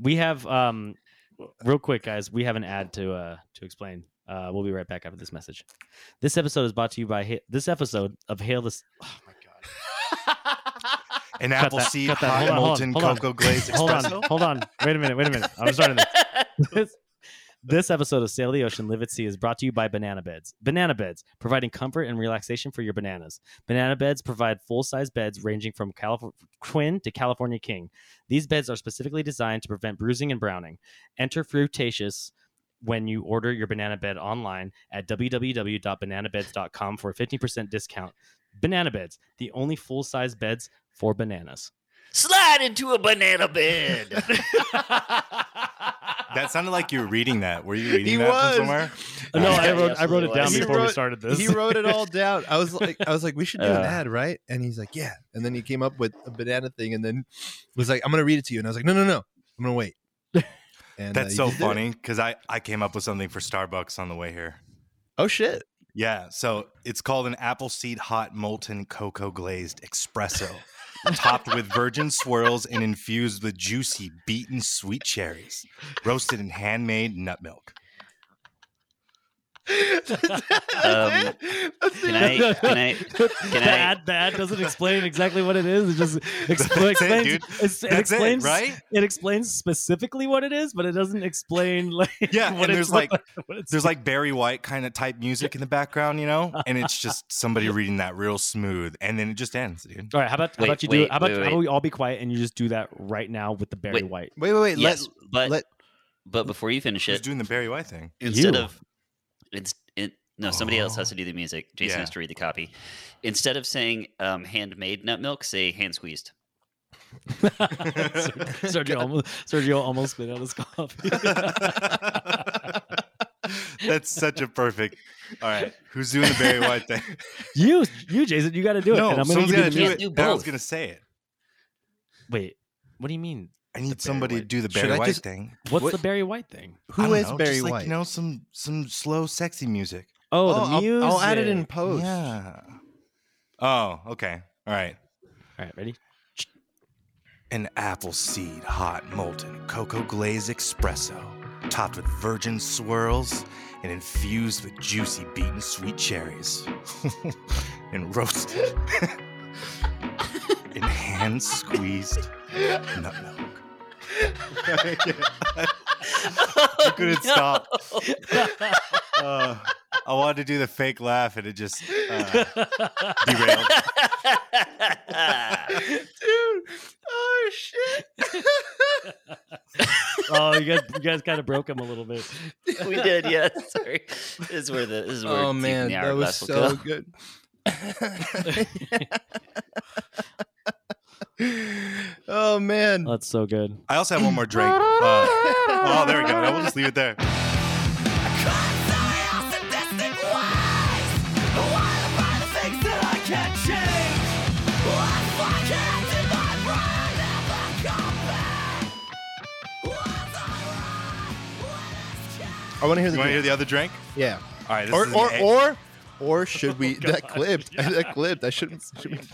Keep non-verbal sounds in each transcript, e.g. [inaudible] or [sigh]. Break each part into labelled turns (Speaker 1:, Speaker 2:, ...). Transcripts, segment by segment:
Speaker 1: we have um, real quick, guys. We have an ad to uh to explain. Uh, we'll be right back after this message. This episode is brought to you by ha- this episode of Hail this. Oh my god!
Speaker 2: An
Speaker 1: Cut
Speaker 2: apple
Speaker 1: that-
Speaker 2: seed
Speaker 1: cut that.
Speaker 2: hot
Speaker 1: Hold on, hold on,
Speaker 2: molten
Speaker 1: hold on.
Speaker 2: cocoa glazed
Speaker 1: [laughs] Hold on,
Speaker 2: espresso.
Speaker 1: hold on. Wait a minute. Wait a minute. I'm starting this.
Speaker 2: [laughs]
Speaker 1: this, this episode of Sail the Ocean, Live at Sea is brought to you by Banana Beds. Banana Beds, providing comfort and relaxation for your bananas. Banana Beds provide full size beds ranging from Calif- Quinn to California King. These beds are specifically designed to prevent bruising and browning. Enter Frutatious when you order your banana bed online at www.bananabeds.com for a 15% discount. Banana Beds, the only full size beds for bananas.
Speaker 3: [laughs] Slide into a banana [laughs] bed.
Speaker 2: That sounded like you were reading that. Were you reading
Speaker 4: He
Speaker 2: that
Speaker 4: was.
Speaker 2: from somewhere?
Speaker 1: Uh, No,
Speaker 3: Yeah,
Speaker 1: I
Speaker 3: he
Speaker 1: wrote, I wrote
Speaker 3: absolutely
Speaker 1: it down
Speaker 3: was.
Speaker 4: He
Speaker 1: before we
Speaker 4: wrote-
Speaker 1: started this.
Speaker 4: He wrote it all down. I was like, I was like, we should do
Speaker 1: Uh.
Speaker 4: an ad, right? And he's like, yeah. And then he came up with a banana thing, and then was like, I'm gonna read it to you. And I was like, no, no, no, I'm gonna wait. And uh,
Speaker 2: That's
Speaker 4: he
Speaker 2: so
Speaker 4: just did it.
Speaker 2: funny because I, I came up with something for Starbucks on the way here.
Speaker 4: Oh shit! [laughs]
Speaker 2: Yeah, so it's called an apple seed hot molten cocoa glazed espresso, topped with virgin swirls and infused with juicy beaten sweet cherries, roasted in handmade nut milk.
Speaker 4: That's
Speaker 3: Um,
Speaker 4: it. That's [laughs]
Speaker 3: Can
Speaker 4: it.
Speaker 3: I? Can
Speaker 1: [laughs]
Speaker 3: I?
Speaker 1: the,
Speaker 3: I-
Speaker 1: ad, the ad doesn't explain exactly what it is. It just expl-
Speaker 2: That's it,
Speaker 1: explains.
Speaker 2: dude.
Speaker 1: it's- It,
Speaker 2: That's
Speaker 1: explains [laughs]
Speaker 2: it, right?
Speaker 1: It explains specifically what it is, but it doesn't explain [laughs] like
Speaker 2: Yeah,
Speaker 1: what it's
Speaker 2: and there's like
Speaker 1: what it's-
Speaker 2: there's like Barry White kind of type music in the background, you know, and it's just
Speaker 1: [laughs]
Speaker 2: somebody reading that real smooth, and then it just ends, dude.
Speaker 1: all right, how about how
Speaker 3: Wait,
Speaker 1: about you do
Speaker 3: wait,
Speaker 1: it? How about
Speaker 3: wait,
Speaker 1: how
Speaker 3: wait.
Speaker 1: about we all be quiet and you just do that right now with the Barry
Speaker 3: Wait.
Speaker 1: White?
Speaker 4: [laughs]
Speaker 1: [laughs]
Speaker 4: Wait, wait, wait.
Speaker 3: yes,
Speaker 4: let,
Speaker 3: but
Speaker 4: let
Speaker 3: but before you finish
Speaker 2: Who's
Speaker 3: it,
Speaker 2: doing the Barry White thing?
Speaker 3: instead
Speaker 1: You.
Speaker 3: of it's it, no somebody else has to do the music jason
Speaker 2: Yeah.
Speaker 3: has to read the copy instead of saying um, handmade nut milk say hand squeezed
Speaker 4: [laughs]
Speaker 1: Sergio almost Sergio almost spit out his coffee.
Speaker 2: [laughs]
Speaker 1: [laughs]
Speaker 2: That's such a perfect. All right, who's doing the Barry White thing?
Speaker 1: you you Jason, you got to do it.
Speaker 2: no,
Speaker 1: and I'm gonna
Speaker 2: someone's
Speaker 1: give you
Speaker 2: gonna
Speaker 1: the
Speaker 2: do
Speaker 1: music.
Speaker 2: it.
Speaker 3: do
Speaker 2: and I was
Speaker 3: both.
Speaker 2: gonna say it.
Speaker 1: Wait, what do you mean?
Speaker 2: I
Speaker 1: Barry
Speaker 2: need somebody to
Speaker 1: White.
Speaker 2: do the
Speaker 4: Should
Speaker 2: Barry
Speaker 4: I
Speaker 2: White
Speaker 4: just-
Speaker 2: thing.
Speaker 1: What's
Speaker 4: What-
Speaker 1: the Barry White thing?
Speaker 2: I
Speaker 4: who
Speaker 2: don't
Speaker 4: is
Speaker 2: know,
Speaker 4: Barry
Speaker 2: just
Speaker 4: White?
Speaker 2: Like, you know, some some slow, sexy music.
Speaker 1: Oh, the
Speaker 4: oh,
Speaker 1: music.
Speaker 4: I'll, I'll add it in post.
Speaker 2: Yeah. Oh, okay. All right.
Speaker 1: All right, ready?
Speaker 2: An apple seed hot molten cocoa glazed espresso, topped with virgin swirls and infused with juicy beaten sweet cherries, [laughs] and [laughs] roasted in hand squeezed nut milk. I couldn't stop. [laughs] Uh, I wanted to do the fake laugh, and it just uh,
Speaker 1: [laughs]
Speaker 3: Oh.
Speaker 2: derailed.
Speaker 4: [laughs] Dude, oh shit! [laughs]
Speaker 1: oh, you guys, you guys kind of broke him a little [laughs] bit.
Speaker 3: [laughs] we did yes sorry this is where the this is where
Speaker 4: Oh
Speaker 3: deep in
Speaker 4: man,
Speaker 3: the
Speaker 4: that was
Speaker 3: hourglass will
Speaker 4: so
Speaker 3: go.
Speaker 4: good. [laughs] oh man,
Speaker 3: Uh,
Speaker 1: That's so good.
Speaker 2: I also have one more drink. Uh, oh, there we go. We'll just leave it there.
Speaker 4: I want to hear the
Speaker 2: You want to hear
Speaker 4: clip.
Speaker 2: the other drink?
Speaker 4: yeah,
Speaker 2: All right. This
Speaker 4: or
Speaker 2: is an
Speaker 4: or,
Speaker 2: egg-
Speaker 4: or or should we that
Speaker 1: God,
Speaker 4: clipped
Speaker 1: yeah.
Speaker 4: that clipped I shouldn't. shouldn't-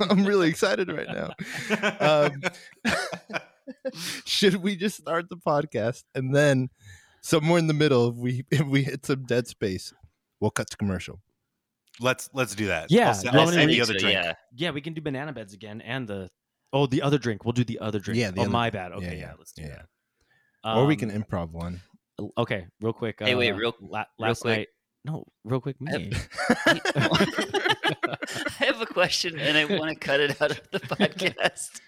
Speaker 4: [laughs] I'm really excited right now.
Speaker 2: [laughs]
Speaker 4: Um, should we just start the podcast and then somewhere in the middle if we if we hit some dead space, we'll cut to commercial.
Speaker 2: let's let's do that.
Speaker 1: Yeah,
Speaker 2: I'll, sa-
Speaker 1: you
Speaker 2: I'll
Speaker 1: want me to
Speaker 2: save
Speaker 1: read
Speaker 2: the other
Speaker 3: So,
Speaker 2: drink.
Speaker 3: yeah
Speaker 1: Yeah, we can do banana beds again and the oh the other drink. We'll do the other drink.
Speaker 4: Yeah, the
Speaker 1: oh
Speaker 4: other-
Speaker 1: my bad. Okay, yeah,
Speaker 4: yeah, yeah,
Speaker 1: let's do
Speaker 4: yeah.
Speaker 1: that.
Speaker 4: or we can
Speaker 1: Um,
Speaker 4: improv one.
Speaker 1: okay, real quick.
Speaker 3: Hey, wait,
Speaker 1: uh,
Speaker 3: real-
Speaker 1: la- last
Speaker 3: quick.
Speaker 1: night. No, real quick.
Speaker 3: I have-
Speaker 1: Me.
Speaker 4: [laughs]
Speaker 3: [laughs] i have a question and i want to cut it out of the podcast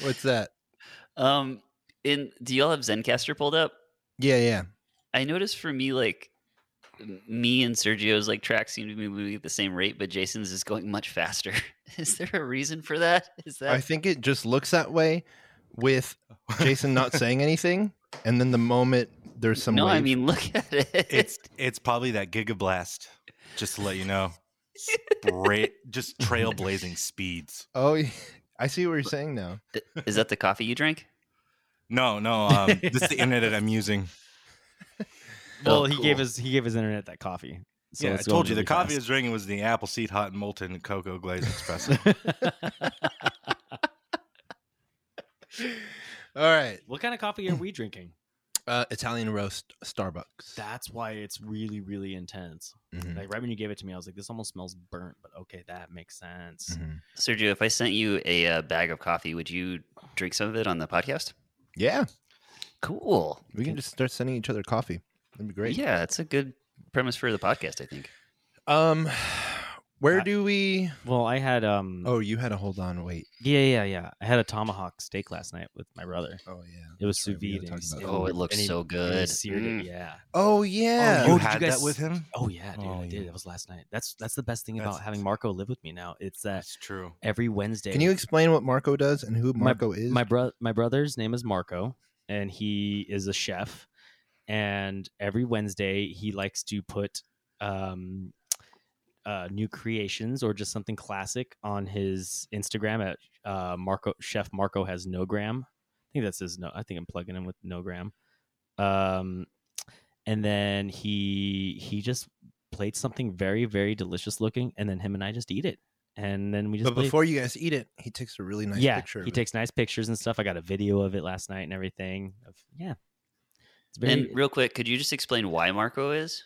Speaker 4: What's that?
Speaker 3: [laughs] um in do y'all have zencaster pulled up
Speaker 4: Yeah, yeah.
Speaker 3: I noticed for me, like m- me and Sergio's like tracks seem to be moving at the same rate, but Jason's is going much faster. [laughs] Is there a reason for that? Is that
Speaker 4: I think it just looks that way with
Speaker 1: [laughs]
Speaker 4: Jason not saying anything, and then the moment there's some.
Speaker 3: no? I
Speaker 4: wave-
Speaker 3: mean, look at it.
Speaker 2: It's it's probably that gigablast. Just to let you know, Spray, just trailblazing speeds.
Speaker 4: oh, yeah. [laughs] I see what you're saying now.
Speaker 3: [laughs] is that the coffee you drank?
Speaker 2: No, no. Um,
Speaker 1: [laughs]
Speaker 2: this is the internet I'm using.
Speaker 1: [laughs] Well,
Speaker 3: Oh,
Speaker 1: he gave
Speaker 3: cool.
Speaker 1: his he gave his internet that coffee. So
Speaker 2: yeah, I
Speaker 1: it's
Speaker 2: told
Speaker 1: going
Speaker 2: you the
Speaker 1: really
Speaker 2: coffee I
Speaker 1: fast.
Speaker 2: was drinking was the apple seed hot and molten
Speaker 1: [laughs]
Speaker 2: cocoa glazed espresso.
Speaker 4: All right.
Speaker 1: What kind of coffee are we drinking?
Speaker 4: Uh, Italian roast Starbucks.
Speaker 1: That's why it's really, really intense.
Speaker 4: Mhm,
Speaker 1: Like right when you gave it to me, I was like, "This almost smells burnt," but okay, that makes sense.
Speaker 4: mhm.
Speaker 3: Sergio, if I sent you a uh, bag of coffee, would you drink some of it on the podcast?
Speaker 4: Yeah.
Speaker 3: Cool.
Speaker 4: We can just start sending each other coffee. That'd be great.
Speaker 3: Yeah, it's a good premise for the podcast, I think.
Speaker 4: Um, where
Speaker 1: I-
Speaker 4: do we?
Speaker 1: Well, I had um,
Speaker 4: Oh, you had a hold on. Wait.
Speaker 1: yeah, yeah, yeah. I had a tomahawk steak last night with my brother.
Speaker 4: Oh yeah.
Speaker 1: It was
Speaker 4: That's right,
Speaker 1: sous
Speaker 4: we
Speaker 1: vide.
Speaker 4: gotta
Speaker 1: and
Speaker 4: talk
Speaker 1: he-
Speaker 4: about
Speaker 3: Oh,
Speaker 4: that.
Speaker 3: it looks
Speaker 1: and he-
Speaker 3: so
Speaker 1: and he
Speaker 3: good.
Speaker 1: seared it,
Speaker 3: Mm.
Speaker 1: Yeah.
Speaker 4: Oh yeah.
Speaker 2: you
Speaker 1: Oh, did you
Speaker 2: had
Speaker 1: guys-
Speaker 2: that with him?
Speaker 1: Oh yeah, dude,
Speaker 2: Oh,
Speaker 1: I
Speaker 2: yeah.
Speaker 1: did. That was last night. That's that's the best thing about
Speaker 2: That's-
Speaker 1: having Marco live with me now. It's that
Speaker 2: That's true.
Speaker 1: every Wednesday.
Speaker 4: Can you explain what Marco does and who
Speaker 1: My-
Speaker 4: Marco is?
Speaker 1: my brother my brother's name is marco and he is a chef and every wednesday he likes to put um uh, new creations or just something classic on his instagram at uh, marco chef marco has no gram i think that's his no i think i'm plugging him with no gram um and then he he just played something very very delicious looking and then him and i just eat it and then we just
Speaker 4: but
Speaker 1: play-
Speaker 4: before you guys eat it, he takes a really nice
Speaker 1: yeah,
Speaker 4: picture.
Speaker 1: he
Speaker 4: of it.
Speaker 1: takes nice pictures and stuff. I got a video of it last night and everything. Of yeah, it's very
Speaker 3: And real quick, could you just explain why Marco
Speaker 4: [laughs]
Speaker 3: is?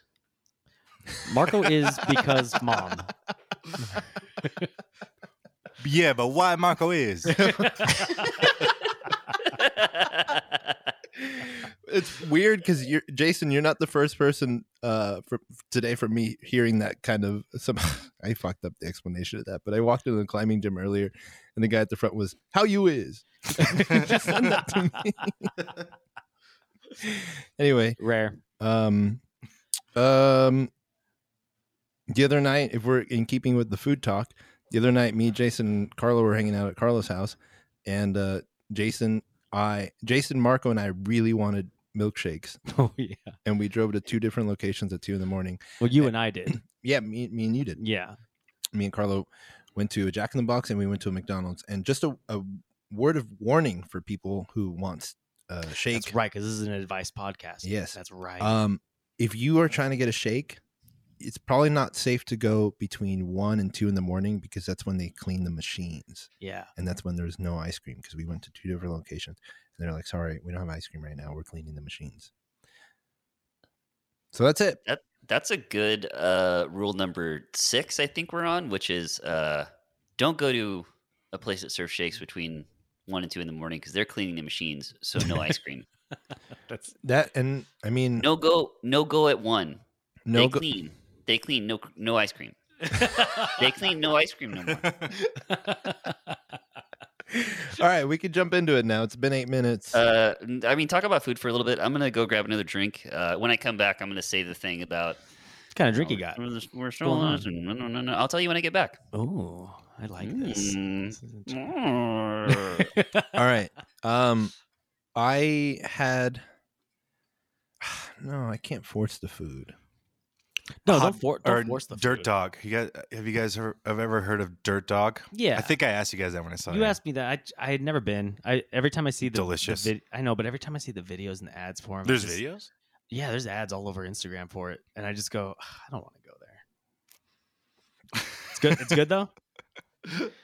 Speaker 1: [laughs] Marco is because mom.
Speaker 2: Yeah, but why
Speaker 1: [laughs]
Speaker 2: Marco is?
Speaker 4: it's weird because you're Jason. You're not the first person uh for, today for me hearing that kind of. Some [laughs] I fucked up the explanation of that, but I walked into the climbing gym earlier, and the guy at the front was "How you is." Just send that to me. anyway,
Speaker 1: Rare.
Speaker 4: um, um, the other night, if we're in keeping with the food talk, the other night, me, Jason, and Carlo were hanging out at Carlo's house, and uh, Jason, I, Jason, Marco, and I really wanted milkshakes,
Speaker 1: [laughs] Oh yeah.
Speaker 4: and we drove to two different locations at two in the morning.
Speaker 1: Well, you and I
Speaker 2: [laughs]
Speaker 1: did.
Speaker 4: Yeah, me, me and you did.
Speaker 1: Yeah.
Speaker 4: Me and Carlo went to a Jack in the Box, and we went to a McDonald's. And just a, a word of warning for people who want uh, shake.
Speaker 1: That's right. Because this is an advice podcast.
Speaker 4: Yes.
Speaker 1: That's right.
Speaker 4: Um, if you are trying to get a shake, it's probably not safe to go between one and two in the morning because that's when they clean the machines
Speaker 2: [laughs]
Speaker 1: yeah.
Speaker 4: and that's when there's no ice cream because we went to two different locations and they're like, sorry, we don't have ice cream right now. We're cleaning the machines. So that's it.
Speaker 3: That's a good uh, rule number six, I think we're on, which is uh, don't go to a place that serves shakes between one and two in the morning because they're cleaning the machines. So no ice cream.
Speaker 4: [laughs]
Speaker 1: That's
Speaker 4: That and I mean,
Speaker 3: No go. No go at one.
Speaker 4: no
Speaker 3: they
Speaker 4: go-
Speaker 3: clean. They clean. No c- no ice cream. They clean. No ice cream no more.
Speaker 4: [laughs] All right, we could jump into it now. It's been eight minutes.
Speaker 3: Uh, n- I mean, talk about food for a little bit. I'm gonna go grab another drink. Uh, when I come back, I'm gonna say the thing about
Speaker 1: what kind of drink
Speaker 3: Oh,
Speaker 1: you got?
Speaker 3: We're, just- we're
Speaker 1: going
Speaker 3: still
Speaker 1: on?
Speaker 3: on. No, no, no, no. I'll tell you when I get back.
Speaker 1: Oh, I like this.
Speaker 3: [laughs] Mm.
Speaker 1: This is interesting.
Speaker 3: Mm.
Speaker 2: [laughs]
Speaker 4: All right. Um, I had [sighs] no. I can't force the food.
Speaker 1: no,
Speaker 2: Hot-
Speaker 1: don't, for,
Speaker 2: or
Speaker 1: don't force the
Speaker 2: Dirt
Speaker 1: food.
Speaker 2: Dog. You guys, have you guys heard, have ever heard of Dirt Dog?
Speaker 1: Yeah.
Speaker 2: I think I asked you guys that when I saw
Speaker 1: you asked me that. I I had never been. I every time I see the the
Speaker 2: Delicious.
Speaker 1: vid- I know, but every time I see the videos and the ads for them,
Speaker 2: There's [laughs] videos.
Speaker 1: yeah, there's ads all over Instagram for it, and I just go, "Ah, I don't want to go there. It's good. It's good
Speaker 2: [laughs]
Speaker 1: though.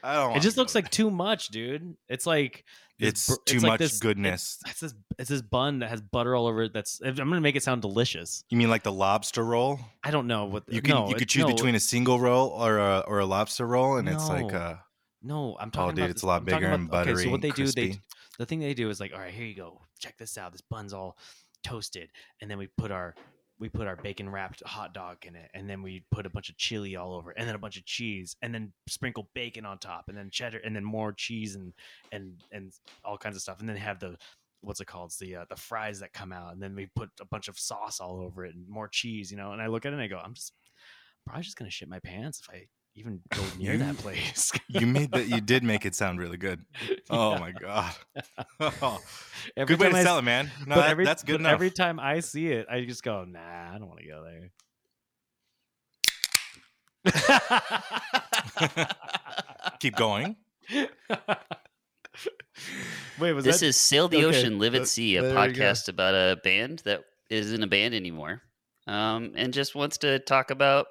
Speaker 2: I don't.
Speaker 1: it
Speaker 2: wanna
Speaker 1: just looks
Speaker 2: go
Speaker 1: like too much, dude. It's like
Speaker 2: there.
Speaker 1: this
Speaker 2: it's
Speaker 1: bur-
Speaker 2: too
Speaker 1: like
Speaker 2: much
Speaker 1: this-
Speaker 2: goodness.
Speaker 1: It's this. It's this bun that has butter all over it. That's. I'm gonna make it sound delicious.
Speaker 2: you mean like the lobster roll?
Speaker 1: I don't know what
Speaker 2: You can
Speaker 1: no,
Speaker 2: you
Speaker 1: it-
Speaker 2: could choose
Speaker 1: no,
Speaker 2: between a single roll or a or a lobster roll, and it's like
Speaker 1: No.
Speaker 2: uh,
Speaker 1: No, I'm
Speaker 2: oh,
Speaker 1: talking
Speaker 2: dude,
Speaker 1: about.
Speaker 2: it's a lot
Speaker 1: I'm talking
Speaker 2: bigger
Speaker 1: about-
Speaker 2: and buttery.
Speaker 1: Okay, so what they
Speaker 2: and
Speaker 1: do, they
Speaker 2: crispy.
Speaker 1: the thing they do is like, all right, here you go. Check this out. This bun's all toasted, and then we put our we put our bacon wrapped hot dog in it, and then we put a bunch of chili all over, it, and then a bunch of cheese, and then sprinkle bacon on top, and then cheddar, and then more cheese, and and and all kinds of stuff, and then have the what's it called? It's the uh, the fries that come out, and then we put a bunch of sauce all over it and more cheese, you know. And I look at it and I go, I'm just probably just gonna shit my pants if I even
Speaker 2: [laughs]
Speaker 1: go near that
Speaker 2: You-
Speaker 1: place. [laughs]
Speaker 2: you made that you did make it sound really good. Oh my
Speaker 1: [laughs]
Speaker 2: god, Oh,
Speaker 1: Every
Speaker 2: good way
Speaker 1: time
Speaker 2: to
Speaker 1: I s-
Speaker 2: sell it, man.
Speaker 1: but
Speaker 2: No, that-
Speaker 1: every,
Speaker 2: that's good
Speaker 1: but
Speaker 2: enough.
Speaker 1: Every time I see it, I just go, nah, I don't want to go there. [laughs]
Speaker 2: Keep going.
Speaker 1: Wait, was
Speaker 3: [laughs] this
Speaker 1: that?
Speaker 3: is Sail the
Speaker 4: okay,
Speaker 3: Ocean, Live
Speaker 4: uh,
Speaker 3: at Sea, a
Speaker 4: there you go.
Speaker 3: podcast about a band that isn't a band anymore, um, and just wants to talk about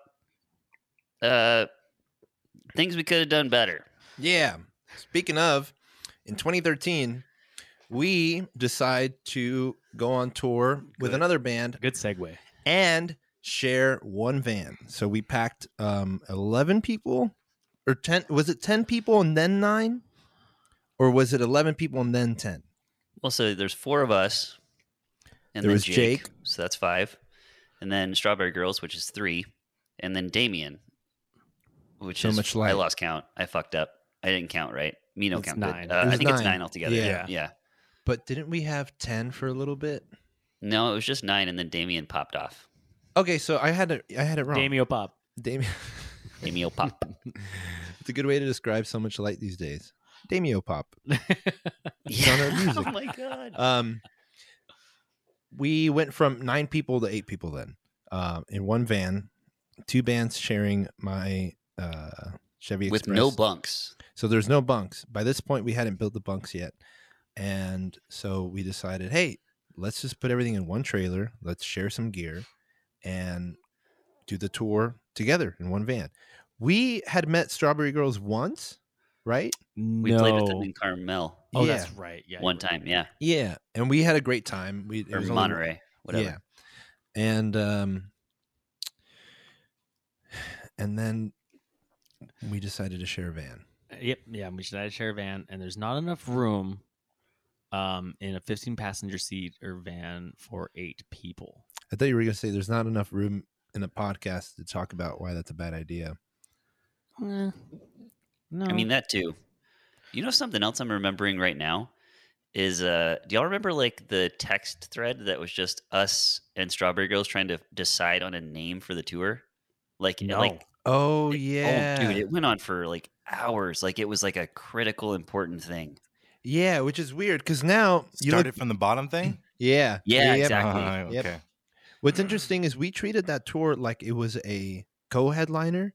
Speaker 3: uh, things we could have done better.
Speaker 4: Yeah. Speaking of, in 2013, we decide to go on tour with
Speaker 3: Good.
Speaker 4: another band
Speaker 1: Good segue.
Speaker 4: and share one van. So we packed um 11 people or 10 was it 10 people and then 9 or was it 11 people and then 10?
Speaker 3: Well, so there's four of us, and
Speaker 4: There
Speaker 3: then
Speaker 4: was
Speaker 3: Jake,
Speaker 4: Jake.
Speaker 3: so that's five, and then Strawberry Girls, which is three, and then Damien, which
Speaker 4: So
Speaker 3: is
Speaker 4: much
Speaker 3: I
Speaker 4: light.
Speaker 3: lost count. I fucked up. I didn't count right. Me no
Speaker 1: It's
Speaker 3: count.
Speaker 1: nine.
Speaker 3: Uh,
Speaker 4: It
Speaker 3: I
Speaker 4: was
Speaker 3: think it's
Speaker 4: nine.
Speaker 3: nine altogether.
Speaker 4: Yeah.
Speaker 3: Yeah.
Speaker 4: But didn't we have 10 for a little bit?
Speaker 3: No, it was just nine, and then Damien popped off.
Speaker 4: Okay, so I had it I had it wrong.
Speaker 1: Damio Pop.
Speaker 4: Damien. [laughs]
Speaker 3: Damien pop.
Speaker 4: it's a good way to describe so much light these days. Damio pop.
Speaker 3: Yeah. [laughs]
Speaker 4: Genre of music.
Speaker 3: oh my god.
Speaker 4: Um we went from 9 people to 8 people then. Um in one van, two bands sharing my uh Chevy
Speaker 3: With
Speaker 4: Express.
Speaker 3: no bunks.
Speaker 4: So there's no bunks. By this point, we hadn't built the bunks yet. And so we decided, hey, let's just put everything in one trailer. Let's share some gear and do the tour together in one van. We had met Strawberry Girls once, right?
Speaker 1: No.
Speaker 3: We played with them in Carmel
Speaker 1: oh,
Speaker 4: yeah.
Speaker 1: that's right. Yeah.
Speaker 3: one
Speaker 1: you're right.
Speaker 3: time. Yeah,
Speaker 4: yeah. And we had a great time. We, it
Speaker 3: or
Speaker 4: was only-
Speaker 3: Monterey, whatever.
Speaker 4: Yeah. And um and then we decided to share a van.
Speaker 1: Yep. Yeah. We should add a share van, and there's not enough room um, in a 15 passenger seat or van for eight people.
Speaker 4: I thought you were going to say there's not enough room in a podcast to talk about why that's a bad idea.
Speaker 1: Eh, No.
Speaker 3: I mean that too. You know something else I'm remembering right now is uh do y'all remember like the text thread that was just us and Strawberry Girls trying to decide on a name for the tour? Like it-
Speaker 1: No.
Speaker 3: like
Speaker 4: Oh
Speaker 3: oh dude, it went on for like hours. Like it was like a critical important thing.
Speaker 4: yeah, which is weird cuz now you
Speaker 2: Started
Speaker 4: look-
Speaker 2: from the bottom
Speaker 1: [laughs]
Speaker 2: thing?
Speaker 4: yeah.
Speaker 3: Yeah,
Speaker 4: yep.
Speaker 3: exactly.
Speaker 2: Uh,
Speaker 4: Yep.
Speaker 2: okay.
Speaker 4: What's interesting is we treated that tour like it was a co-headliner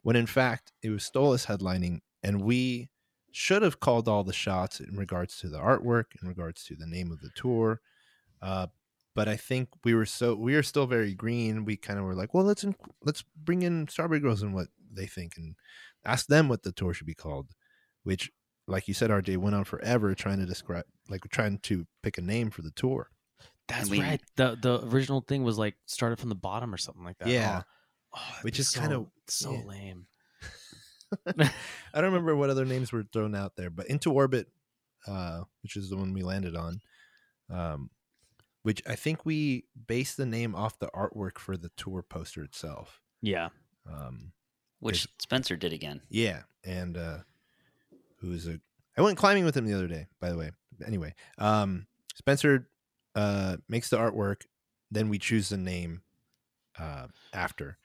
Speaker 4: when in fact it was Stolas headlining and we should have called all the shots in regards to the artwork, in regards to the name of the tour. Uh but I think we were so we were still very green. We kind of were like, well, let's in, let's bring in Strawberry Girls and what they think and ask them what the tour should be called, which, like you said, RJ went on forever trying to describe, like trying to pick a name for the tour.
Speaker 1: that's
Speaker 3: I mean-
Speaker 1: right. The the original thing was like started from the bottom or something like that.
Speaker 4: Yeah.
Speaker 1: Oh, oh, that'd
Speaker 4: Which
Speaker 1: be
Speaker 4: is kinda-
Speaker 1: so- so
Speaker 4: yeah.
Speaker 1: lame.
Speaker 4: I don't remember what other names were thrown out there, but Into Orbit, uh, which is the one we landed on, um, which I think we based the name off the artwork for the tour poster itself.
Speaker 1: Yeah.
Speaker 4: Um,
Speaker 3: Which Spencer did again.
Speaker 4: yeah, and uh, who's a I went climbing with him the other day, by the way. Anyway, um, Spencer uh, makes the artwork, then we choose the name uh, after.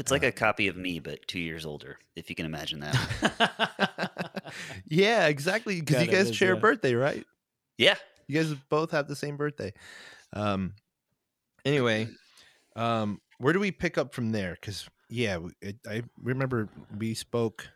Speaker 3: It's like
Speaker 4: Uh,
Speaker 3: a copy of me, but two years older, if you can imagine that.
Speaker 1: [laughs]
Speaker 4: yeah, exactly, because
Speaker 1: Yeah,
Speaker 4: you
Speaker 1: that
Speaker 4: guys
Speaker 1: is,
Speaker 4: share a
Speaker 1: yeah.
Speaker 4: birthday, right?
Speaker 3: yeah.
Speaker 4: You guys both have the same birthday. Um. Anyway, um, where do we pick up from there? Because yeah, we- it, I remember we spoke.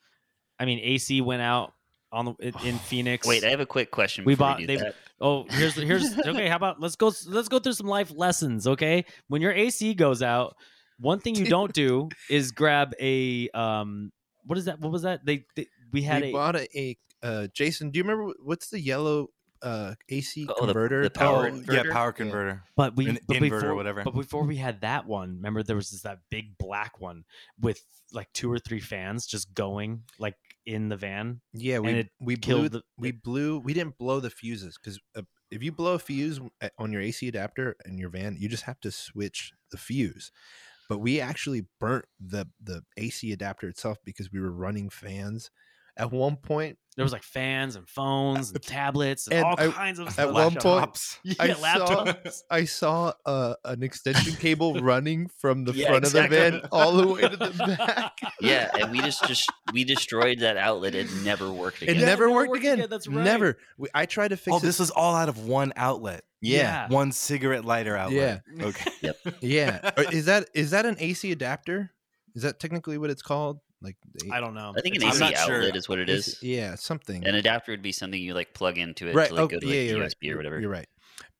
Speaker 1: [laughs] I mean, AC went out on the in- [sighs] in Phoenix.
Speaker 3: Wait, eh? I have a quick question.
Speaker 1: We
Speaker 3: before
Speaker 1: bought-
Speaker 3: do
Speaker 1: they-
Speaker 3: that.
Speaker 1: Oh, here's here's okay. How about let's go let's go through some life lessons, okay? When your AC goes out, one [laughs] thing you don't do is grab a um. What is that? What was that? They, they we had
Speaker 4: we
Speaker 1: a
Speaker 4: bought a, a uh, Jason. Do you remember wh- what's the yellow uh AC
Speaker 3: Oh, the-
Speaker 4: converter?
Speaker 3: the Power
Speaker 4: Oh,
Speaker 3: converter?
Speaker 2: Yeah, power converter.
Speaker 1: but we
Speaker 2: an
Speaker 1: but
Speaker 2: inverter or
Speaker 1: before,
Speaker 2: whatever.
Speaker 1: But
Speaker 4: [laughs]
Speaker 1: before we had that one, remember there was this, that big black one with like two or three fans just going like in the van.
Speaker 4: Yeah, we
Speaker 1: it
Speaker 4: we blew
Speaker 1: killed
Speaker 4: the,
Speaker 1: the-
Speaker 4: we blew we didn't blow the fuses because uh, if you blow a fuse w- at- on your AC adapter in your van, you just have to switch the fuse. But we actually burnt the the AC adapter itself because we were running fans. At one point,
Speaker 1: There was like fans and phones
Speaker 4: [laughs]
Speaker 1: and tablets and,
Speaker 4: and
Speaker 1: all
Speaker 4: I-
Speaker 1: kinds of
Speaker 4: at
Speaker 1: stuff.
Speaker 4: one point-
Speaker 2: Laptops.
Speaker 1: [laughs] yeah,
Speaker 4: I saw-
Speaker 1: laptops.
Speaker 4: I saw uh, an extension cable running from the
Speaker 3: Yeah,
Speaker 4: front of the
Speaker 3: exactly.
Speaker 4: van all the way
Speaker 1: [laughs]
Speaker 4: to the back.
Speaker 3: Yeah, and we just just we destroyed that outlet. It never worked
Speaker 4: It
Speaker 3: again.
Speaker 1: Yeah,
Speaker 4: never
Speaker 1: it never
Speaker 4: worked
Speaker 1: worked
Speaker 4: again.
Speaker 1: again, that's right.
Speaker 4: Never. We, I tried to fix
Speaker 2: Oh,
Speaker 4: it.
Speaker 2: this was all out of one outlet.
Speaker 4: yeah,
Speaker 2: One cigarette lighter outlet. Yeah. Okay.
Speaker 4: yeah. Or Is that is that an AC adapter? Is that technically what it's called? Like the,
Speaker 1: I don't know.
Speaker 3: I think an
Speaker 2: I'm
Speaker 3: AC
Speaker 2: not
Speaker 3: outlet
Speaker 2: sure.
Speaker 3: is what it
Speaker 4: AC
Speaker 3: is.
Speaker 4: Yeah, something.
Speaker 3: An adapter would be something you like plug into it
Speaker 4: Mm. right.
Speaker 3: to like
Speaker 4: oh,
Speaker 3: go to
Speaker 4: yeah,
Speaker 3: like
Speaker 4: you're
Speaker 3: USB
Speaker 4: right.
Speaker 3: or whatever.
Speaker 4: You're right.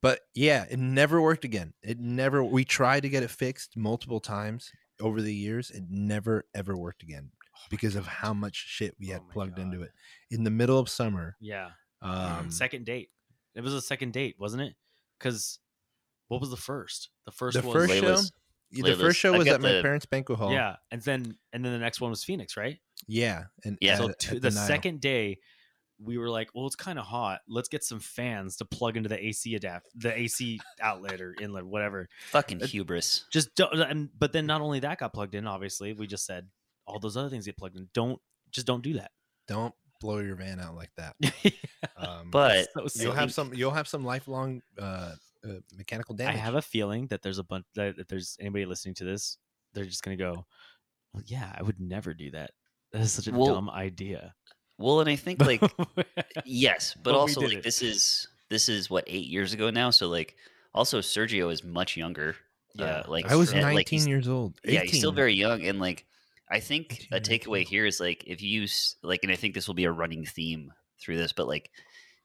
Speaker 4: But yeah, it never worked again. It never. We tried to get it fixed multiple times over the years. It never ever worked again
Speaker 3: Oh
Speaker 4: because of how much shit we
Speaker 1: Oh
Speaker 4: had
Speaker 1: my
Speaker 4: plugged into
Speaker 1: God.
Speaker 3: Mm,
Speaker 4: it in the middle of summer.
Speaker 1: Yeah.
Speaker 4: Um,
Speaker 1: Second date. It was a second date, wasn't it? Because what was the first? The first
Speaker 4: The
Speaker 1: was
Speaker 4: first show?
Speaker 3: Layla's.
Speaker 4: The
Speaker 3: Layla's.
Speaker 4: first show
Speaker 3: I've
Speaker 4: was
Speaker 3: got
Speaker 4: at my
Speaker 3: the-
Speaker 4: parents' banquet hall.
Speaker 1: yeah, and then and then the next one was Phoenix, right?
Speaker 4: yeah, and
Speaker 3: Yeah.
Speaker 4: at-
Speaker 1: So
Speaker 4: at
Speaker 1: two, the
Speaker 4: Nile.
Speaker 1: second day, we were like, "Well, it's kind of hot. Let's get some fans to plug into the AC adapt, the AC outlet or inlet, whatever."
Speaker 3: Fucking
Speaker 1: Uh,
Speaker 3: hubris.
Speaker 1: Just don't. uh, And, but then not only that got plugged in. Obviously, we just said all those other things get plugged in. Don't just don't do that. [laughs]
Speaker 4: don't blow your van out like
Speaker 3: [laughs]
Speaker 4: that. Um,
Speaker 3: But
Speaker 1: So
Speaker 4: you'll
Speaker 1: silly.
Speaker 4: have some. You'll have some lifelong uh, uh, mechanical
Speaker 1: I
Speaker 4: damage.
Speaker 1: have a feeling that there's a bunch that if there's anybody listening to this, they're just gonna go, well, "Yeah, I would never do that. That is such a
Speaker 3: Well-
Speaker 1: dumb idea." [laughs]
Speaker 3: well, and I think
Speaker 4: [laughs]
Speaker 3: like yes, but,
Speaker 1: But we
Speaker 3: also
Speaker 1: did
Speaker 3: like
Speaker 1: it.
Speaker 3: this is this is what eight years ago now. So like also Sergio is much younger.
Speaker 1: Yeah,
Speaker 3: uh, like
Speaker 4: I was
Speaker 3: and, like,
Speaker 4: 19
Speaker 3: he's-
Speaker 4: years old.
Speaker 3: Yeah, he's still
Speaker 4: 18.
Speaker 3: very young, and like I think a
Speaker 4: 18,
Speaker 3: takeaway
Speaker 4: 19.
Speaker 3: here is like if you s- like, and I think this will be a running theme through this, but like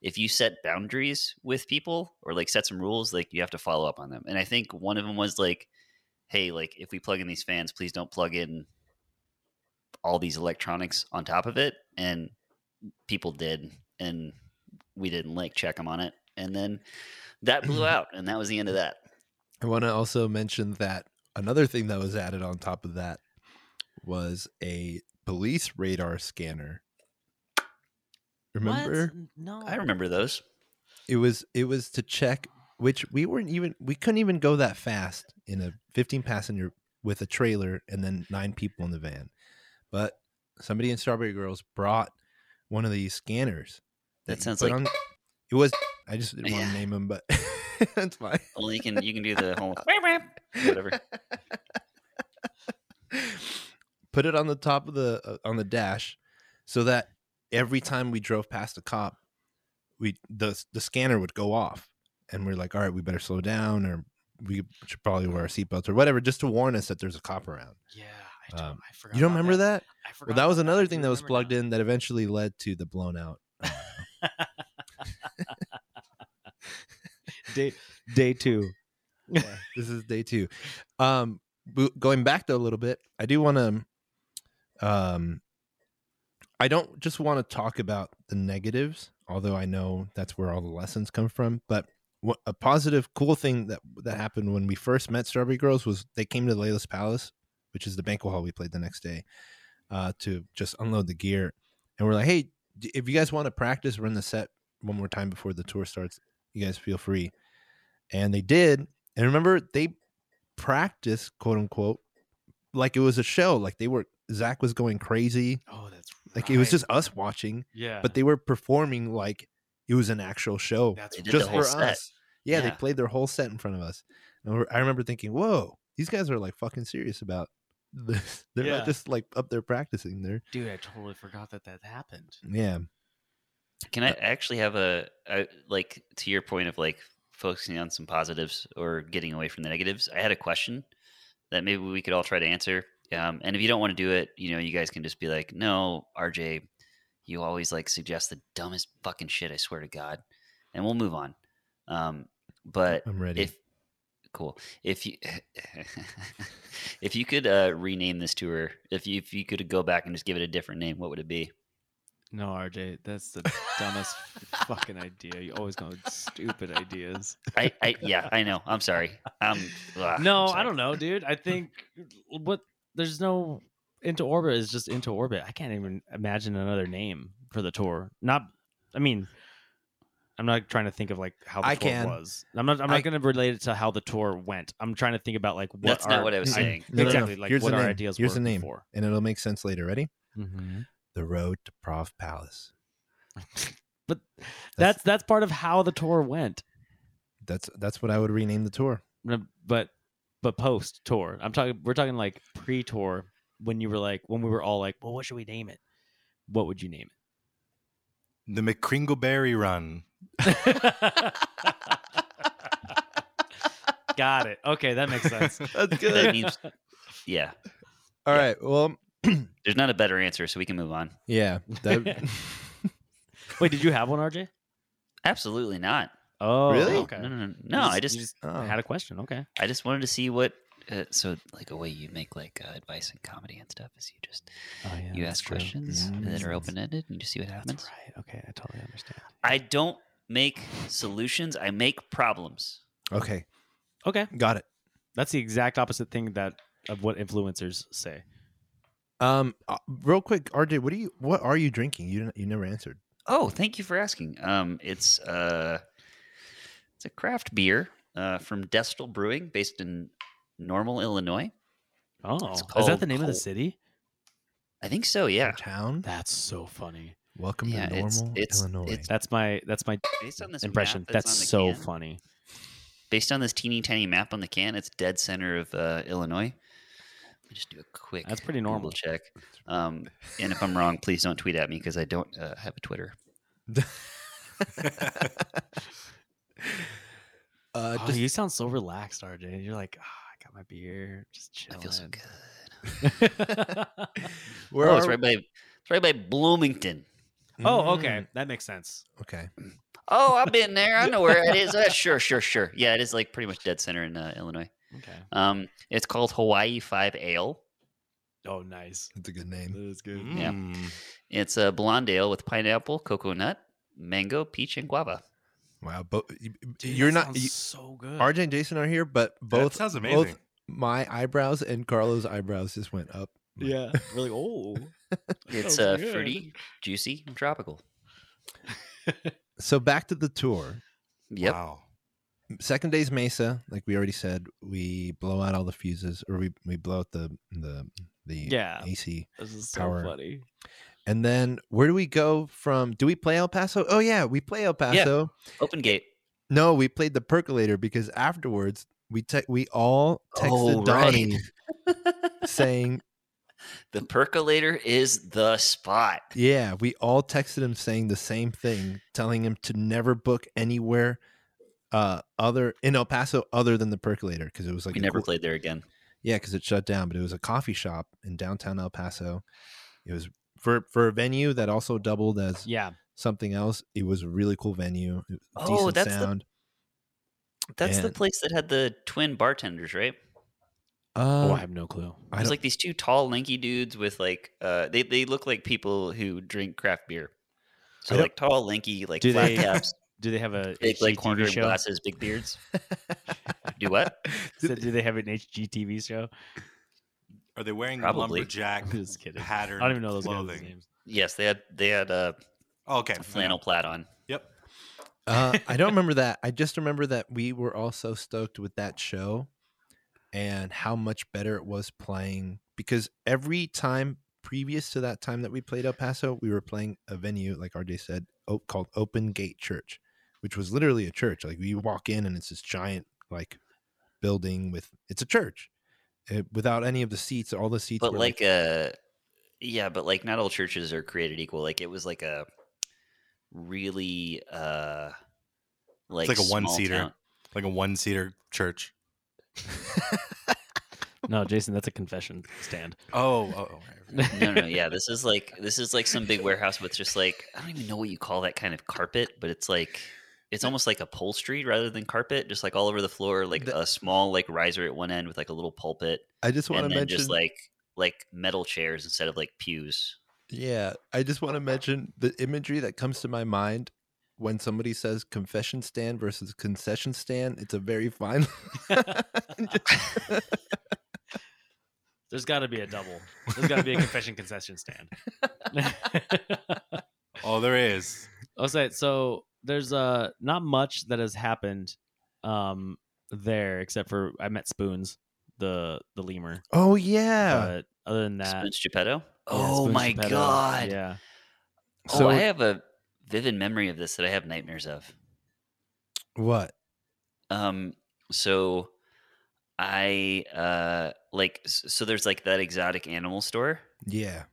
Speaker 3: if you set boundaries with people or like set some rules, like you have to follow up on them. And I think one of them was like, hey, like if we plug in these fans, please don't plug in all these electronics on top of it. And people did, and we didn't like check them on it, and then that blew out, and that was the end of that.
Speaker 4: I want to also mention that another thing that was added on top of that was a police radar scanner. Remember?
Speaker 1: No,
Speaker 3: I remember those.
Speaker 4: It was it was to check which we weren't even we couldn't even go that fast in a 15 passenger with a trailer and then nine people in the van. But somebody in Strawberry Girls brought one of these scanners.
Speaker 3: That
Speaker 4: you
Speaker 3: sounds
Speaker 4: put
Speaker 3: like-
Speaker 4: on- it was I just didn't want
Speaker 3: Yeah.
Speaker 4: to name him, but [laughs] that's fine.
Speaker 3: Well, you can you can do the whole. Whatever.
Speaker 4: [laughs] Put it on the top of the uh, on the dash, so that every time we drove past a cop, we the the scanner would go off, and we're like, all right, we better slow down, or we should probably wear our seatbelts or whatever, just to warn us that there's a cop around.
Speaker 1: Yeah, I, don't,
Speaker 4: Um,
Speaker 1: I forgot.
Speaker 4: You don't
Speaker 1: about
Speaker 4: remember that?
Speaker 1: I forgot.
Speaker 4: Well, that was
Speaker 1: about
Speaker 4: another
Speaker 1: I
Speaker 4: thing
Speaker 1: do
Speaker 4: that was
Speaker 1: remember
Speaker 4: plugged
Speaker 1: now.
Speaker 4: in that eventually led to the blown out.
Speaker 1: Day day two.
Speaker 4: yeah, this is day two. Um, bo- going back though a little bit, I do want to. Um, I don't just want to talk about the negatives, although I know that's where all the lessons come from. But what, a positive, cool thing that that happened when we first met Strawberry Girls was they came to Layla's Palace, which is the banquet hall we played the next day, uh, to just unload the gear, and we're like, hey, d- if you guys want to practice, run the set one more time before the tour starts. You guys feel free, and they did, and remember, they practiced, quote unquote, like it was a show. Like they were, Zach was going crazy.
Speaker 1: Oh, that's
Speaker 4: Like it was
Speaker 1: right.
Speaker 4: just us watching,
Speaker 1: yeah.
Speaker 4: but they were performing like it was an actual show
Speaker 1: that's
Speaker 3: They did the
Speaker 4: just
Speaker 3: whole
Speaker 4: for
Speaker 3: set.
Speaker 4: us. Yeah, they
Speaker 1: Yeah.
Speaker 4: played their whole set in front of us. And we're- I remember thinking, whoa, these guys are like fucking serious about this. [laughs] They're
Speaker 1: Yeah.
Speaker 4: not just like up there practicing. They're,
Speaker 1: dude. I totally forgot that that happened.
Speaker 4: yeah.
Speaker 3: Can I actually have a, a like to your point of like focusing on some positives or getting away from the negatives? I had a question that maybe we could all try to answer. Um, and if you don't want to do it, you know, you guys can just be like, "No, RJ, you always like suggest the dumbest fucking shit." I swear to God, and we'll move on. Um, but
Speaker 4: I'm [laughs] ready.
Speaker 3: if cool, if you [laughs] if you could uh, rename this tour, if you if you could go back and just give it a different name, what would it be?
Speaker 1: No, RJ, that's the dumbest fucking idea. You always go with stupid ideas.
Speaker 3: I, I yeah, I know. I'm sorry. Um, ugh, I'm
Speaker 1: No, I
Speaker 3: sorry.
Speaker 1: don't know, dude. I think what there's no into orbit is just into orbit. I can't even imagine another name for the tour. Not, I mean, I'm not trying to think of like how the
Speaker 4: I
Speaker 1: tour
Speaker 4: can.
Speaker 1: was. I'm not. I'm not
Speaker 4: I-
Speaker 1: going to relate it to how the tour went. I'm trying to think about like what.
Speaker 3: That's not
Speaker 1: our-
Speaker 3: what I was saying.
Speaker 4: No, no, no.
Speaker 1: [laughs] Exactly, like
Speaker 4: Here's
Speaker 1: what
Speaker 4: the
Speaker 1: our
Speaker 4: name.
Speaker 1: ideas
Speaker 4: Here's
Speaker 1: were
Speaker 4: the name.
Speaker 1: before.
Speaker 4: And it'll make sense later. Ready?
Speaker 1: Mhm.
Speaker 4: The Road to Prov Palace.
Speaker 1: But that's that's part of how the tour went.
Speaker 4: That's that's what I would rename the tour.
Speaker 1: No, but but post tour i'm talking we're talking like pre tour when you were like when we were all like well what should we name it what would you name
Speaker 2: The McCringleberry Run.
Speaker 1: it [laughs] got it okay that makes [laughs] sense
Speaker 4: that's
Speaker 2: [laughs]
Speaker 4: good.
Speaker 3: That means- yeah,
Speaker 4: All
Speaker 3: Yeah.
Speaker 4: right. Well,
Speaker 3: there's not a better answer, so we can move on.
Speaker 4: yeah. That, [laughs]
Speaker 1: wait did you have one rj
Speaker 3: Absolutely not.
Speaker 1: oh
Speaker 4: Really?
Speaker 1: okay
Speaker 3: No,
Speaker 1: You
Speaker 3: no, no. no
Speaker 1: just-
Speaker 3: I
Speaker 1: you
Speaker 3: just,
Speaker 4: oh.
Speaker 1: had a question okay
Speaker 3: I just wanted to see what. Uh, so, like a way you make like uh, advice and comedy and stuff is you just
Speaker 1: oh yeah
Speaker 3: you
Speaker 1: that's
Speaker 3: ask
Speaker 1: true.
Speaker 3: questions
Speaker 1: Mm,
Speaker 3: that
Speaker 1: that's-
Speaker 3: are open ended and you just see what
Speaker 1: that's
Speaker 3: happens.
Speaker 1: right okay i totally understand
Speaker 3: I don't make solutions. I make problems.
Speaker 4: Okay,
Speaker 1: Okay,
Speaker 4: got it.
Speaker 1: that's the exact opposite thing that of what influencers say.
Speaker 4: Um, uh, real quick, RJ, what do you what are you drinking? You didn't- you never answered.
Speaker 3: Oh, thank you for asking. Um, it's uh, it's a craft beer uh, from Destel Brewing, based in Normal, Illinois.
Speaker 1: Oh, is that
Speaker 3: called
Speaker 1: the name of the
Speaker 3: Colt.
Speaker 1: city?
Speaker 3: I think so.
Speaker 4: Uh,
Speaker 3: Yeah,
Speaker 4: Town.
Speaker 1: That's so funny.
Speaker 4: Welcome
Speaker 3: Yeah,
Speaker 4: to
Speaker 3: it's-
Speaker 4: normal
Speaker 3: it's-
Speaker 4: Illinois.
Speaker 3: it's-
Speaker 1: That's my that's my
Speaker 3: based on this map
Speaker 1: impression. That's,
Speaker 3: on the
Speaker 1: so
Speaker 3: can-
Speaker 1: funny.
Speaker 3: Based on this teeny tiny map on the can, it's dead center of uh, Illinois. Let me just do a
Speaker 1: [laughs]
Speaker 3: quick.
Speaker 1: That's pretty
Speaker 3: Google
Speaker 1: normal.
Speaker 3: check. Um, and if I'm wrong, please don't tweet at me because I don't uh, have a Twitter.
Speaker 4: uh,
Speaker 1: oh,
Speaker 4: just-
Speaker 1: you sound so relaxed, RJ. You're like, "Ah, I got my beer, just chilling.
Speaker 3: I feel so good.
Speaker 4: where
Speaker 3: oh, it's
Speaker 4: are-
Speaker 3: right by it's right by Bloomington.
Speaker 1: [laughs] oh, okay, that makes sense.
Speaker 4: Mm, okay.
Speaker 3: Oh, I've been there. I know where it is. Uh, sure, sure, sure. Yeah, it is like pretty much dead center in uh, Illinois.
Speaker 1: Okay.
Speaker 3: Um, it's called Hawaii Five Ale.
Speaker 1: Oh, nice.
Speaker 4: That's a good
Speaker 1: That
Speaker 4: name.
Speaker 1: is good.
Speaker 3: Yeah.
Speaker 2: Mm.
Speaker 3: It's a blonde ale with pineapple, coconut, mango, peach, and guava.
Speaker 4: Wow, but
Speaker 1: Dude,
Speaker 4: you're
Speaker 1: that
Speaker 4: not.
Speaker 1: sounds
Speaker 4: You,
Speaker 1: so good.
Speaker 4: RJ and Jason are here, but
Speaker 2: Both
Speaker 4: both
Speaker 2: sounds
Speaker 4: both
Speaker 2: amazing.
Speaker 4: my eyebrows and Carlos' eyebrows just went up. Like,
Speaker 1: Yeah. We're like, oh. that
Speaker 3: [laughs] It's
Speaker 1: sounds
Speaker 3: uh,
Speaker 1: good."
Speaker 3: fruity, juicy, and tropical.
Speaker 4: So back to the tour.
Speaker 3: Yep.
Speaker 2: Wow.
Speaker 4: Second day's Mesa, like we already said, we blow out all the fuses, or we, we blow out the the the
Speaker 1: Yeah.
Speaker 4: AC.
Speaker 1: This is so
Speaker 4: Power.
Speaker 1: funny.
Speaker 4: And then where do we go from? Do we play El Paso? Oh yeah, we play El Paso.
Speaker 3: Open gate.
Speaker 4: No, we played the percolator because afterwards we te- we all texted
Speaker 3: Oh,
Speaker 4: Donnie
Speaker 3: right.
Speaker 4: [laughs] saying,
Speaker 3: The percolator is the spot.
Speaker 4: yeah, we all texted him saying the same thing, telling him to never book anywhere uh other in El Paso other than the percolator because it was like
Speaker 3: we
Speaker 4: a
Speaker 3: never
Speaker 4: cool-
Speaker 3: played there again.
Speaker 4: Yeah, because it shut down, but it was a coffee shop in downtown El Paso. It was for for a venue that also doubled as
Speaker 1: Yeah.
Speaker 4: something else. It was a really cool venue. It was
Speaker 3: Oh,
Speaker 4: decent
Speaker 3: that's the-
Speaker 4: sound.
Speaker 3: That's the
Speaker 4: And-
Speaker 3: place that had the twin bartenders, right?
Speaker 4: Uh,
Speaker 1: oh, I have no clue.
Speaker 4: I
Speaker 3: It was
Speaker 4: don't-
Speaker 3: like these two tall, lanky dudes with like uh, they they look like people who drink craft beer. So
Speaker 4: don't-
Speaker 3: like tall, lanky, like
Speaker 1: Do
Speaker 3: flat
Speaker 1: they-
Speaker 4: [laughs]
Speaker 3: caps,
Speaker 1: Do they have a
Speaker 3: big like
Speaker 1: HGTV
Speaker 3: cornering
Speaker 1: show?
Speaker 3: glasses, big beards. Do what?
Speaker 1: So [laughs] do they have an HGTV show?
Speaker 2: Are they wearing
Speaker 3: Probably.
Speaker 2: lumberjack
Speaker 1: I'm [laughs] just kidding.
Speaker 2: pattern?
Speaker 1: I don't even know those guys'
Speaker 2: clothing.
Speaker 1: names.
Speaker 3: Yes, they had they had a
Speaker 2: Oh, okay.
Speaker 3: flannel plaid on.
Speaker 2: Yep.
Speaker 4: uh, I don't remember that. I just remember that we were all so stoked with that show and how much better it was playing because every time previous to that time that we played El Paso, we were playing a venue, like RJ said, o- called Open Gate Church, which was literally a church. Like you walk in and it's this giant like building with it's a church uh, without any of the seats. All the seats,
Speaker 3: But
Speaker 4: were,
Speaker 3: like uh yeah, but like not all churches are created equal. Like it was like a really uh like,
Speaker 2: like a one-seater.
Speaker 3: small town-
Speaker 2: Like a one seater church.
Speaker 1: No, Jason, that's a confession stand.
Speaker 2: Oh, oh, oh, right, right.
Speaker 3: no, no, yeah. This is like this is like some big warehouse with just like I don't even know what you call that kind of carpet, but it's like it's almost like upholstery rather than carpet, just like all over the floor, like
Speaker 4: The-
Speaker 3: a small like riser at one end with like a little pulpit,
Speaker 4: I just want
Speaker 3: and
Speaker 4: to
Speaker 3: then
Speaker 4: mention
Speaker 3: just like like metal chairs instead of like pews.
Speaker 4: Yeah, I just want to mention the imagery that comes to my mind when somebody says confession stand versus concession stand. It's a very fine.
Speaker 1: [laughs]
Speaker 4: [laughs]
Speaker 1: There's got to be a double. There's got to be a confession concession stand.
Speaker 2: oh, there is.
Speaker 1: [laughs] I'll say it. So there's uh not much that has happened um there except for I met Spoons, the the lemur.
Speaker 4: oh yeah.
Speaker 1: But other than that,
Speaker 3: Spoons Geppetto.
Speaker 1: yeah,
Speaker 3: Oh
Speaker 1: Spoons
Speaker 3: my
Speaker 1: Geppetto,
Speaker 3: god!
Speaker 1: Yeah.
Speaker 3: Oh,
Speaker 4: So-
Speaker 3: I have a vivid memory of this that I have nightmares of.
Speaker 4: what?
Speaker 3: Um, so I uh like s- so there's like that exotic animal store.
Speaker 4: Yeah.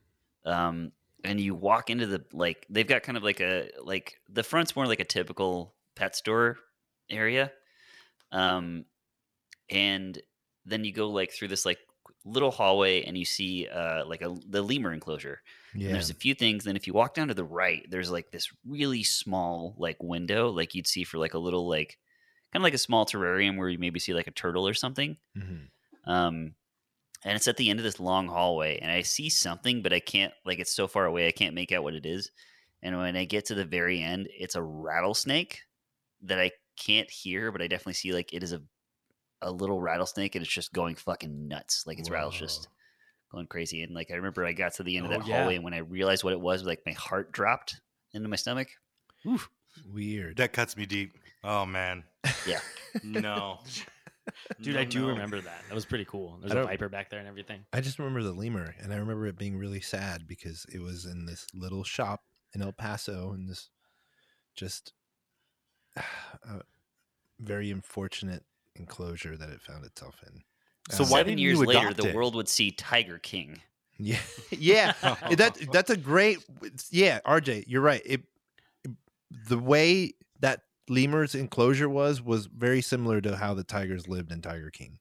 Speaker 3: um, and you walk into the like they've got kind of like a like the front's more like a typical pet store area um and then you go like through this like little hallway and you see uh like a the lemur enclosure and
Speaker 4: Yeah.
Speaker 3: there's a few things then if you walk down to the right there's like this really small like window like you'd see for like a little like kind of like a small terrarium where you maybe see like a turtle or something
Speaker 4: Mhm.
Speaker 3: um, and it's at the end of this long hallway, and I see something, but I can't like it's so far away, I can't make out what it is. And when I get to the very end, it's a rattlesnake that I can't hear, but I definitely see like it is a a little rattlesnake and it's just going fucking nuts. Like its rattles just going crazy. And like I remember I got to the end
Speaker 1: Oh,
Speaker 3: of that
Speaker 1: yeah.
Speaker 3: hallway and when I realized what it was, like my heart dropped into my stomach.
Speaker 4: Weird. [laughs]
Speaker 2: That cuts me deep. Oh man.
Speaker 3: Yeah.
Speaker 4: [laughs]
Speaker 2: No.
Speaker 1: [laughs] Dude,
Speaker 2: No,
Speaker 1: I do
Speaker 2: no.
Speaker 1: remember that. That was pretty cool. There's
Speaker 4: I
Speaker 1: a
Speaker 4: don't-
Speaker 1: viper back there and everything.
Speaker 4: I just remember the lemur, and I remember it being really sad because it was in this little shop in El Paso, and this just [sighs] uh, very unfortunate enclosure that it found itself in.
Speaker 2: So
Speaker 4: Um,
Speaker 2: why
Speaker 3: Seven
Speaker 2: didn't
Speaker 3: years
Speaker 2: you
Speaker 3: later,
Speaker 2: adopt
Speaker 3: the
Speaker 2: it?
Speaker 3: world would see Tiger King.
Speaker 4: Yeah, [laughs] yeah.
Speaker 1: [laughs]
Speaker 4: that that's a great. Yeah, RJ, you're right. It the way that lemur's enclosure was was very similar to how the tigers lived in Tiger King.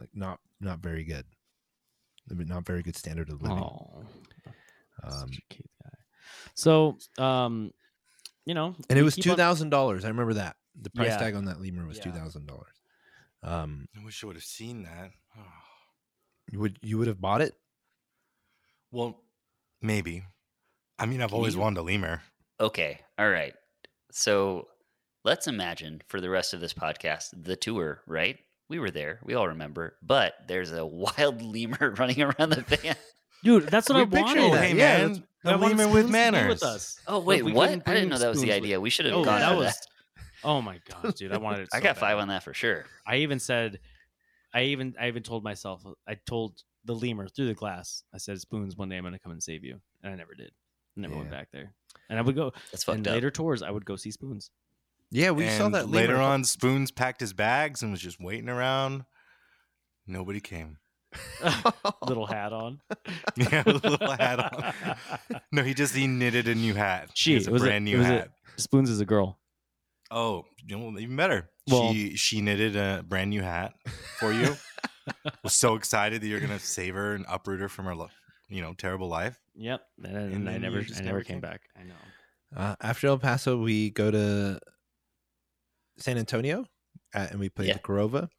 Speaker 4: Like not not very good. Not very good standard of living.
Speaker 1: Oh,
Speaker 4: Um,
Speaker 1: such a cute guy. So, um, you know,
Speaker 4: and
Speaker 1: we
Speaker 4: it was
Speaker 1: keep
Speaker 4: two
Speaker 1: on-
Speaker 4: thousand dollars. I remember that the price
Speaker 1: Yeah.
Speaker 4: tag on that lemur was
Speaker 1: Yeah.
Speaker 4: two thousand dollars. Um,
Speaker 2: I wish I would have seen that. [sighs]
Speaker 4: you would you would have bought it?
Speaker 2: Well, maybe. I mean, I've always
Speaker 3: You-
Speaker 2: wanted a lemur.
Speaker 3: Okay. All right. So let's imagine for the rest of this podcast, the tour, right? We were there. We all remember. But there's a [laughs] wild lemur [laughs] running around the van.
Speaker 1: dude. That's what
Speaker 4: We
Speaker 1: I
Speaker 4: picture
Speaker 1: wanted.
Speaker 4: Oh,
Speaker 2: Oh,
Speaker 4: that.
Speaker 2: hey
Speaker 4: yeah,
Speaker 2: man,
Speaker 4: that's-
Speaker 1: I
Speaker 2: a
Speaker 1: wanted
Speaker 2: lemur
Speaker 1: Spoons
Speaker 2: with
Speaker 1: to be
Speaker 2: manners.
Speaker 1: with us.
Speaker 3: Oh, wait.
Speaker 1: we
Speaker 3: What?
Speaker 1: couldn't
Speaker 3: I didn't
Speaker 1: bring
Speaker 3: know that was the
Speaker 1: spoons with-
Speaker 3: idea. We should have
Speaker 1: Oh,
Speaker 3: gone
Speaker 1: that
Speaker 3: for
Speaker 1: was.
Speaker 3: that.
Speaker 1: Oh my gosh, dude! I wanted it.
Speaker 3: [laughs] I
Speaker 1: so
Speaker 3: got
Speaker 1: bad.
Speaker 3: five on that for sure.
Speaker 1: I even said, I even I even told myself, I told the lemur through the glass. I said, "Spoons, one day I'm going to come and save you," and I never did. I never went
Speaker 4: Yeah.
Speaker 1: back there. And I would go
Speaker 3: That's
Speaker 1: and
Speaker 3: fucked up.
Speaker 1: later tours. I would go see spoons.
Speaker 4: Yeah, we saw
Speaker 2: And
Speaker 4: that lemur
Speaker 2: later
Speaker 4: a cou-
Speaker 2: on. Spoons packed his bags and was just waiting around. Nobody came.
Speaker 1: Little hat on.
Speaker 2: Yeah, with a little hat on. No, he just he knitted a new hat.
Speaker 1: She-
Speaker 2: it's a
Speaker 1: was it-
Speaker 2: brand new
Speaker 1: was it-
Speaker 2: hat.
Speaker 1: [laughs] Spoons is a girl.
Speaker 2: Oh, you know, even better.
Speaker 1: Well-
Speaker 2: she she knitted a brand new hat
Speaker 1: [laughs]
Speaker 2: for you. was so excited that you're gonna save her and uproot her from her, lo- you know,
Speaker 1: [laughs]
Speaker 2: terrible life.
Speaker 1: Yep. And,
Speaker 2: And
Speaker 1: then I
Speaker 2: then
Speaker 1: never,
Speaker 2: you just
Speaker 1: I never
Speaker 2: never
Speaker 1: came
Speaker 2: came
Speaker 1: back. I know.
Speaker 4: Uh, after El Paso, we go to San Antonio, uh, and we played
Speaker 3: Yeah.
Speaker 4: the Corova.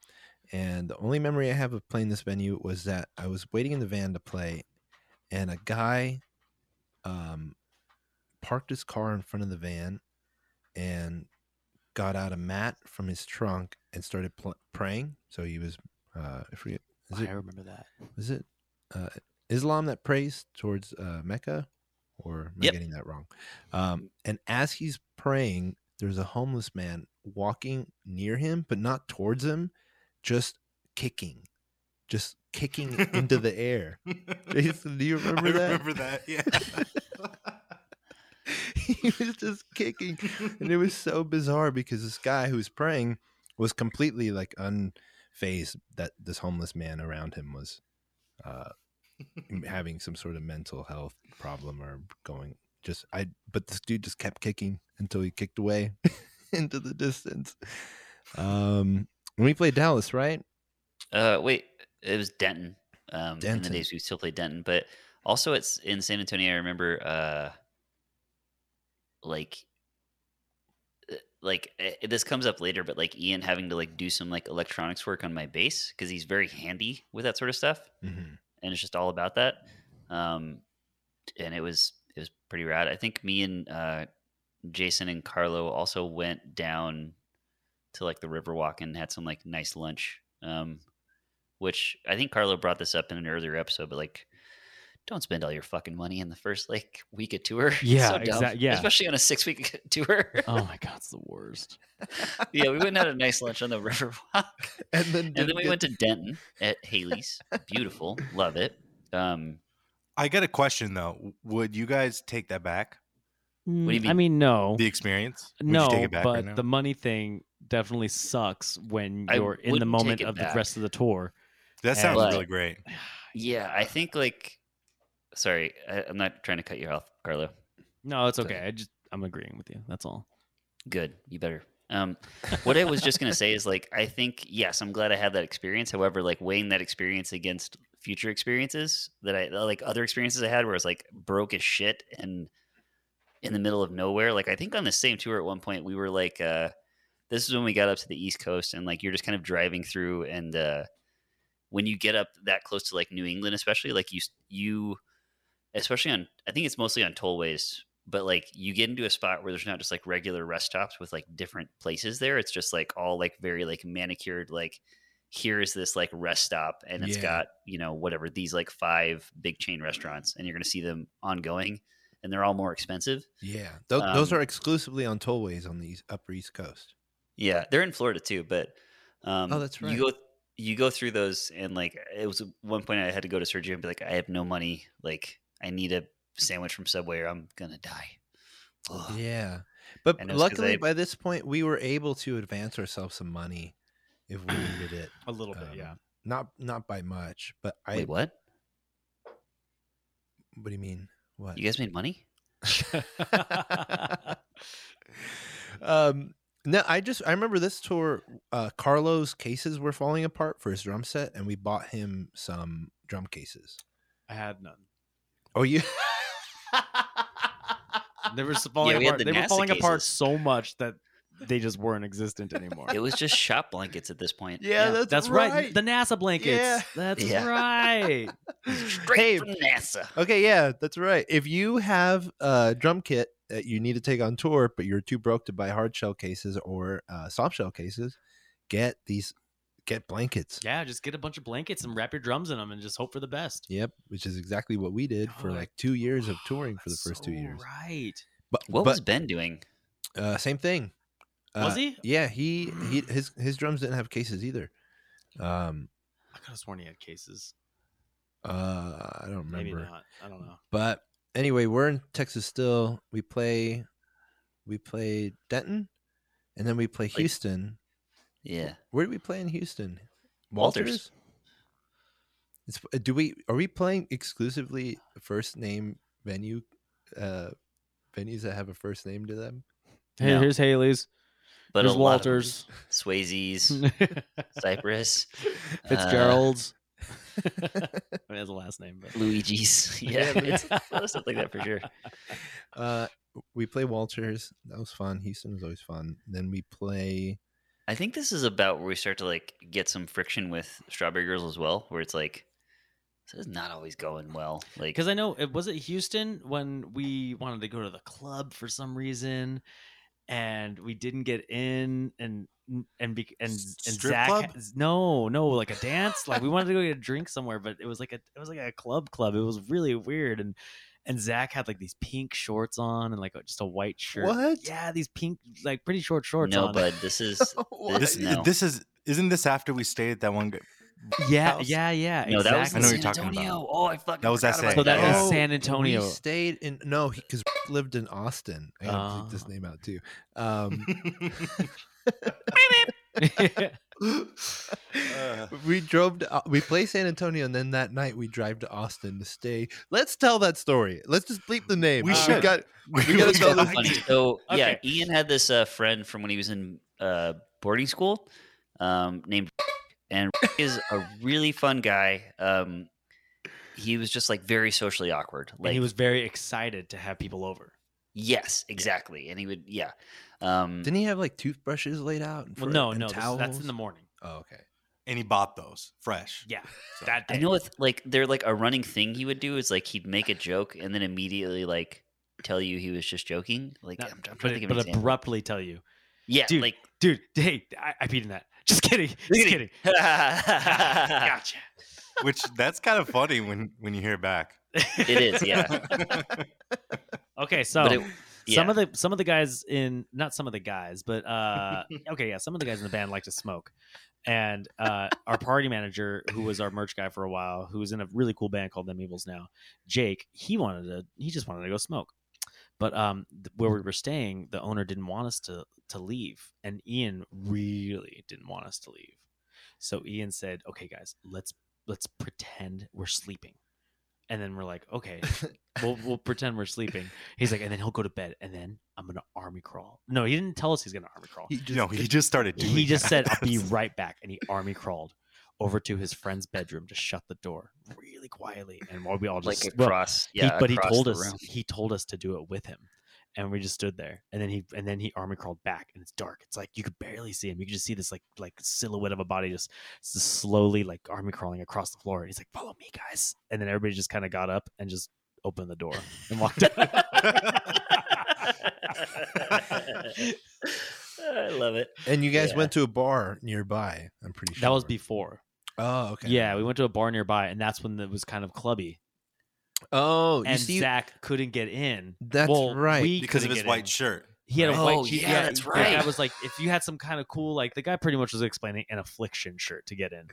Speaker 4: And the only memory I have of playing this venue was that I was waiting in the van to play, and a guy um, parked his car in front of the van and got out a mat from his trunk and started pl- praying. So he was, uh, I forget, is it
Speaker 1: I remember that.
Speaker 4: is it uh, Islam that prays towards uh, Mecca, or am
Speaker 3: Yep.
Speaker 4: I getting that wrong? Um, and as he's praying, there's a homeless man walking near him, but not towards him, just kicking, just kicking
Speaker 1: [laughs]
Speaker 4: into the air. Jason, do you
Speaker 2: [laughs]
Speaker 4: remember
Speaker 2: I
Speaker 4: that?
Speaker 2: remember that. Yeah.
Speaker 4: [laughs]
Speaker 2: [laughs]
Speaker 4: he was just kicking, and it was so bizarre because this guy who was praying was completely like unfazed that this homeless man around him was uh, m- having some sort of mental health problem or going just I. But this dude just kept kicking until he kicked away [laughs] into the distance. Um, when we played Dallas, right?
Speaker 3: Uh, wait, it was Denton. Um, in the
Speaker 4: Denton.
Speaker 3: days we still played Denton, but also it's in San Antonio. I remember, uh, like, uh, like eh, this comes up later, but like Ian having to like do some like electronics work on my bass because he's very handy with that sort of stuff,
Speaker 4: Mm-hmm.
Speaker 3: and it's just all about that. Um, and it was it was pretty rad. I think me and uh, Jason and Carlo also went down to like the Riverwalk and had some like nice lunch. Um, which I think Carlo brought this up in an earlier episode, but like, don't spend all your fucking money in the first like week of tour. [laughs] It's
Speaker 1: Yeah,
Speaker 3: so dumb,
Speaker 1: exact- yeah.
Speaker 3: especially on a six week [laughs]
Speaker 1: [laughs]
Speaker 3: tour.
Speaker 1: Oh my god, it's the worst.
Speaker 3: yeah, we went and had a nice lunch on the
Speaker 1: [laughs]
Speaker 3: Riverwalk
Speaker 4: And then
Speaker 3: and then
Speaker 4: didn't
Speaker 3: we
Speaker 4: get
Speaker 3: went to Denton at Haley's. Beautiful, love it. Um,
Speaker 2: I got a question though. Would you guys take that back?
Speaker 1: What
Speaker 3: do you
Speaker 1: Mm, I
Speaker 3: mean?
Speaker 1: mean, no,
Speaker 2: The experience? Would
Speaker 1: no,
Speaker 2: you take it back right
Speaker 1: but
Speaker 2: now?
Speaker 1: the money thing definitely sucks when
Speaker 3: I
Speaker 1: you're in the
Speaker 3: wouldn't take
Speaker 1: moment
Speaker 3: it
Speaker 1: of
Speaker 3: back.
Speaker 1: the rest of the tour.
Speaker 2: that sounds
Speaker 3: But-
Speaker 2: really great.
Speaker 3: yeah, I think like, sorry, I, I'm not trying to cut you off, Carlo.
Speaker 1: No, it's
Speaker 3: Okay.
Speaker 1: okay. I just I'm agreeing with you. That's all.
Speaker 3: Good, you better. Um, what I was just gonna say is like, I think yes, I'm glad I had that experience. However, like weighing that experience against future experiences that I like other experiences I had where I was like broke as shit and in the middle of nowhere. Like I think on the same tour at one point we were like, uh, this is when we got up to the East Coast and like you're just kind of driving through and uh, when you get up that close to like New England, especially like you s- you especially on I think it's mostly on tollways but like you get into a spot where there's not just like regular rest stops with like different places there. It's just like all like very like manicured like here is this like rest stop and it's
Speaker 4: Yeah.
Speaker 3: got you know whatever these like five big chain restaurants and you're going to see them ongoing and they're all more expensive.
Speaker 4: Yeah, Tho- those
Speaker 3: Um,
Speaker 4: are exclusively on tollways on the east- upper East Coast.
Speaker 3: Yeah, they're in Florida too, but um,
Speaker 4: Oh, that's right.
Speaker 3: You go you go through those, and like it was one point I had to go to surgery and be like, I have no money. Like I need a sandwich from Subway, or I'm gonna die. Ugh.
Speaker 4: Yeah, but
Speaker 3: And it was 'cause
Speaker 4: luckily
Speaker 3: I-
Speaker 4: by this point we were able to advance ourselves some money if we needed it.
Speaker 1: A little bit,
Speaker 4: Um,
Speaker 1: yeah.
Speaker 4: Not not by much, but I.
Speaker 3: Wait, what?
Speaker 4: what do you mean? What?
Speaker 3: You guys made money?
Speaker 4: [laughs] um, no, I just I remember this tour. Uh, Carlos' cases were falling apart for his drum set, and we bought him some drum cases.
Speaker 1: I had none.
Speaker 4: Oh, you?
Speaker 1: [laughs] They were s- falling
Speaker 3: Yeah, we had
Speaker 1: apart.
Speaker 3: the
Speaker 1: They were
Speaker 3: NASA
Speaker 1: falling apart
Speaker 3: cases.
Speaker 1: so much that they just weren't existent anymore.
Speaker 3: [laughs] It was
Speaker 4: [laughs]
Speaker 3: just shop blankets at this point.
Speaker 4: Yeah, that's,
Speaker 1: right. The NASA blankets.
Speaker 4: Yeah.
Speaker 1: That's
Speaker 3: Yeah.
Speaker 1: right.
Speaker 4: [laughs]
Speaker 3: Straight
Speaker 4: Hey,
Speaker 3: from NASA.
Speaker 4: Okay, yeah, that's right. If you have a drum kit that you need to take on tour, but you're too broke to buy hard shell cases or uh, soft shell cases, get these, get blankets.
Speaker 1: Yeah, just get a bunch of blankets and wrap your drums in them and just hope for the best.
Speaker 4: Yep, which is exactly what we did for
Speaker 1: Oh,
Speaker 4: like two years of touring for the
Speaker 1: That's
Speaker 4: first two
Speaker 1: so
Speaker 4: years.
Speaker 1: Right.
Speaker 4: But
Speaker 3: What
Speaker 4: but,
Speaker 3: was Ben doing?
Speaker 4: uh, same thing?
Speaker 1: Was
Speaker 4: Uh,
Speaker 1: he?
Speaker 4: Yeah, he,
Speaker 1: [clears throat]
Speaker 4: he his his drums didn't have cases either. Um,
Speaker 1: I could have sworn he had cases.
Speaker 4: uh, I don't remember.
Speaker 1: Maybe not. I don't know.
Speaker 4: But anyway, we're in Texas still. We play we play Denton and then we play Houston.
Speaker 3: Yeah,
Speaker 4: Where do we play in Houston?
Speaker 3: Walters.
Speaker 4: It's, uh, do we are we playing exclusively first name venue uh venues that have a first name to them?
Speaker 3: Hey, No.
Speaker 1: here's Haley's.
Speaker 3: but a lot of them.
Speaker 4: [laughs]
Speaker 3: Swayze's,
Speaker 2: [laughs]
Speaker 3: Cypress,
Speaker 1: Uh, [laughs] Fitzgerald's. I mean, that's a last name, but
Speaker 3: Luigi's. Yeah,
Speaker 4: but-
Speaker 3: it's a lot of stuff like that for sure.
Speaker 4: Uh we play Walters. That was fun. Houston was always fun. Then we play
Speaker 3: I think this is about where we start to like get some friction with Strawberry Girls as well, where it's like this is not always going well.
Speaker 1: [laughs]
Speaker 3: Like,
Speaker 1: because I know it was it Houston when we wanted to go to the club for some reason, and we didn't get in, and and be, and and
Speaker 2: S- strip
Speaker 1: Zach,
Speaker 2: club?
Speaker 1: no, no, like a dance, like we wanted to go get a drink somewhere, but it was like a it was like a club club. It was really weird, and and Zach had like these pink shorts on and like a- just a white shirt.
Speaker 4: What?
Speaker 1: Yeah, these pink like pretty short shorts.
Speaker 3: no,
Speaker 1: on.
Speaker 3: bud,
Speaker 1: [laughs]
Speaker 3: this is
Speaker 4: [laughs] What?
Speaker 2: This
Speaker 3: No.
Speaker 2: this is isn't this after we stayed at that one? g-
Speaker 1: yeah,
Speaker 2: house?
Speaker 1: yeah, yeah.
Speaker 3: no, that was
Speaker 2: I
Speaker 3: in
Speaker 2: know
Speaker 1: exactly.
Speaker 2: what
Speaker 3: San
Speaker 2: you're talking about.
Speaker 3: Antonio. Oh, I fucking
Speaker 2: That was
Speaker 3: forgot
Speaker 2: SA.
Speaker 3: about
Speaker 1: So that
Speaker 2: Yeah.
Speaker 1: was San
Speaker 4: Oh, We
Speaker 1: Antonio.
Speaker 4: stayed in no, because lived in Austin. I gotta bleep this
Speaker 1: Ah.
Speaker 4: name out too.
Speaker 1: [laughs]
Speaker 4: Um, [laughs]
Speaker 3: [laughs]
Speaker 2: Uh,
Speaker 4: we drove to, we play San Antonio, and then that night we drive to Austin to stay. Let's tell that story. Let's just bleep the name. Uh,
Speaker 2: We
Speaker 1: should.
Speaker 2: [laughs]
Speaker 4: got
Speaker 2: we
Speaker 4: gotta
Speaker 2: gotta
Speaker 3: It's
Speaker 4: tell
Speaker 3: kinda
Speaker 2: tell
Speaker 4: this-
Speaker 3: funny. So yeah,
Speaker 1: Okay.
Speaker 3: Ian had this uh, friend from when he was in uh, boarding school um, named, [laughs] and is a really fun guy. Um, he was just like very socially awkward. Like
Speaker 1: and he was very excited to have people over.
Speaker 3: yes, exactly. And he would yeah. Um,
Speaker 4: Didn't he have like toothbrushes laid out?
Speaker 1: Well,
Speaker 4: for-
Speaker 1: no,
Speaker 4: and
Speaker 1: no, this- that's in the
Speaker 4: towels?
Speaker 1: morning.
Speaker 4: Oh, okay.
Speaker 1: [laughs]
Speaker 2: and he bought those fresh.
Speaker 1: Yeah,
Speaker 2: So-
Speaker 1: that day.
Speaker 3: I know it's like they're like a running thing he would do is like he'd make a joke and then immediately like tell you he was just joking. Like
Speaker 1: No,
Speaker 3: I'm, I'm trying
Speaker 1: but,
Speaker 3: to think of
Speaker 1: but
Speaker 3: an example.
Speaker 1: abruptly tell you,
Speaker 3: yeah,
Speaker 1: dude. [laughs]
Speaker 3: like
Speaker 1: dude, hey, I, I beat in that. [laughs] Just kidding, just
Speaker 3: Giggity.
Speaker 1: kidding.
Speaker 3: it
Speaker 1: Gotcha.
Speaker 2: Which that's kind of funny when when you hear back.
Speaker 3: is, yeah.
Speaker 1: [laughs] Okay, so
Speaker 3: But it-
Speaker 1: some
Speaker 3: yeah.
Speaker 1: of the some of the guys in not some of the guys, but uh,
Speaker 3: [laughs]
Speaker 1: okay, yeah, some of the guys in the band like to smoke, and uh, our party manager, who was our merch guy for a while, who was in a really cool band called Them Evils now, Jake, he wanted to he just wanted to go smoke, but um, th- where we were staying, the owner didn't want us to to leave, and Ian really didn't want us to leave, so Ian said, "Okay, guys, let's let's pretend we're sleeping," and then we're like, "Okay." we'll, we'll pretend we're sleeping. He's like, and then he'll go to bed, and then I'm gonna army crawl. No, he didn't tell us he's gonna army crawl. He,
Speaker 4: He just,
Speaker 2: No, he just started doing.
Speaker 1: just said,
Speaker 2: that.
Speaker 1: "I'll
Speaker 2: [laughs]
Speaker 1: be
Speaker 2: That's-
Speaker 1: right back," and he army crawled over to his friend's bedroom to shut the door really quietly, and while we all
Speaker 3: like
Speaker 1: just well,
Speaker 3: across
Speaker 1: he-
Speaker 3: yeah,
Speaker 1: but he
Speaker 3: across
Speaker 1: told
Speaker 3: the
Speaker 1: us [laughs]
Speaker 3: room.
Speaker 1: he told us to do it with him. And we just stood there, and then he and then he army crawled back, and it's dark. It's like you could barely see him. You could just see this like like silhouette of a body just, s slowly like army crawling across the floor. And he's like, "Follow me, guys!" And then everybody just kind of got up and just opened the door and walked out.
Speaker 3: I love it.
Speaker 4: And you guys
Speaker 3: Yeah.
Speaker 4: went to a bar nearby. I'm pretty sure
Speaker 1: That was before.
Speaker 4: Oh, okay.
Speaker 1: Yeah, we went to a bar nearby, and that's when it was kind of clubby.
Speaker 4: Oh, you
Speaker 1: and
Speaker 4: see,
Speaker 1: Zach couldn't get in.
Speaker 4: that's
Speaker 1: well,
Speaker 4: right.
Speaker 1: we
Speaker 2: because of
Speaker 1: couldn't
Speaker 2: his
Speaker 1: get
Speaker 2: white
Speaker 1: in.
Speaker 2: shirt.
Speaker 1: He had a
Speaker 2: right?
Speaker 1: white
Speaker 3: Oh,
Speaker 1: cheek.
Speaker 3: yeah, that's
Speaker 1: The
Speaker 3: right.
Speaker 1: guy was like, if you had some kind of cool, like the guy pretty much was explaining an affliction shirt to get in.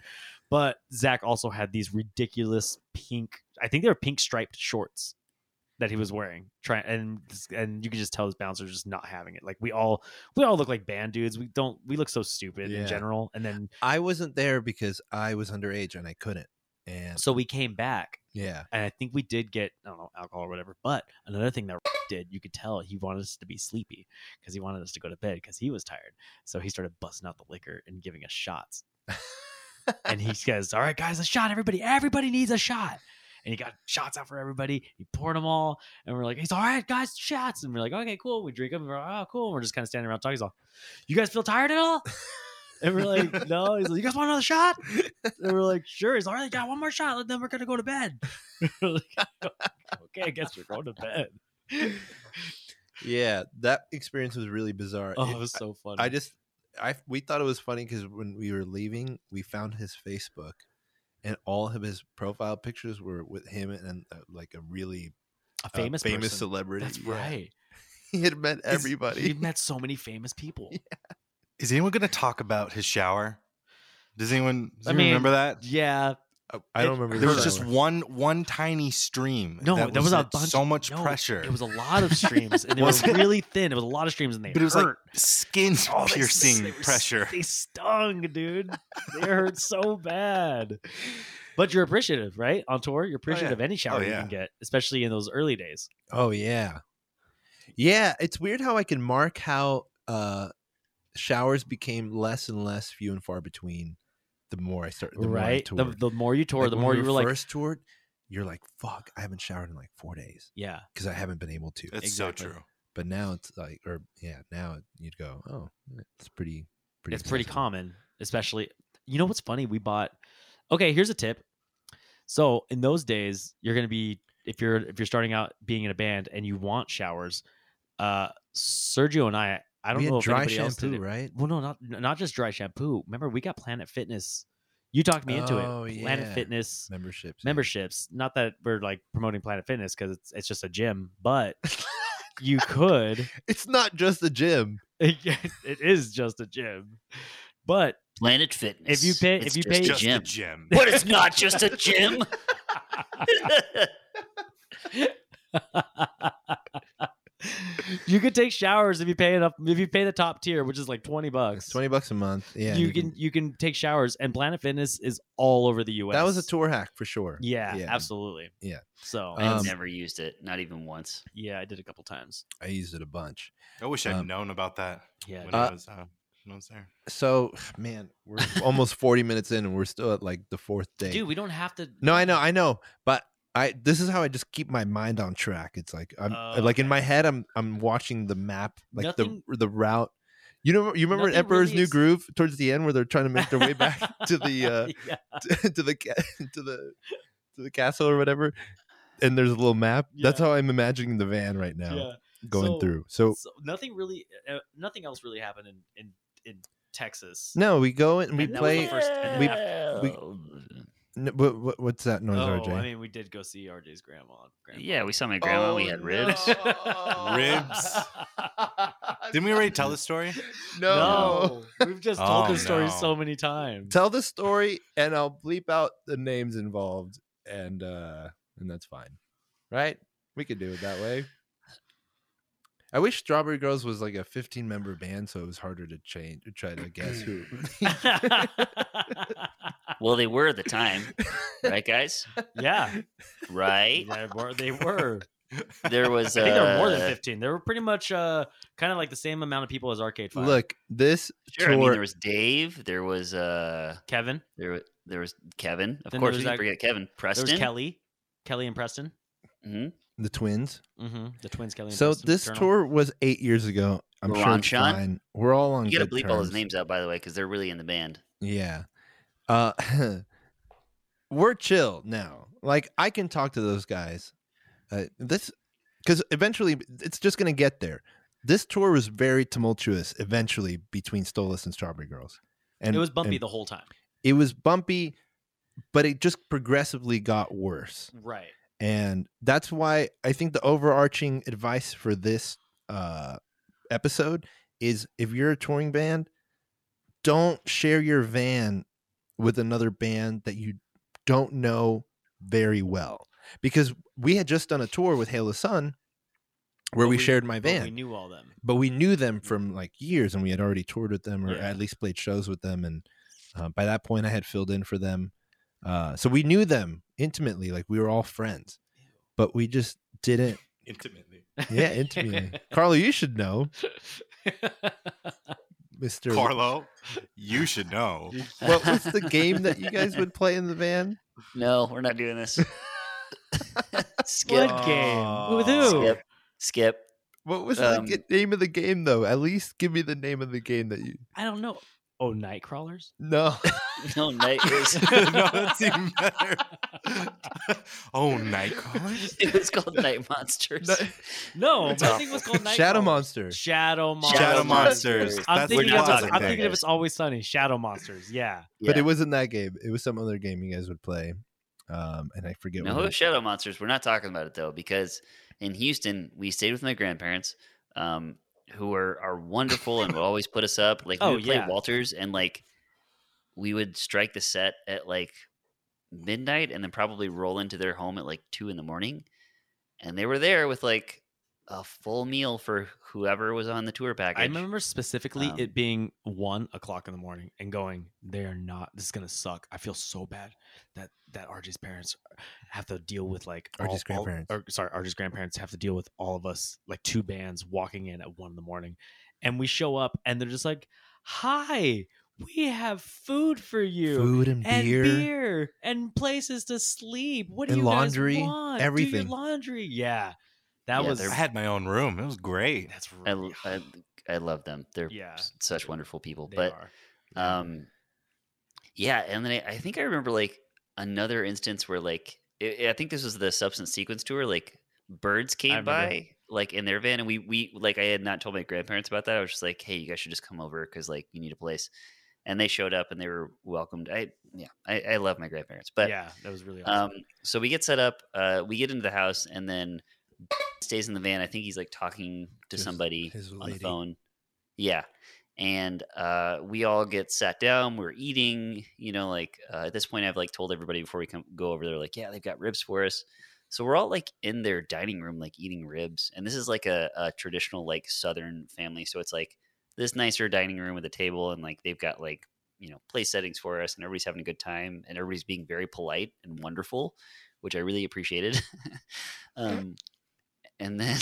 Speaker 1: But Zach also had these ridiculous pink, I think they were pink striped shorts that he was wearing. Trying and and you could just tell his bouncer just not having it. Like we all we all look like band dudes. We don't we look so stupid
Speaker 4: Yeah.
Speaker 1: in general. And then
Speaker 4: I wasn't there because I was underage and I couldn't. And
Speaker 1: so we came back
Speaker 4: yeah,
Speaker 1: and I think we did get I don't know alcohol or whatever. But another thing that did, you could tell he wanted us to be sleepy because he wanted us to go to bed because he was tired. So he started busting out the liquor and giving us shots. and he says, "All right, guys, a shot. Everybody, everybody needs a shot." And he got shots out for everybody. He poured them all, and we're like, "He's all right, guys, shots." And we're like, "Okay, cool." We drink them. We're like, "Oh, cool." And we're just kind of standing around talking. He's all, "You guys feel tired at all?" And we're like, "No." He's like, "You guys want another shot?" And we're like, "Sure." He's all right. Got one more shot. and Then we're gonna go to bed. We're like, okay, I guess we're going to
Speaker 4: [laughs]
Speaker 1: bed.
Speaker 4: yeah, that experience was really bizarre.
Speaker 1: Oh,
Speaker 4: It-
Speaker 1: it was so funny.
Speaker 4: I just, I we thought it was funny because when we were leaving, we found his Facebook, and all of his profile pictures were with him and uh, like a really
Speaker 1: a
Speaker 4: uh,
Speaker 1: famous
Speaker 4: famous
Speaker 1: person.
Speaker 4: celebrity.
Speaker 1: That's
Speaker 4: Yeah.
Speaker 1: right.
Speaker 4: He had met everybody.
Speaker 1: You've met so many famous
Speaker 4: [laughs]
Speaker 1: people.
Speaker 2: Is anyone going to talk about his shower? Does anyone, does
Speaker 1: I
Speaker 2: anyone remember that?
Speaker 1: Yeah,
Speaker 4: I don't remember.
Speaker 2: There
Speaker 4: the
Speaker 2: was just
Speaker 4: shower.
Speaker 2: one one tiny stream.
Speaker 1: No,
Speaker 2: that
Speaker 1: there was a
Speaker 2: it.
Speaker 1: bunch-
Speaker 2: so much
Speaker 1: no,
Speaker 2: pressure.
Speaker 1: it was a lot of streams,
Speaker 4: [laughs]
Speaker 1: and they
Speaker 2: Was
Speaker 1: were
Speaker 2: it?
Speaker 1: really thin. It was a lot of streams, and they
Speaker 2: but it was like
Speaker 1: hurt.
Speaker 2: skin
Speaker 1: [laughs] Oh, they-
Speaker 2: piercing
Speaker 1: they were- [laughs]
Speaker 2: pressure.
Speaker 1: They stung, dude.
Speaker 4: [laughs]
Speaker 1: They hurt so bad. But you're appreciative, right? On tour, you're appreciative
Speaker 2: yeah.
Speaker 1: of any shower you
Speaker 2: yeah.
Speaker 1: can get, especially in those early days.
Speaker 4: Oh yeah. Yeah, it's weird how I can mark how uh showers became less and less few and far between the more I started the
Speaker 1: right?
Speaker 4: more I
Speaker 1: The,
Speaker 4: toured.
Speaker 1: the more you tour,
Speaker 4: Like,
Speaker 1: the
Speaker 4: when
Speaker 1: more
Speaker 4: we
Speaker 1: you were like,
Speaker 4: first toured, you're like, fuck, I haven't showered in like four days
Speaker 1: yeah,
Speaker 4: because I haven't been able to.
Speaker 2: That's
Speaker 1: Exactly.
Speaker 2: so true.
Speaker 4: But now it's like or yeah, now you'd go, Oh, it's pretty pretty
Speaker 1: it's pretty
Speaker 4: accessible."
Speaker 1: common, especially. You know what's funny? We bought. Okay, here's a tip. So in those days, you're gonna be if you're if you're starting out being in a band and you want showers. Uh, Sergio and I, I don't
Speaker 4: we
Speaker 1: know
Speaker 4: had
Speaker 1: if
Speaker 4: dry
Speaker 1: anybody else did
Speaker 4: shampoo,
Speaker 1: it.
Speaker 4: right?
Speaker 1: Well, no, not not just dry shampoo. Remember, we got Planet Fitness. You talked me into
Speaker 4: Oh,
Speaker 1: it. Planet
Speaker 4: yeah.
Speaker 1: Fitness
Speaker 4: Memberships. yeah.
Speaker 1: memberships. Not that we're like promoting Planet Fitness because it's it's just a gym,
Speaker 4: [laughs]
Speaker 1: but you could.
Speaker 4: [laughs]
Speaker 1: [laughs]
Speaker 4: It's not just the gym.
Speaker 1: it is just a gym, but
Speaker 3: Planet
Speaker 1: If
Speaker 3: Fitness.
Speaker 1: you pay- if
Speaker 3: It's
Speaker 1: you
Speaker 3: just
Speaker 1: pay-
Speaker 3: a
Speaker 2: Just
Speaker 3: gym. [laughs]
Speaker 2: a gym.
Speaker 3: but it's not just a gym. [laughs]
Speaker 1: [laughs] you could take showers if you pay enough. If you pay the top tier, which is like twenty bucks,
Speaker 4: It's twenty bucks a month. Yeah.
Speaker 1: you can you can take showers. And Planet Fitness is all over the U.S.
Speaker 4: that was a tour hack for sure.
Speaker 1: Yeah,
Speaker 4: Yeah.
Speaker 1: absolutely.
Speaker 4: Yeah.
Speaker 1: So
Speaker 3: I've
Speaker 4: Um,
Speaker 3: never used it, not even once.
Speaker 1: yeah, I did a couple times.
Speaker 4: I used it a bunch.
Speaker 2: I wish I'd
Speaker 4: Um,
Speaker 2: known about that
Speaker 1: Yeah.
Speaker 2: when,
Speaker 1: dude.
Speaker 2: I
Speaker 4: Uh,
Speaker 2: was, uh, when I was there.
Speaker 4: so [sighs] man we're
Speaker 1: [laughs]
Speaker 4: almost 40 minutes in and we're still at like the fourth day
Speaker 1: Dude, we don't have to.
Speaker 4: no
Speaker 1: [laughs]
Speaker 4: i know i know but i this is how i just keep my mind on track it's like i'm
Speaker 1: Oh,
Speaker 4: like in
Speaker 1: okay.
Speaker 4: my head i'm i'm watching the map like
Speaker 1: Nothing-
Speaker 4: the the route you know you remember in
Speaker 1: Nothing
Speaker 4: emperor's
Speaker 1: really
Speaker 4: new
Speaker 1: ex-
Speaker 4: groove towards the end where they're trying to make their
Speaker 1: [laughs]
Speaker 4: way back to the uh
Speaker 1: yeah.
Speaker 4: to, [laughs] to the ca- to the to the castle or whatever and there's a little map that's
Speaker 1: Yeah.
Speaker 4: how i'm imagining the van right now
Speaker 1: yeah.
Speaker 4: going
Speaker 1: So-
Speaker 4: through so
Speaker 1: So nothing really, uh, nothing else really happened in in in Texas.
Speaker 4: no we go and we
Speaker 1: And that was the
Speaker 4: play
Speaker 1: first-
Speaker 4: we-
Speaker 3: Oh, we,
Speaker 4: no, what, what- what's that noise
Speaker 1: Oh,
Speaker 4: rj
Speaker 1: I mean, we did go see RJ's grandma. grandpa.
Speaker 3: yeah, we saw my grandma. we had ribs.
Speaker 1: [laughs]
Speaker 4: no.
Speaker 2: Ribs. Didn't we already tell the story?
Speaker 4: No.
Speaker 1: No, we've just told
Speaker 2: Oh,
Speaker 1: this story
Speaker 2: no.
Speaker 1: so many times. [laughs]
Speaker 4: Tell the story and I'll bleep out the names involved and uh and that's fine. Right? We could do it that way. I wish Strawberry Girls was like a 15 member band so it was harder to change
Speaker 3: [clears throat]
Speaker 4: try to guess who. [laughs]
Speaker 3: Well, they were at the time, right, guys?
Speaker 1: yeah,
Speaker 3: Right?
Speaker 1: they were. They were.
Speaker 3: There was.
Speaker 1: I think there were more than
Speaker 3: uh,
Speaker 1: fifteen. There were pretty much uh, kind of like the same amount of people as Arcade Fire.
Speaker 4: Look, this
Speaker 3: Sure. I mean,
Speaker 4: tour-
Speaker 3: there was Dave. There was uh,
Speaker 1: Kevin,
Speaker 3: there was there was Kevin. Of
Speaker 1: Then there
Speaker 3: course,
Speaker 1: was
Speaker 3: we can
Speaker 1: that-
Speaker 3: forget Kevin
Speaker 1: there
Speaker 3: Preston.
Speaker 1: was Kelly, Kelly and Preston.
Speaker 3: Mhm.
Speaker 4: the twins.
Speaker 1: Mm-hmm. The twins, Kelly. And
Speaker 4: So
Speaker 1: Preston
Speaker 4: this
Speaker 1: Journal.
Speaker 4: tour was 8 years ago. I'm
Speaker 3: We're
Speaker 4: sure
Speaker 3: on,
Speaker 4: it's
Speaker 3: Sean.
Speaker 4: fine. We're all on
Speaker 3: You gotta
Speaker 4: good
Speaker 3: bleep all his
Speaker 4: terms.
Speaker 3: names out, by the way, because they're really in the band.
Speaker 4: Yeah. Uh [laughs] we're chill now. Like I can talk to those guys. Uh, this because eventually it's just going to get there. This tour was very tumultuous eventually between Stolas and Strawberry Girls. And
Speaker 1: it was bumpy
Speaker 4: and
Speaker 1: the whole time.
Speaker 4: it was bumpy, but it just progressively got worse.
Speaker 1: Right.
Speaker 4: And that's why I think the overarching advice for this uh, episode is if you're a touring band, don't share your van with another band that you don't know very well. Because we had just done a tour with Hail the Sun where
Speaker 1: But
Speaker 4: Oh, we, shared my
Speaker 1: but
Speaker 4: van
Speaker 1: We knew all
Speaker 4: [laughs]
Speaker 1: them.
Speaker 4: but we knew them from like years and we had already toured with them or
Speaker 1: Yeah.
Speaker 4: at least played shows with them and uh, by that point i had filled in for them uh, so we knew them intimately like we were all friends but we just didn't
Speaker 2: Intimately.
Speaker 4: yeah intimately carlo you should know mr
Speaker 2: Carlo, [laughs] you should know.
Speaker 4: what
Speaker 3: [laughs]
Speaker 4: was the game that you guys would play in the van
Speaker 3: No, we're not doing
Speaker 4: [laughs]
Speaker 3: this.
Speaker 1: Good
Speaker 3: skip,
Speaker 1: game. With
Speaker 2: Oh.
Speaker 1: who?
Speaker 3: skip, skip. [laughs]
Speaker 4: what was
Speaker 3: Um,
Speaker 4: the g- name of the game though at least give me the name of the game that you
Speaker 1: I don't know. Oh, night crawlers.
Speaker 4: [laughs] no
Speaker 3: No, night.
Speaker 1: [laughs]
Speaker 3: It was,
Speaker 2: [laughs] no, that's even better. [laughs] oh, Nightcrawlers?
Speaker 3: it was called Night Monsters.
Speaker 1: No,
Speaker 3: It's
Speaker 1: but I
Speaker 3: awful.
Speaker 1: think it was called night
Speaker 4: shadow
Speaker 1: Crawlers.
Speaker 4: monster
Speaker 1: Shadow Monsters.
Speaker 2: [laughs]
Speaker 3: Monsters.
Speaker 2: Shadow Monsters.
Speaker 1: I'm
Speaker 2: That's what
Speaker 1: thinking
Speaker 2: you're
Speaker 1: of.
Speaker 2: talking
Speaker 1: I'm
Speaker 2: about.
Speaker 1: thinking of it's always sunny. Shadow monsters. Yeah.
Speaker 4: but
Speaker 3: Yeah.
Speaker 4: it wasn't that game it was some other game you guys would play um, and i forget
Speaker 3: No,
Speaker 4: what
Speaker 3: it
Speaker 4: it
Speaker 3: was Shadow Monsters. We're not talking about it though, because in Houston, we stayed with my grandparents, um, who are are
Speaker 1: [laughs]
Speaker 3: wonderful and would always put us up. Like
Speaker 1: Oh,
Speaker 3: we would play
Speaker 1: yeah.
Speaker 3: Walters, and like we would strike the set at like midnight, and then probably roll into their home at like two in the morning, and they were there with like a full meal for whoever was on the tour package.
Speaker 1: I remember specifically
Speaker 3: Um,
Speaker 1: it being one o'clock in the morning and going, they're not. This is gonna suck. I feel so bad that that RJ's parents have to deal with like all-
Speaker 4: RJ's
Speaker 1: all-
Speaker 4: grandparents.
Speaker 1: or, sorry, RJ's grandparents have to deal with all of us, like two bands walking in at one in the morning, and we show up and they're just like, "Hi, we have food for you."
Speaker 4: food and,
Speaker 1: And
Speaker 4: beer,
Speaker 1: beer. and places to sleep. What do
Speaker 4: And
Speaker 1: you
Speaker 4: laundry,
Speaker 1: guys want? Do
Speaker 4: everything.
Speaker 1: your laundry. Yeah, that
Speaker 3: Yeah,
Speaker 1: was
Speaker 3: they're-
Speaker 2: I had my own room. It was great.
Speaker 1: that's
Speaker 3: I,
Speaker 1: really
Speaker 3: l-
Speaker 1: [sighs]
Speaker 3: I, I love them. They're
Speaker 1: Yeah.
Speaker 3: s- such wonderful people.
Speaker 1: they
Speaker 3: but
Speaker 1: are.
Speaker 3: Um, yeah, and then I, I think I remember like another instance where like i I think this was the Substance Sequence tour. Like birds came
Speaker 1: remember.
Speaker 3: by like in their van, and we we like I had not told my grandparents about that. I was just like, hey, you guys should just come over because like you need a place, and they showed up and they were welcomed. I yeah, I, I love my grandparents, but
Speaker 1: yeah, that was really awesome.
Speaker 3: um, so we get set up, uh, we get into the house, and then stays in the van. I think he's like talking to
Speaker 4: To his-
Speaker 3: somebody
Speaker 4: his
Speaker 3: on
Speaker 4: lady.
Speaker 3: the phone. Yeah. And uh, we all get sat down. We're eating. You know, like uh, at this point, I've like told everybody before we come go over there, like, yeah, they've got ribs for us. So we're all like in their dining room, like eating ribs. And this is like a, a traditional like Southern family. So it's like this nicer dining room with a table, and like they've got like you know place settings for us, and everybody's having a good time, and everybody's being very polite and wonderful, which I really appreciated. [laughs] um, and then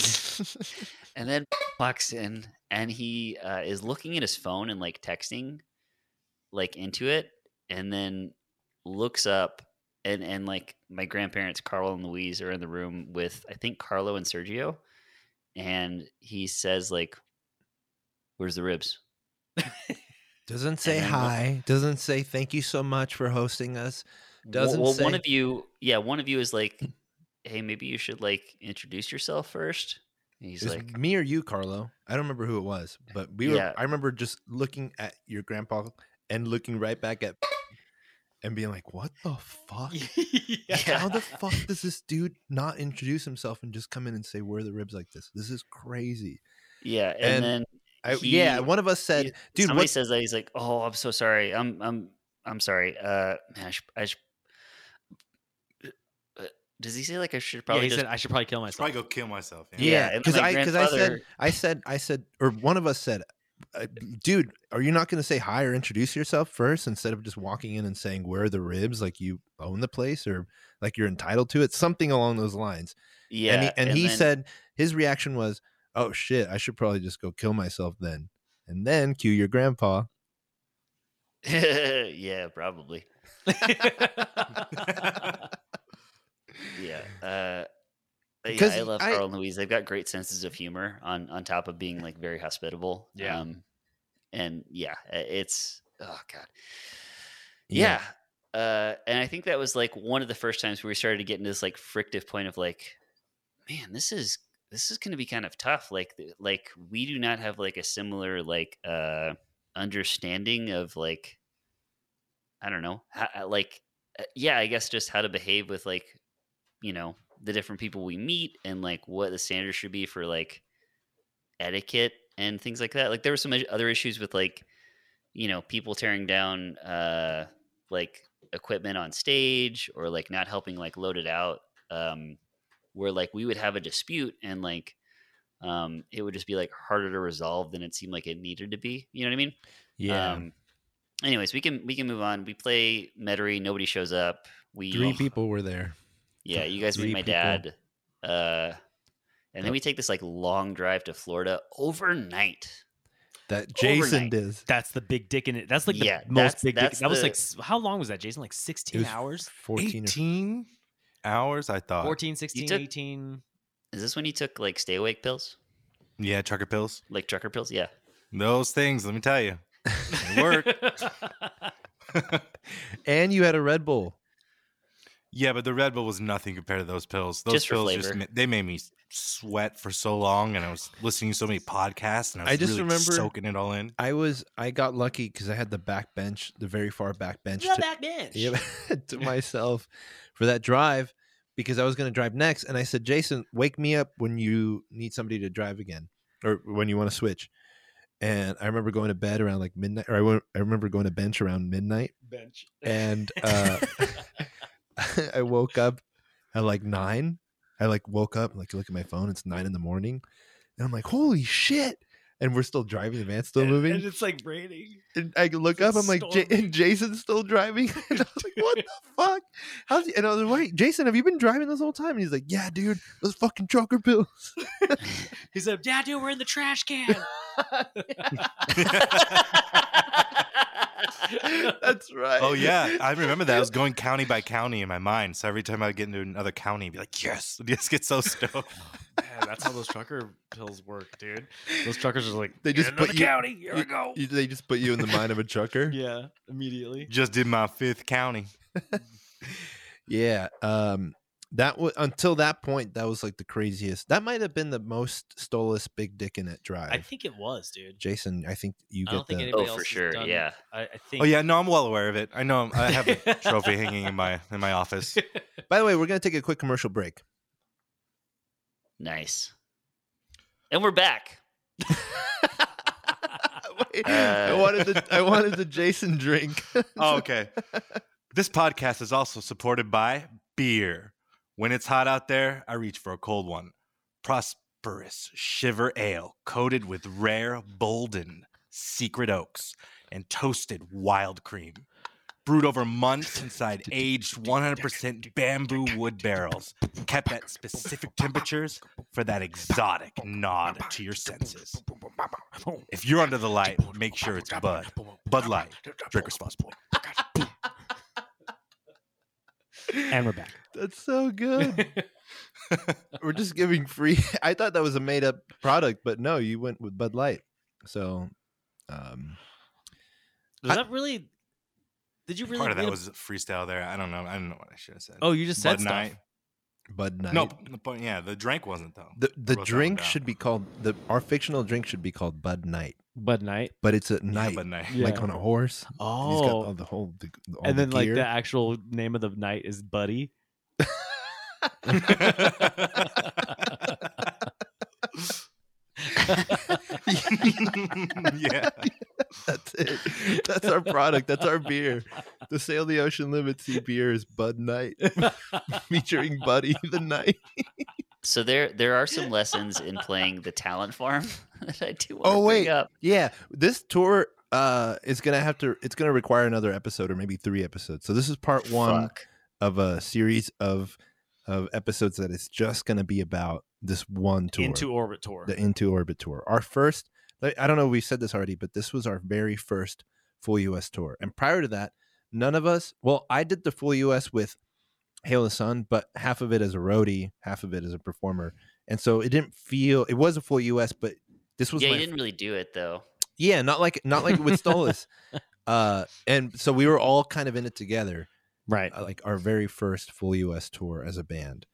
Speaker 3: [laughs] and then walks in and he uh, is looking at his phone and like texting like into it and then looks up and and like my grandparents carl and louise are in the room with i think carlo and sergio and he says like where's the ribs
Speaker 4: Doesn't say
Speaker 3: then we'll-
Speaker 4: hi. Doesn't say thank you so much for hosting us.
Speaker 3: Well-
Speaker 4: Doesn't
Speaker 3: well, one
Speaker 4: say-
Speaker 3: of you yeah one of you is like hey maybe you should like introduce yourself first and he's
Speaker 4: It was
Speaker 3: like
Speaker 4: me or you, Carlo. I don't remember who it was, but we were.
Speaker 3: Yeah.
Speaker 4: I remember just looking at your grandpa and looking right back at and being like, "What the
Speaker 3: [laughs]
Speaker 4: fuck? How the fuck does this dude not introduce himself and just come in and say where are the ribs like this? This is crazy."
Speaker 3: yeah and,
Speaker 4: and
Speaker 3: then
Speaker 4: I, yeah,
Speaker 3: He-
Speaker 4: one of us said,
Speaker 3: he-
Speaker 4: "Dude,
Speaker 3: somebody
Speaker 4: what
Speaker 3: says that he's like, "Oh, I'm so sorry. I'm I'm I'm sorry. Uh, man, I should, I should, uh, does he say like I should
Speaker 1: yeah,
Speaker 3: probably
Speaker 1: he
Speaker 3: just
Speaker 1: said I should probably kill
Speaker 2: I'd
Speaker 1: myself.
Speaker 2: probably go kill myself.
Speaker 3: Yeah,
Speaker 4: Yeah,
Speaker 3: and
Speaker 4: because
Speaker 3: my
Speaker 4: I because I said
Speaker 3: grandfather-
Speaker 4: I said I said or one of us said, uh, "Dude, are you not going to say hi or introduce yourself first instead of just walking in and saying where are the ribs like you own the place or like you're entitled to it?" Something along those lines.
Speaker 3: yeah?"
Speaker 4: and he, and he
Speaker 3: then-
Speaker 4: said his reaction was, "Oh shit, I should probably just go kill myself then." And then cue your grandpa.
Speaker 3: [laughs] "Yeah, probably.
Speaker 1: [laughs]
Speaker 3: Yeah." Uh, yeah,
Speaker 4: 'Cause
Speaker 3: I love
Speaker 4: I-
Speaker 3: Carl and Louise. They've got great senses of humor on on top of being like very hospitable.
Speaker 1: Yeah.
Speaker 3: Um, and yeah, uh, it's oh god.
Speaker 4: Yeah.
Speaker 3: Yeah. Uh, and I think that was like one of the first times where we started to get into this like frictive point of like, man, this is this is going to be kind of tough. Like, th- like we do not have like a similar like uh understanding of like, I don't know, how, like, uh, yeah, I guess just how to behave with like, you know, the different people we meet and like what the standards should be for like etiquette and things like that. Like, there were some i- other issues with like, you know, people tearing down uh like equipment on stage or like not helping like load it out. Um, where like we would have a dispute and like um it would just be like harder to resolve than it seemed like it needed to be you know what i mean um anyways we can we can move on we play metairie nobody shows up we
Speaker 4: Three people were there.
Speaker 3: yeah you guys meet
Speaker 4: three
Speaker 3: my
Speaker 4: people.
Speaker 3: dad uh and then we take this like long drive to florida overnight
Speaker 4: That Jason
Speaker 3: Overnight.
Speaker 4: does.
Speaker 1: that's the big dick in it. That's like the
Speaker 3: Yeah, that's-
Speaker 1: most big dick.
Speaker 3: that's
Speaker 1: That was
Speaker 3: the-
Speaker 1: like s- how long was that, Jason? Like 16
Speaker 4: was
Speaker 1: hours?
Speaker 4: 14 or-
Speaker 2: 18 hours, I thought.
Speaker 1: 14, 16,
Speaker 3: took-
Speaker 1: 18.
Speaker 3: is this when you took like stay awake pills
Speaker 2: Yeah, trucker pills.
Speaker 3: like trucker pills yeah
Speaker 2: Those things, let me tell you. They [laughs]
Speaker 4: [laughs]
Speaker 2: work.
Speaker 4: [laughs] and you had a Red Bull.
Speaker 2: yeah, but the Red Bull was nothing compared to those pills. Those
Speaker 3: Just for
Speaker 2: pills just
Speaker 3: flavor.
Speaker 2: ma- they made me sweat for so long and I was listening to so many podcasts and I was
Speaker 4: I just
Speaker 2: really
Speaker 4: remember-
Speaker 2: soaking it all
Speaker 4: [laughs]
Speaker 2: in. [laughs]
Speaker 4: I was I got lucky because I had the back bench, the very far back bench to,
Speaker 3: back bench
Speaker 4: yeah, [laughs] to myself for that drive because I was going to drive next, and I said, Jason, wake me up when you need somebody to drive again, or when you want to switch. And I remember going to bed around like midnight, or I went, I remember going to bench around midnight,
Speaker 1: Bench. [laughs]
Speaker 4: and uh, [laughs] I woke up at like nine. I like woke up, like look at my phone. It's nine in the morning, and I'm like, holy shit! And we're still driving. The van's still moving.
Speaker 1: And it's like raining.
Speaker 4: And I look up, I'm like,
Speaker 1: Storm.
Speaker 4: J- and Jason's still driving. [laughs] And I
Speaker 1: [laughs]
Speaker 4: was like, what the fuck? How's he? And I was like, wait, Jason, have you been driving this whole time? And he's like, yeah, dude, those fucking trucker pills.
Speaker 1: He said, "Yeah, dude, we're in the trash can."
Speaker 4: [laughs] That's right.
Speaker 2: Oh
Speaker 4: [laughs]
Speaker 2: yeah, I remember that. I was going county by county in my mind. So every time I would get into another county, I'd be like, "Yes, [laughs] I just get
Speaker 3: [laughs]
Speaker 2: so stoked."
Speaker 1: Man, that's how those trucker pills work, dude. Those truckers are like,
Speaker 4: They just
Speaker 1: "In another
Speaker 4: put you-
Speaker 1: county. Here we
Speaker 4: you-
Speaker 1: go.
Speaker 4: You- they just put you in the mind of
Speaker 2: [laughs]
Speaker 4: a trucker.
Speaker 1: yeah, immediately.
Speaker 2: just did my fifth county.
Speaker 4: Yeah. Um that was until that point, that was like the craziest. That might have been the most stolest big dick in it drive.
Speaker 1: I think it was, dude.
Speaker 4: Jason, I think you
Speaker 1: I
Speaker 4: get
Speaker 1: don't think
Speaker 4: the
Speaker 1: anybody
Speaker 3: oh
Speaker 1: else
Speaker 3: for
Speaker 1: has
Speaker 3: sure
Speaker 1: done-
Speaker 3: yeah
Speaker 1: I, I think.
Speaker 2: Oh yeah, no, I'm well aware of it. I know I'm- I have a trophy hanging in my in my office.
Speaker 4: By the way, we're gonna take a quick commercial break. [laughs]
Speaker 3: Nice. And we're back. [laughs]
Speaker 4: Wait, I
Speaker 3: Uh.
Speaker 4: wanted the I wanted
Speaker 2: [laughs]
Speaker 4: the Jason drink. [laughs]
Speaker 2: Oh, okay. This podcast is also supported by beer. When it's hot out there, I reach for a cold one. Prosperous Shiver Ale, coated with rare Bolden secret oaks and toasted wild cream. Brewed over months inside aged 100% bamboo wood barrels, kept at specific temperatures for that exotic nod to your senses. If you're under the light, make sure it's Bud. Bud Light. Drink responsibly.
Speaker 1: and we're back.
Speaker 4: That's so good.
Speaker 2: [laughs]
Speaker 4: We're just giving free. [laughs] I thought that was a made up product, but no, you went with Bud Light. So, um,
Speaker 1: Was that really? Did you really?
Speaker 2: Part of
Speaker 1: read
Speaker 2: that
Speaker 1: a-
Speaker 2: was freestyle there. I don't know. I don't know what I should have said.
Speaker 1: Oh, you just said
Speaker 2: Bud
Speaker 1: stuff.
Speaker 2: Night.
Speaker 4: Bud Night.
Speaker 2: No, p- but yeah, the drink wasn't though.
Speaker 4: The the
Speaker 2: wrote that one
Speaker 4: drink
Speaker 2: down.
Speaker 4: should be called the our fictional drink should be called Bud Night,
Speaker 1: Bud Night.
Speaker 4: but it's at
Speaker 2: Yeah,
Speaker 4: night,
Speaker 2: Bud Night.
Speaker 1: Yeah.
Speaker 4: like on a horse. and he's got all
Speaker 1: Oh,
Speaker 4: the whole the, all
Speaker 1: and
Speaker 4: the
Speaker 1: then like
Speaker 4: gear.
Speaker 1: the actual name of the night is Buddy.
Speaker 2: [laughs] yeah.
Speaker 4: [laughs] That's
Speaker 1: [laughs]
Speaker 4: it. That's our product. That's our beer. The Sail the Ocean Limit Sea beer is
Speaker 1: [laughs]
Speaker 4: Bud Night, [laughs] featuring Buddy the Night.
Speaker 3: So there there are some lessons in playing the talent farm [laughs] that I do want
Speaker 4: Oh,
Speaker 3: to
Speaker 4: wait.
Speaker 3: bring up.
Speaker 4: Yeah, this tour uh is gonna have to. It's gonna require another episode or maybe three episodes. So this is part one
Speaker 3: Fuck.
Speaker 4: of a series of of episodes that is just gonna be about this one tour,
Speaker 1: Into orbit tour.
Speaker 4: the Into Orbit tour. Our first. like, I don't know. if We said this already, but this was our very first full U.S. tour. And prior to that, none of us. Well, I did the full U.S. with Hail the Sun, but half of it as a roadie, half of it as a performer. And so it didn't feel. It was a full U.S., but this was
Speaker 3: Yeah,
Speaker 4: my
Speaker 3: you didn't really do it though.
Speaker 4: yeah, not like not like with
Speaker 3: [laughs]
Speaker 4: Stolas. uh, and so we were all kind of in it together,
Speaker 1: right.
Speaker 4: uh, like our very first full U.S. tour as a band,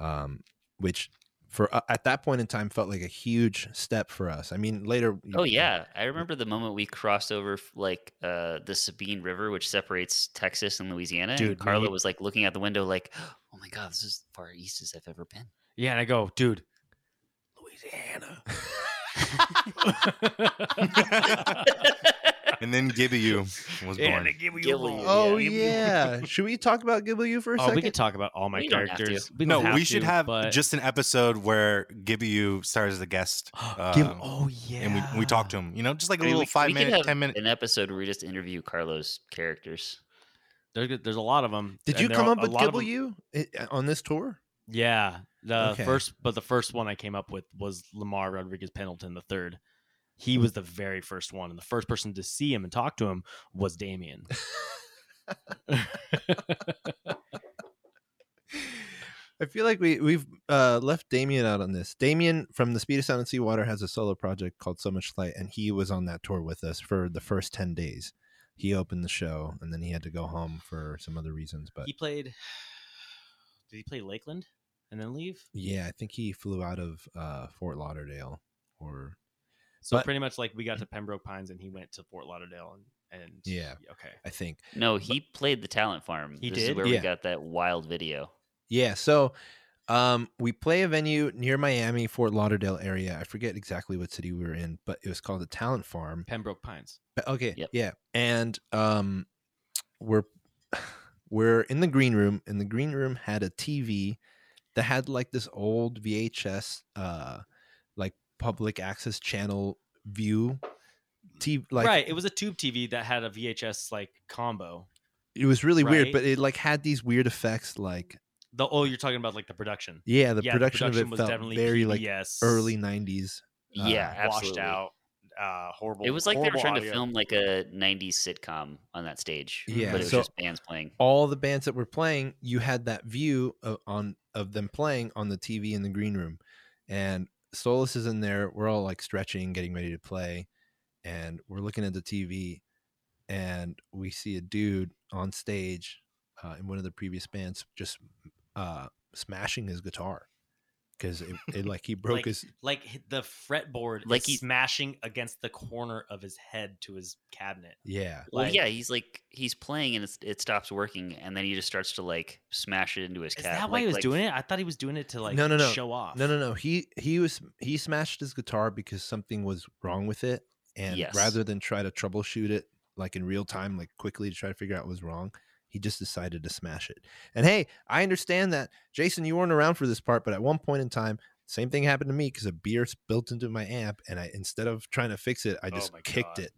Speaker 4: um, which for uh, at that point in time felt like a huge step for us. I mean, later. you
Speaker 3: Oh
Speaker 4: know, [laughs]
Speaker 3: yeah, I remember the moment we crossed over f- like uh, the Sabine River, which separates Texas and Louisiana.
Speaker 1: Dude,
Speaker 3: and Carla
Speaker 1: we-
Speaker 3: was like looking out the window, like, [gasps] "Oh my god, this is as far east as I've ever
Speaker 4: [laughs]
Speaker 3: been." [laughs]
Speaker 1: Yeah, and I go, dude. [laughs]
Speaker 2: [laughs]
Speaker 4: Louisiana.
Speaker 1: Oh,
Speaker 2: And then Gibby was born.
Speaker 3: Gillian,
Speaker 4: Oh
Speaker 3: you- [laughs]
Speaker 4: yeah. Should we talk about Ghibli U for a
Speaker 1: Oh,
Speaker 4: second?
Speaker 1: we could talk about all my
Speaker 3: We don't have to.
Speaker 1: characters.
Speaker 2: no,
Speaker 1: don't have
Speaker 2: we should
Speaker 1: to,
Speaker 2: have
Speaker 1: but-
Speaker 2: just an episode where Gibby stars as a guest
Speaker 1: Give-
Speaker 2: um,
Speaker 1: oh yeah,
Speaker 2: and we, we talk to him. You know, just like a
Speaker 3: I mean,
Speaker 2: little
Speaker 3: we- we
Speaker 2: five
Speaker 3: could
Speaker 2: minute,
Speaker 3: have
Speaker 2: ten minute.
Speaker 3: An episode where we just interview Carlos characters.
Speaker 1: There's, good- there's a lot of them.
Speaker 4: Did you come up with Gibble U i- on this tour?
Speaker 1: Yeah, the
Speaker 4: Okay.
Speaker 1: first, but the first one I came up with was Lamar Rodriguez Pendleton the third. He was the very first one, and the first person to see him and talk to him was Damien.
Speaker 4: I feel like we we've uh, left Damien out on this. Damien from the Speed of Sound and Seawater has a solo project called So Much Light, and he was on that tour with us for the first ten days. He opened the show, and then he had to go home for some other reasons. But
Speaker 1: he played. Did he play Lakeland and then leave?
Speaker 4: yeah, I think he flew out of uh, Fort Lauderdale, or
Speaker 1: So
Speaker 4: But-
Speaker 1: pretty much like we got to Pembroke Pines and he went to Fort Lauderdale and, and
Speaker 4: Yeah.
Speaker 1: okay.
Speaker 4: I think
Speaker 3: No, he played the talent farm.
Speaker 1: He
Speaker 3: this Is
Speaker 1: did?
Speaker 3: where
Speaker 4: Yeah.
Speaker 3: we got that wild video.
Speaker 4: Yeah, so um, we play a venue near Miami, Fort Lauderdale area. I forget exactly what city we were in, but it was called the Talent Farm.
Speaker 1: Pembroke Pines.
Speaker 4: But- Okay,
Speaker 3: Yep.
Speaker 4: yeah, and um, we're [sighs] we're in the green room, and the green room had a TV that had like this old VHS, uh, like public access channel view. TV, like
Speaker 1: right, it was a tube TV that had a VHS like combo.
Speaker 4: it was really weird,
Speaker 1: Right.
Speaker 4: but it like had these weird effects, like
Speaker 1: The oh, you're talking about like the production.
Speaker 4: yeah, the,
Speaker 1: Yeah,
Speaker 4: production, of it
Speaker 1: was
Speaker 4: felt
Speaker 1: definitely
Speaker 4: very like
Speaker 1: PBS,
Speaker 4: early '90s. Uh,
Speaker 3: yeah,
Speaker 1: washed
Speaker 3: absolutely.
Speaker 1: out, uh, horrible.
Speaker 3: It was like they were
Speaker 1: horrible
Speaker 3: trying
Speaker 1: audio.
Speaker 3: to film like a '90s sitcom on that stage.
Speaker 4: Yeah,
Speaker 3: but it was
Speaker 4: so-
Speaker 3: just bands playing.
Speaker 4: all the bands that were playing, you had that view of, on of them playing on the TV in the green room, and Solus is in there. We're all like stretching, getting ready to play, and we're looking at the TV, and we see a dude on stage uh, in one of the previous bands just uh, smashing his guitar because it, it like he broke
Speaker 1: Like-
Speaker 4: his
Speaker 1: like h- the fretboard like
Speaker 3: Like
Speaker 1: is
Speaker 3: he-
Speaker 1: smashing against the corner of his head to his cabinet.
Speaker 4: yeah
Speaker 3: Well,
Speaker 1: Like,
Speaker 3: yeah, he's like he's playing and it's, it stops working, and then he just starts to like smash it into his
Speaker 1: Is
Speaker 3: cat.
Speaker 1: that why he was doing it? I thought he was doing it to like
Speaker 4: No, no, no.
Speaker 1: show off.
Speaker 4: no no no he he was he smashed his guitar because something was wrong with it and
Speaker 3: Yes.
Speaker 4: rather than try to troubleshoot it like in real time like quickly to try to figure out what was wrong he just decided to smash it and hey i understand that jason you weren't around for this part but at one point in time same thing happened to me because a beer spilt into my amp and i instead of trying to fix it i
Speaker 1: Oh
Speaker 4: just
Speaker 1: my
Speaker 4: kicked
Speaker 1: God.
Speaker 4: it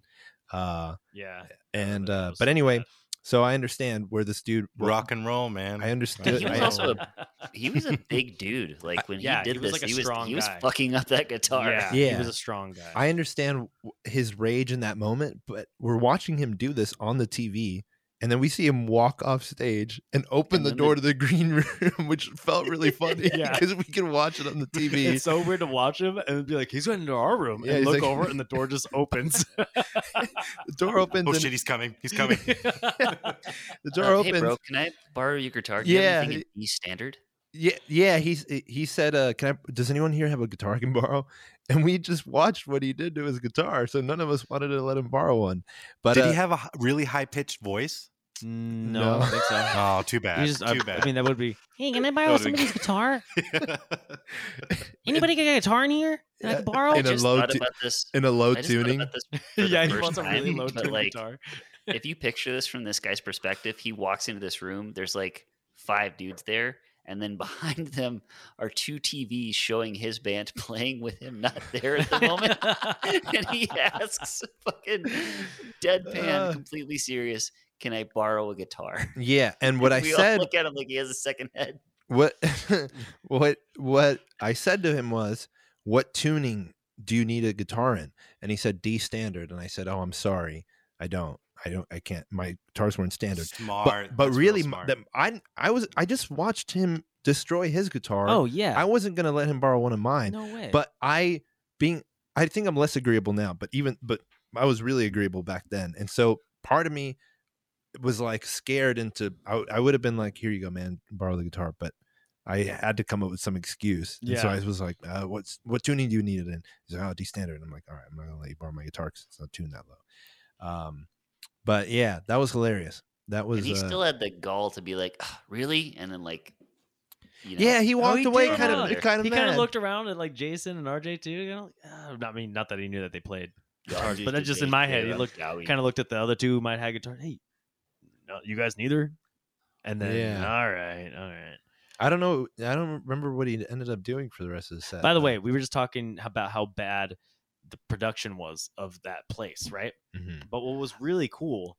Speaker 4: uh
Speaker 1: Yeah.
Speaker 4: and
Speaker 1: that
Speaker 4: uh
Speaker 1: was
Speaker 4: but
Speaker 1: so [laughs]
Speaker 4: anyway
Speaker 1: bad.
Speaker 4: so i understand where this dude
Speaker 2: Rock and roll, man. Oh,
Speaker 4: i understood
Speaker 3: He was
Speaker 4: I-
Speaker 3: also [laughs] He was a big dude. Like when
Speaker 1: yeah,
Speaker 3: he did
Speaker 1: he was,
Speaker 3: this,
Speaker 1: like, a
Speaker 3: he was
Speaker 1: strong
Speaker 3: he was
Speaker 1: guy.
Speaker 3: fucking up that guitar.
Speaker 1: yeah,
Speaker 4: Yeah.
Speaker 1: He was a strong guy. [laughs]
Speaker 4: I understand w- his rage in that moment, but we're watching him do this on the TV. And then we see him walk off stage and open
Speaker 3: And
Speaker 4: the
Speaker 3: then
Speaker 4: door
Speaker 3: the-
Speaker 4: to the [laughs] green room, which
Speaker 3: [laughs]
Speaker 4: felt really funny [laughs]
Speaker 1: Yeah.
Speaker 4: because we can watch it on the TV.
Speaker 1: it's so weird to watch him and be like, he's going into our room
Speaker 4: Yeah,
Speaker 1: and
Speaker 4: he's
Speaker 1: look
Speaker 4: like-
Speaker 1: over and the door just [laughs] opens.
Speaker 4: The door opens.
Speaker 2: oh
Speaker 4: and-
Speaker 2: shit, he's coming. He's coming.
Speaker 4: The
Speaker 3: Uh,
Speaker 4: door opens.
Speaker 3: Hey, bro, can I borrow your guitar? Do you have anything
Speaker 4: Yeah.
Speaker 3: in E standard.
Speaker 4: Yeah, yeah. He's he said, uh, "Can I? Does anyone here have a guitar I can borrow?" [laughs] And we just watched what he did to his guitar, so none of us wanted to let him borrow one. But
Speaker 2: Did
Speaker 4: uh,
Speaker 2: he have a h- really high pitched voice?
Speaker 1: no, I don't [laughs]
Speaker 4: [laughs]
Speaker 1: think so.
Speaker 2: Oh, too bad.
Speaker 1: You just- I,
Speaker 2: too bad.
Speaker 1: I mean, that would [laughs] be.
Speaker 5: Hey, can I borrow
Speaker 2: would've been
Speaker 5: somebody's guitar?
Speaker 4: in,
Speaker 5: Anybody got a guitar in here that I can
Speaker 4: Yeah.
Speaker 5: borrow?
Speaker 4: In a
Speaker 3: just
Speaker 4: low
Speaker 3: thought
Speaker 4: tu-
Speaker 3: about this.
Speaker 4: in a low
Speaker 3: I just thought
Speaker 4: tuning?
Speaker 3: about
Speaker 4: [laughs]
Speaker 3: this for the
Speaker 1: yeah, he
Speaker 3: first
Speaker 1: wants a really
Speaker 3: time,
Speaker 1: low
Speaker 3: but,
Speaker 1: tone
Speaker 3: like,
Speaker 1: guitar.
Speaker 3: if you picture this from this guy's perspective, he walks into this room. There's like five dudes there, and then [laughs] behind them are two TVs showing his band [laughs] playing with him not there
Speaker 1: [laughs]
Speaker 3: at the moment. [laughs] and he asks, fucking deadpan,
Speaker 4: Uh.
Speaker 3: completely serious, "Can I borrow a guitar?"
Speaker 4: Yeah,
Speaker 3: [laughs]
Speaker 4: and what I
Speaker 3: we
Speaker 4: said
Speaker 3: all look at him like he has a second head.
Speaker 4: what [laughs] what what I said to him was, "What tuning do you need a guitar in?" And he said D standard, and I said, "Oh, I'm sorry, I don't, I don't, I can't. My guitars weren't standard."
Speaker 2: smart.
Speaker 4: but but
Speaker 2: That's real
Speaker 4: really, m-
Speaker 2: smart. [laughs]
Speaker 4: the, I I was I just watched him destroy his guitar.
Speaker 1: oh yeah,
Speaker 4: I wasn't gonna let him borrow one of mine,
Speaker 1: no way.
Speaker 4: but I being I think I'm less agreeable now, but even but I was really agreeable back then, and so part of me was like scared into I, I would have been like, here you go, man, borrow the guitar, but. I- I had to come up with some excuse. And So
Speaker 1: Yeah.
Speaker 4: I was like, uh, "What's what tuning do you need it in?" He's like, "Oh, D standard." And I'm like, "All right, I'm not gonna let you borrow my guitar because it's not tuned that low." Um, but yeah, that was hilarious. That was
Speaker 3: and he
Speaker 4: uh,
Speaker 3: still had the gall to be like, "Ah, really? And then like, you know,
Speaker 2: Yeah, he walked
Speaker 1: oh, he
Speaker 2: away
Speaker 1: did.
Speaker 2: kind
Speaker 4: [laughs]
Speaker 1: Yeah.
Speaker 2: of kind of
Speaker 1: he kind
Speaker 2: mad.
Speaker 1: of looked around at like Jason and RJ too. You know, uh, I mean, not that he knew that they played guitars, but it just in my head, he looked kind of looked at the other two who might have guitar. Hey, no, you guys neither. And then,
Speaker 4: Yeah.
Speaker 1: all right, all right.
Speaker 4: I don't know. I don't remember what he ended up doing for the rest of the set.
Speaker 1: By the
Speaker 4: but-
Speaker 1: way, we were just talking about how bad the production was of that place, right?
Speaker 4: Mhm.
Speaker 1: But what was really cool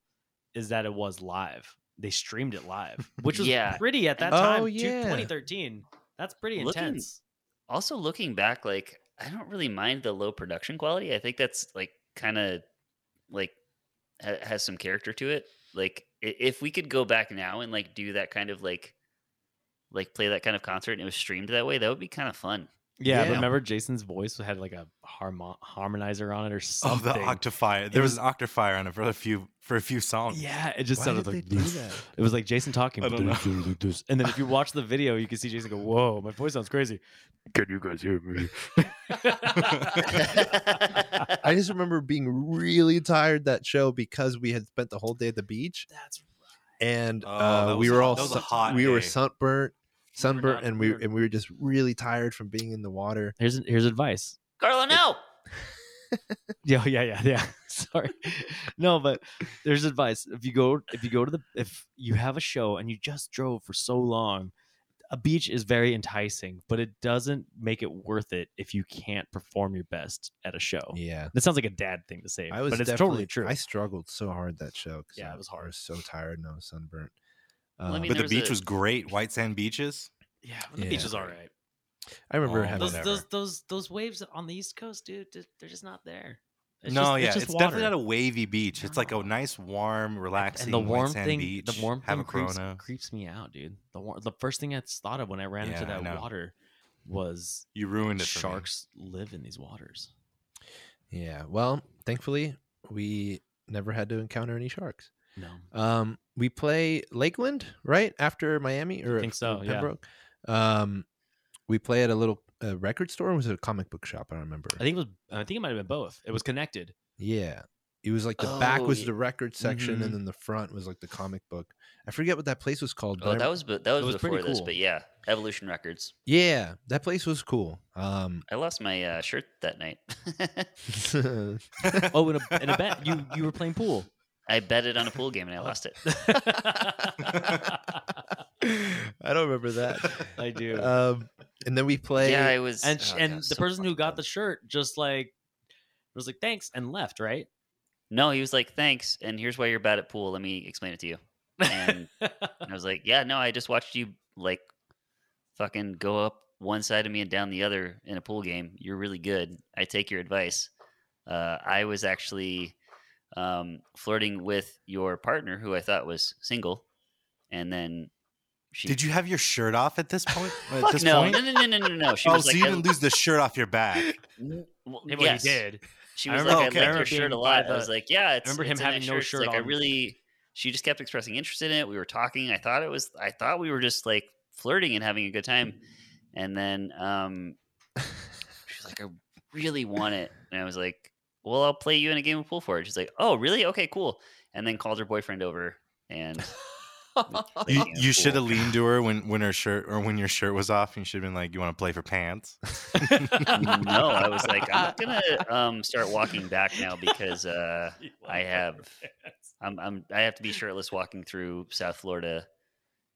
Speaker 1: is that it was live. They streamed it live, which was
Speaker 3: Yeah.
Speaker 1: pretty at that
Speaker 4: Oh,
Speaker 1: time. two-
Speaker 4: yeah.
Speaker 1: 2013. That's pretty
Speaker 3: Looking-
Speaker 1: intense.
Speaker 3: Also, looking back, like I don't really mind the low production quality. I think that's like kind of like ha- has some character to it. Like i- if we could go back now and like do that kind of like like play that kind of concert and it was streamed that way, that would be kind of fun. [laughs]
Speaker 1: Yeah,
Speaker 4: Yeah.
Speaker 1: remember Jason's voice had like a harmo- harmonizer on it or
Speaker 2: Oh, the
Speaker 1: something.
Speaker 2: Octafier. There was an Octafier on it for a few for a few songs.
Speaker 1: Yeah, it just
Speaker 4: Why
Speaker 1: sounded
Speaker 4: did
Speaker 1: like
Speaker 4: they do
Speaker 1: "This."
Speaker 4: that?
Speaker 1: It was like Jason talking.
Speaker 2: I don't know.
Speaker 1: [laughs] And then if you watch the video, you can see Jason go, "Whoa, my voice sounds [laughs] crazy."
Speaker 2: Can you guys hear me?
Speaker 3: That's
Speaker 4: I just remember being really tired that show because we had spent the whole day at the beach and
Speaker 2: Oh,
Speaker 4: uh,
Speaker 2: that was
Speaker 4: we were
Speaker 2: hot-
Speaker 4: all
Speaker 2: that was a
Speaker 4: sun-
Speaker 2: hot
Speaker 4: we were
Speaker 2: day.
Speaker 4: sunburnt, sunburnt,
Speaker 1: not-
Speaker 4: and
Speaker 1: we
Speaker 4: we
Speaker 1: were-
Speaker 4: and we were just really tired from being in the water.
Speaker 1: Here's here's advice.
Speaker 3: Carlo, no.
Speaker 1: [laughs] Yeah, yeah, yeah, yeah. [laughs] Sorry. no, but there's advice. If you go if you go to the if you have a show and you just drove for so long, a beach is very enticing, but it doesn't make it worth it if you can't perform your best at a show.
Speaker 4: Yeah,
Speaker 1: That sounds like a dad thing to say,
Speaker 4: I was
Speaker 1: Oh, but it's
Speaker 4: definitely-
Speaker 1: totally true.
Speaker 4: I struggled so hard that show. 'cause
Speaker 1: Yeah,
Speaker 4: I-
Speaker 1: it was
Speaker 4: I
Speaker 1: hard.
Speaker 4: was so tired and I was sunburnt.
Speaker 3: Well, I
Speaker 4: Um,
Speaker 3: mean,
Speaker 2: but
Speaker 3: there
Speaker 2: the
Speaker 3: was
Speaker 2: beach
Speaker 3: a-
Speaker 2: was great. White sand beaches.
Speaker 1: yeah, but the
Speaker 4: Yeah.
Speaker 1: beach is all right.
Speaker 4: I remember
Speaker 2: Oh,
Speaker 4: having
Speaker 1: Those,
Speaker 2: Whatever.
Speaker 1: those those those waves on the East Coast, dude, just- they're just not there.
Speaker 2: no,
Speaker 1: just-
Speaker 2: yeah, it's,
Speaker 1: just
Speaker 2: definitely
Speaker 1: water.
Speaker 2: not a wavy beach. It's like a
Speaker 1: No.
Speaker 2: nice, warm,
Speaker 1: and
Speaker 2: relaxing,
Speaker 1: the warm
Speaker 2: white sand
Speaker 1: thing,
Speaker 2: beach.
Speaker 1: the warm
Speaker 2: have
Speaker 1: thing
Speaker 2: a
Speaker 1: creeps,
Speaker 2: Corona.
Speaker 1: creeps me out, dude. The war- the first thing I thought of when I ran into
Speaker 2: Yeah, I
Speaker 1: that
Speaker 2: know.
Speaker 1: water was
Speaker 2: You ruined it. for me.
Speaker 1: sharks live in these waters.
Speaker 4: yeah. Well, thankfully we never had to encounter any sharks.
Speaker 1: No,
Speaker 4: Um, we play Lakeland right after Miami, or
Speaker 1: think so,
Speaker 3: Oh,
Speaker 4: or
Speaker 1: yeah.
Speaker 4: Pembroke. Um, we play at a little uh, record store. Or was it a comic book shop? I don't remember.
Speaker 1: I think it was. I think it might have been both. It was
Speaker 2: [laughs]
Speaker 1: connected.
Speaker 4: yeah, it was like the back
Speaker 3: Oh, Mm-hmm.
Speaker 4: was
Speaker 3: ye-
Speaker 4: the record section,
Speaker 1: Mhm.
Speaker 4: and then the front was like the comic book. I forget what that place was called.
Speaker 3: Oh,
Speaker 4: I
Speaker 3: that
Speaker 4: rem-
Speaker 3: was be- that was,
Speaker 1: was pretty
Speaker 3: before this,
Speaker 1: cool.
Speaker 3: but yeah, Evolution Records.
Speaker 4: yeah, that place was cool. Um, [laughs]
Speaker 3: I lost my uh, shirt that night. [laughs]
Speaker 1: Oh, in a in a bet, you you were playing
Speaker 2: [laughs]
Speaker 1: pool. [laughs]
Speaker 3: I bet it on a pool game
Speaker 1: Uh,
Speaker 3: and I lost it.
Speaker 4: I don't
Speaker 3: [laughs]
Speaker 4: remember that.
Speaker 1: I do.
Speaker 4: um, and then we play.
Speaker 3: yeah, I was.
Speaker 1: and sh
Speaker 3: oh,
Speaker 1: and
Speaker 3: God,
Speaker 1: the
Speaker 3: so
Speaker 1: person who
Speaker 3: fucking
Speaker 1: got
Speaker 3: dumb.
Speaker 1: the shirt just like was like thanks and left. Right.
Speaker 3: No, he was like, "Thanks, and here's why you're bad at pool. Let me explain it to you." And I was like, "Yeah, no, I just watched you like fucking go up one side of me and down the other in a pool game. You're really good. I take your advice." Uh, I was actually um, flirting with your partner, who I thought was single, and then she
Speaker 2: Did you have your shirt off at this point? At
Speaker 3: Fuck
Speaker 2: this
Speaker 3: no,
Speaker 2: point?
Speaker 3: no, no, no, no, no, no. She
Speaker 2: oh,
Speaker 3: was
Speaker 2: so
Speaker 3: like,
Speaker 2: you
Speaker 3: I-
Speaker 2: didn't lose the shirt off your back.
Speaker 3: N- well,
Speaker 1: Well,
Speaker 3: yes.
Speaker 1: he [laughs] did.
Speaker 3: She
Speaker 1: Oh, I
Speaker 3: was
Speaker 1: remember-
Speaker 3: like, I like
Speaker 2: okay. I
Speaker 3: your
Speaker 1: remember
Speaker 3: shirt
Speaker 1: being
Speaker 3: a lot.
Speaker 1: by
Speaker 3: I
Speaker 1: the-
Speaker 3: was like, yeah, it's,
Speaker 1: remember him
Speaker 3: it's a nice
Speaker 1: having no
Speaker 3: shirt. She's
Speaker 1: shirt
Speaker 3: like, I
Speaker 1: on.
Speaker 3: really, she just kept expressing interest in it. We were talking. I thought it was, I thought we were just like flirting and having a good time. And then um, she's like, I really want it. And I was like, well, I'll play you in a game of pool for it. She's like, oh, really? Okay, cool. And then called her boyfriend over
Speaker 1: [laughs]
Speaker 3: and [laughs] played
Speaker 2: You,
Speaker 3: a game of
Speaker 2: you
Speaker 3: pool.
Speaker 2: should have leaned to her when, when her shirt or when your shirt was off, and you should have been like, "You want to play for pants?" [laughs]
Speaker 3: no, I was like, I'm
Speaker 1: [laughs]
Speaker 3: not gonna um, start walking back now because uh,
Speaker 1: [laughs]
Speaker 3: I have I'm, I'm I have to be shirtless walking through South Florida.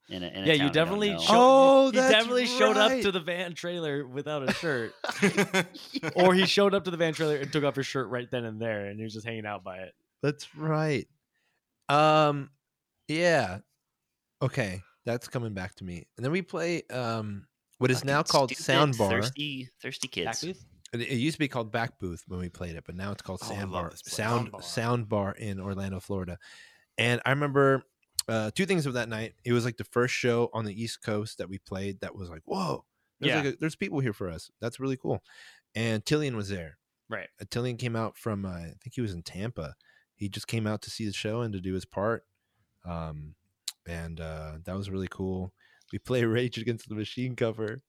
Speaker 3: In a, in a
Speaker 1: yeah,
Speaker 3: town I
Speaker 1: you
Speaker 3: don't
Speaker 1: definitely
Speaker 3: know.
Speaker 1: showed,
Speaker 4: Oh,
Speaker 1: he
Speaker 4: that's
Speaker 1: definitely showed up
Speaker 4: right.
Speaker 1: to the van trailer without a shirt,
Speaker 2: yeah.
Speaker 1: or he showed up to the van trailer and took off his shirt right then and there, and he was just hanging out by it.
Speaker 4: That's right. Um yeah. Okay, that's coming back to me. And then we play um what is now
Speaker 3: Fucking
Speaker 4: called
Speaker 3: stupid,
Speaker 4: Soundbar.
Speaker 3: Thirsty, thirsty kids.
Speaker 4: It it used to be called Back Booth when we played it, but now it's called
Speaker 2: Oh, I love
Speaker 4: Soundbar.
Speaker 2: this place.
Speaker 4: Sound
Speaker 2: Soundbar.
Speaker 4: Soundbar in Orlando, Florida. And I remember uh, two things of that night. It was like the first show on the East Coast that we played that was like, whoa, there's,
Speaker 1: Yeah.
Speaker 4: like a, there's people here for us. That's really cool. And Tillian was there.
Speaker 1: Right.
Speaker 4: Uh, Tillian came out from, uh, I think he was in Tampa. He just came out to see the show and to do his part. Um, and uh, that was really cool. We play [laughs] Rage Against the Machine cover,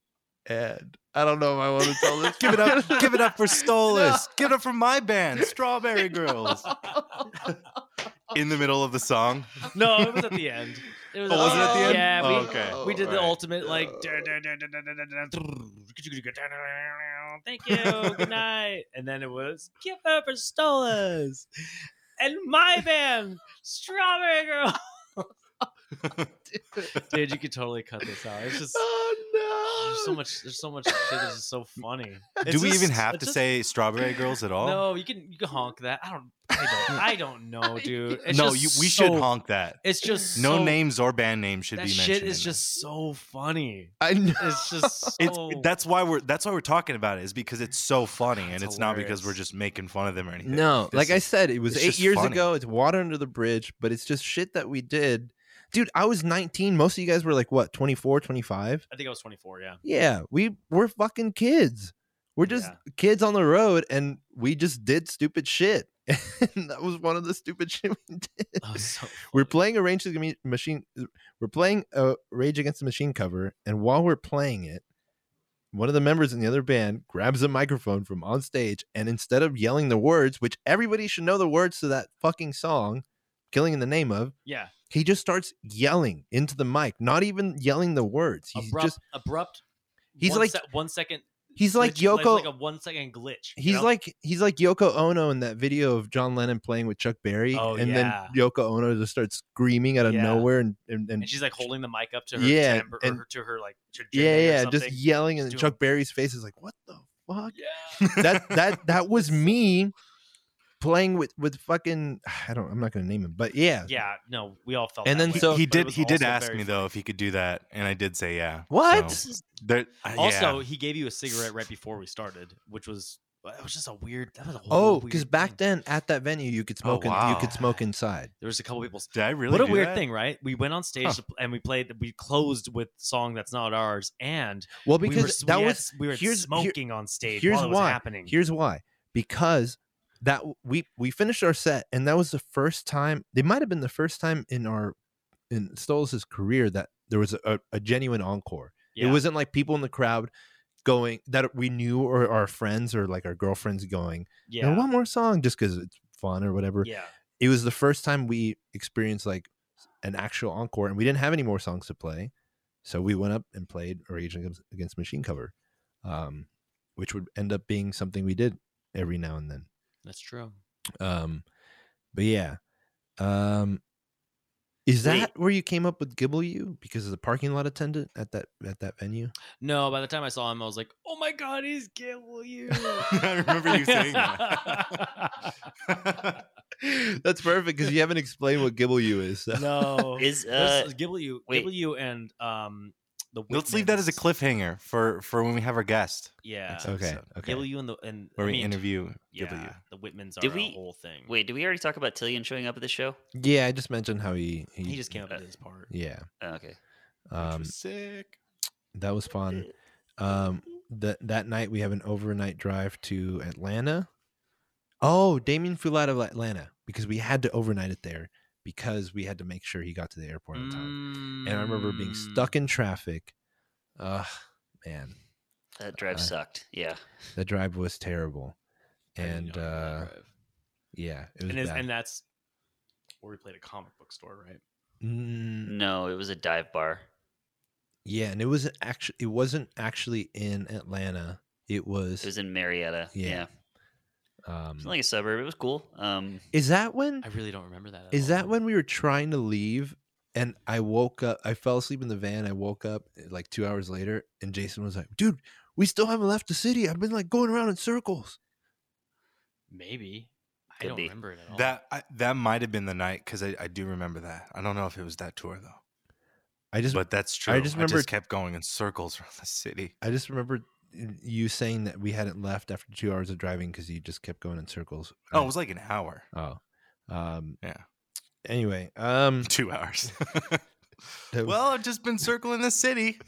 Speaker 4: and I don't know if I want to tell this.
Speaker 2: Give it up. Give
Speaker 1: [laughs]
Speaker 2: it up for Stolas. Give it up for my band,
Speaker 1: [laughs]
Speaker 2: Strawberry Girls. In the middle of the song.
Speaker 1: No, it was at
Speaker 3: [laughs]
Speaker 1: the end. It was,
Speaker 2: Oh, was it at the end?
Speaker 1: Yeah,
Speaker 2: Oh,
Speaker 1: we,
Speaker 2: okay.
Speaker 1: we did the
Speaker 2: Alright.
Speaker 1: ultimate like.
Speaker 4: Oh.
Speaker 1: "Dur, dur, dur, dur, dur, dur, dur, dur, dur, Thank you. Good night. And then it was give up for Stolas and my band Strawberry Girl. Dude, you could totally cut this out. It's just
Speaker 4: Oh
Speaker 1: there's so much. There's so much shit that's just so funny. It's
Speaker 2: Do we even
Speaker 1: just-
Speaker 2: have
Speaker 1: it's
Speaker 2: to
Speaker 1: just-
Speaker 2: say Strawberry Girls at all?
Speaker 1: No, you can you can honk that. I don't. I
Speaker 2: [laughs]
Speaker 1: don't, I don't know, dude. It's
Speaker 2: No,
Speaker 1: just
Speaker 2: you, we
Speaker 1: so-
Speaker 2: should honk that.
Speaker 1: It's just
Speaker 2: No
Speaker 1: so-
Speaker 2: names or band names should
Speaker 1: That
Speaker 2: be mentioned.
Speaker 1: shit is
Speaker 2: in
Speaker 1: just so funny.
Speaker 4: I know.
Speaker 1: It's just
Speaker 2: this. it's
Speaker 1: so.
Speaker 2: that's why we're that's why we're talking about it is because it's so funny and
Speaker 1: It's
Speaker 2: it's not because
Speaker 1: hilarious.
Speaker 2: we're just making fun of them or anything.
Speaker 4: No,
Speaker 2: This
Speaker 4: like I
Speaker 2: is-
Speaker 4: said, it was
Speaker 2: it's
Speaker 4: eight
Speaker 2: just
Speaker 4: years
Speaker 2: funny.
Speaker 4: ago. It's water under the bridge, but it's just shit that we did. Dude, I was 19. Most of you guys were like, what, 24, 25?
Speaker 1: I think I was 24. Yeah.
Speaker 4: Yeah, we we're fucking kids. We're just kids on the road, and we just did stupid shit. [laughs] and that was one of the stupid shit we did.
Speaker 2: Oh,
Speaker 1: That was Oh, so
Speaker 4: We're
Speaker 1: funny.
Speaker 4: playing a Rage Against the Ma- Machine. uh, We're playing a Rage Against the Machine cover, and while we're playing it, one of the members in the other band grabs a microphone from on stage, and instead of yelling the words, which everybody should know the words to that fucking song, "Killing in the Name of,"
Speaker 1: yeah.
Speaker 4: he just starts yelling into the mic. Not even yelling the words. He's
Speaker 1: Abrupt.
Speaker 4: just
Speaker 1: abrupt.
Speaker 4: he's
Speaker 1: one
Speaker 4: like-
Speaker 1: sec- one second.
Speaker 4: he's like
Speaker 1: glitch,
Speaker 4: Yoko.
Speaker 1: Like a one second glitch. you
Speaker 4: He's
Speaker 1: know?
Speaker 4: like he's like Yoko Ono in that video of John Lennon playing with Chuck Berry,
Speaker 1: Oh,
Speaker 4: and
Speaker 1: yeah.
Speaker 4: then Yoko Ono just starts screaming out of
Speaker 1: Yeah.
Speaker 4: nowhere and and, and,
Speaker 1: and she's like holding the mic up to her
Speaker 4: Yeah,
Speaker 1: timbre,
Speaker 4: and-
Speaker 1: or to her like.
Speaker 4: yeah,
Speaker 1: trajectory or
Speaker 4: yeah, just
Speaker 1: something.
Speaker 4: yelling, and
Speaker 1: Just
Speaker 4: Chuck
Speaker 1: doing-
Speaker 4: Berry's face is like, "What the fuck?"
Speaker 1: Yeah.
Speaker 4: That
Speaker 1: [laughs]
Speaker 4: that that was me playing with with fucking I don't I'm not gonna name him, but yeah,
Speaker 1: Yeah. No, we all felt.
Speaker 4: And
Speaker 1: that
Speaker 4: then
Speaker 1: way,
Speaker 4: so-
Speaker 2: he
Speaker 1: but it
Speaker 2: did
Speaker 1: was
Speaker 2: he did
Speaker 1: also
Speaker 2: ask
Speaker 1: very
Speaker 2: me
Speaker 1: funny.
Speaker 2: though if he could do that and I did say yeah.
Speaker 4: What?
Speaker 2: So, there, uh,
Speaker 1: Also,
Speaker 2: yeah.
Speaker 1: he gave you a cigarette right before we started, which was uh, it was just a weird. That was a whole
Speaker 4: oh,
Speaker 1: weird
Speaker 4: because back
Speaker 1: thing.
Speaker 4: then at that venue you could
Speaker 2: Oh,
Speaker 4: smoke in- you could
Speaker 1: wow.
Speaker 4: smoke inside.
Speaker 1: there was a couple people
Speaker 2: did I really
Speaker 1: what a
Speaker 2: do
Speaker 1: weird
Speaker 2: that?
Speaker 1: thing, right? We went on stage
Speaker 2: Huh.
Speaker 1: to pl- and we played. We closed with song that's not ours, and
Speaker 4: Well,
Speaker 1: we were
Speaker 4: because
Speaker 1: s-
Speaker 4: that
Speaker 1: we had
Speaker 4: was
Speaker 1: s- we were
Speaker 4: here's- here-
Speaker 1: smoking on stage.
Speaker 4: here's
Speaker 1: while it was
Speaker 4: why.
Speaker 1: happening.
Speaker 4: Here's why. Because that we we finished our set and that was the first time they might have been the first time in our in Stolas' career that there was a, a genuine encore.
Speaker 1: yeah.
Speaker 4: It wasn't like people in the crowd going that we knew or our friends or like our girlfriends going, yeah.
Speaker 1: yeah,
Speaker 4: one more song just because it's fun or whatever.
Speaker 1: yeah,
Speaker 4: It was the first time we experienced like an actual encore and we didn't have any more songs to play. So we went up and played Rage Against- Against Machine Cover, um, which would end up being something we did every now and then.
Speaker 1: that's true.
Speaker 4: Um, but yeah, um, is
Speaker 3: Wait.
Speaker 4: that where you came up with Gibble You because of the parking lot attendant at that at that
Speaker 1: [laughs]
Speaker 4: venue?
Speaker 1: No, by the time I saw him, I was like, "Oh my god, he's Gibble you!"
Speaker 2: I remember you saying that.
Speaker 4: That's perfect because you haven't explained what Gibble You is.
Speaker 1: [laughs]
Speaker 4: so-
Speaker 1: [laughs] no,
Speaker 3: Is,
Speaker 1: This
Speaker 3: uh,
Speaker 1: is Gibble you,
Speaker 3: wait.
Speaker 1: Gibble you, and um, the
Speaker 2: Let's leave that as a
Speaker 1: Whitmans.
Speaker 2: cliffhanger for for when we have our guest.
Speaker 1: Yeah,
Speaker 2: Next
Speaker 4: Okay,
Speaker 2: episode,
Speaker 4: okay.
Speaker 1: Gibble you and the and
Speaker 2: Where
Speaker 1: I
Speaker 2: we
Speaker 1: mean,
Speaker 2: interview
Speaker 1: Yeah,
Speaker 2: W.
Speaker 1: the Whitmans are
Speaker 3: Did
Speaker 1: a
Speaker 3: we-
Speaker 1: whole thing.
Speaker 3: Wait, did we already talk about Tillian showing up at the show?
Speaker 4: Yeah, I just mentioned how he he,
Speaker 1: he just came up
Speaker 3: uh,
Speaker 1: with his part.
Speaker 4: Yeah,
Speaker 3: Oh, okay.
Speaker 4: um,
Speaker 2: sick.
Speaker 4: that was fun. Um, that that night we have an overnight drive to Atlanta. Oh, Damien flew out of Atlanta because we had to overnight it there because we had to make sure he got to the airport on time. And I remember being
Speaker 1: Mm.
Speaker 4: stuck in traffic. Ugh, man,
Speaker 3: That drive
Speaker 4: uh,
Speaker 3: sucked. Yeah.
Speaker 4: the drive was terrible.
Speaker 1: I didn't
Speaker 4: And
Speaker 1: know about that
Speaker 4: uh,
Speaker 1: drive.
Speaker 4: yeah, it was
Speaker 1: and, is,
Speaker 4: bad.
Speaker 1: and that's where we played a comic book store, right?
Speaker 4: Mm,
Speaker 3: No, it was a dive bar.
Speaker 4: yeah, and it was actually it wasn't actually in Atlanta. It was,
Speaker 3: It was in Marietta.
Speaker 4: Yeah.
Speaker 3: Yeah.
Speaker 4: um,
Speaker 3: It was like a suburb. It was cool. Um,
Speaker 4: is that when
Speaker 1: I really don't remember that. at
Speaker 4: Is
Speaker 1: all.
Speaker 4: that when we were trying to leave and I woke up? I fell asleep in the van. I woke up eh, like two hours later and Jason was like, dude, we still haven't left the city. I've been like going around in circles.
Speaker 1: Maybe I
Speaker 3: Could
Speaker 1: don't
Speaker 3: be.
Speaker 1: remember it at all.
Speaker 2: That I, that might have been the night because I, I do remember that. I don't know if it was that tour though,
Speaker 4: I just,
Speaker 2: but that's true.
Speaker 4: just remember-
Speaker 2: kept going in circles around the
Speaker 4: [laughs]
Speaker 2: city.
Speaker 4: I just remember mm, you saying that we hadn't left after two hours of driving because you just kept going in circles.
Speaker 2: Oh, it was like an hour, [laughs]
Speaker 4: oh, um,
Speaker 2: Yeah.
Speaker 4: Anyway, um,
Speaker 2: two hours.
Speaker 4: That
Speaker 2: [laughs]
Speaker 4: was-
Speaker 2: well, I've just been circling the
Speaker 4: [laughs]
Speaker 2: city.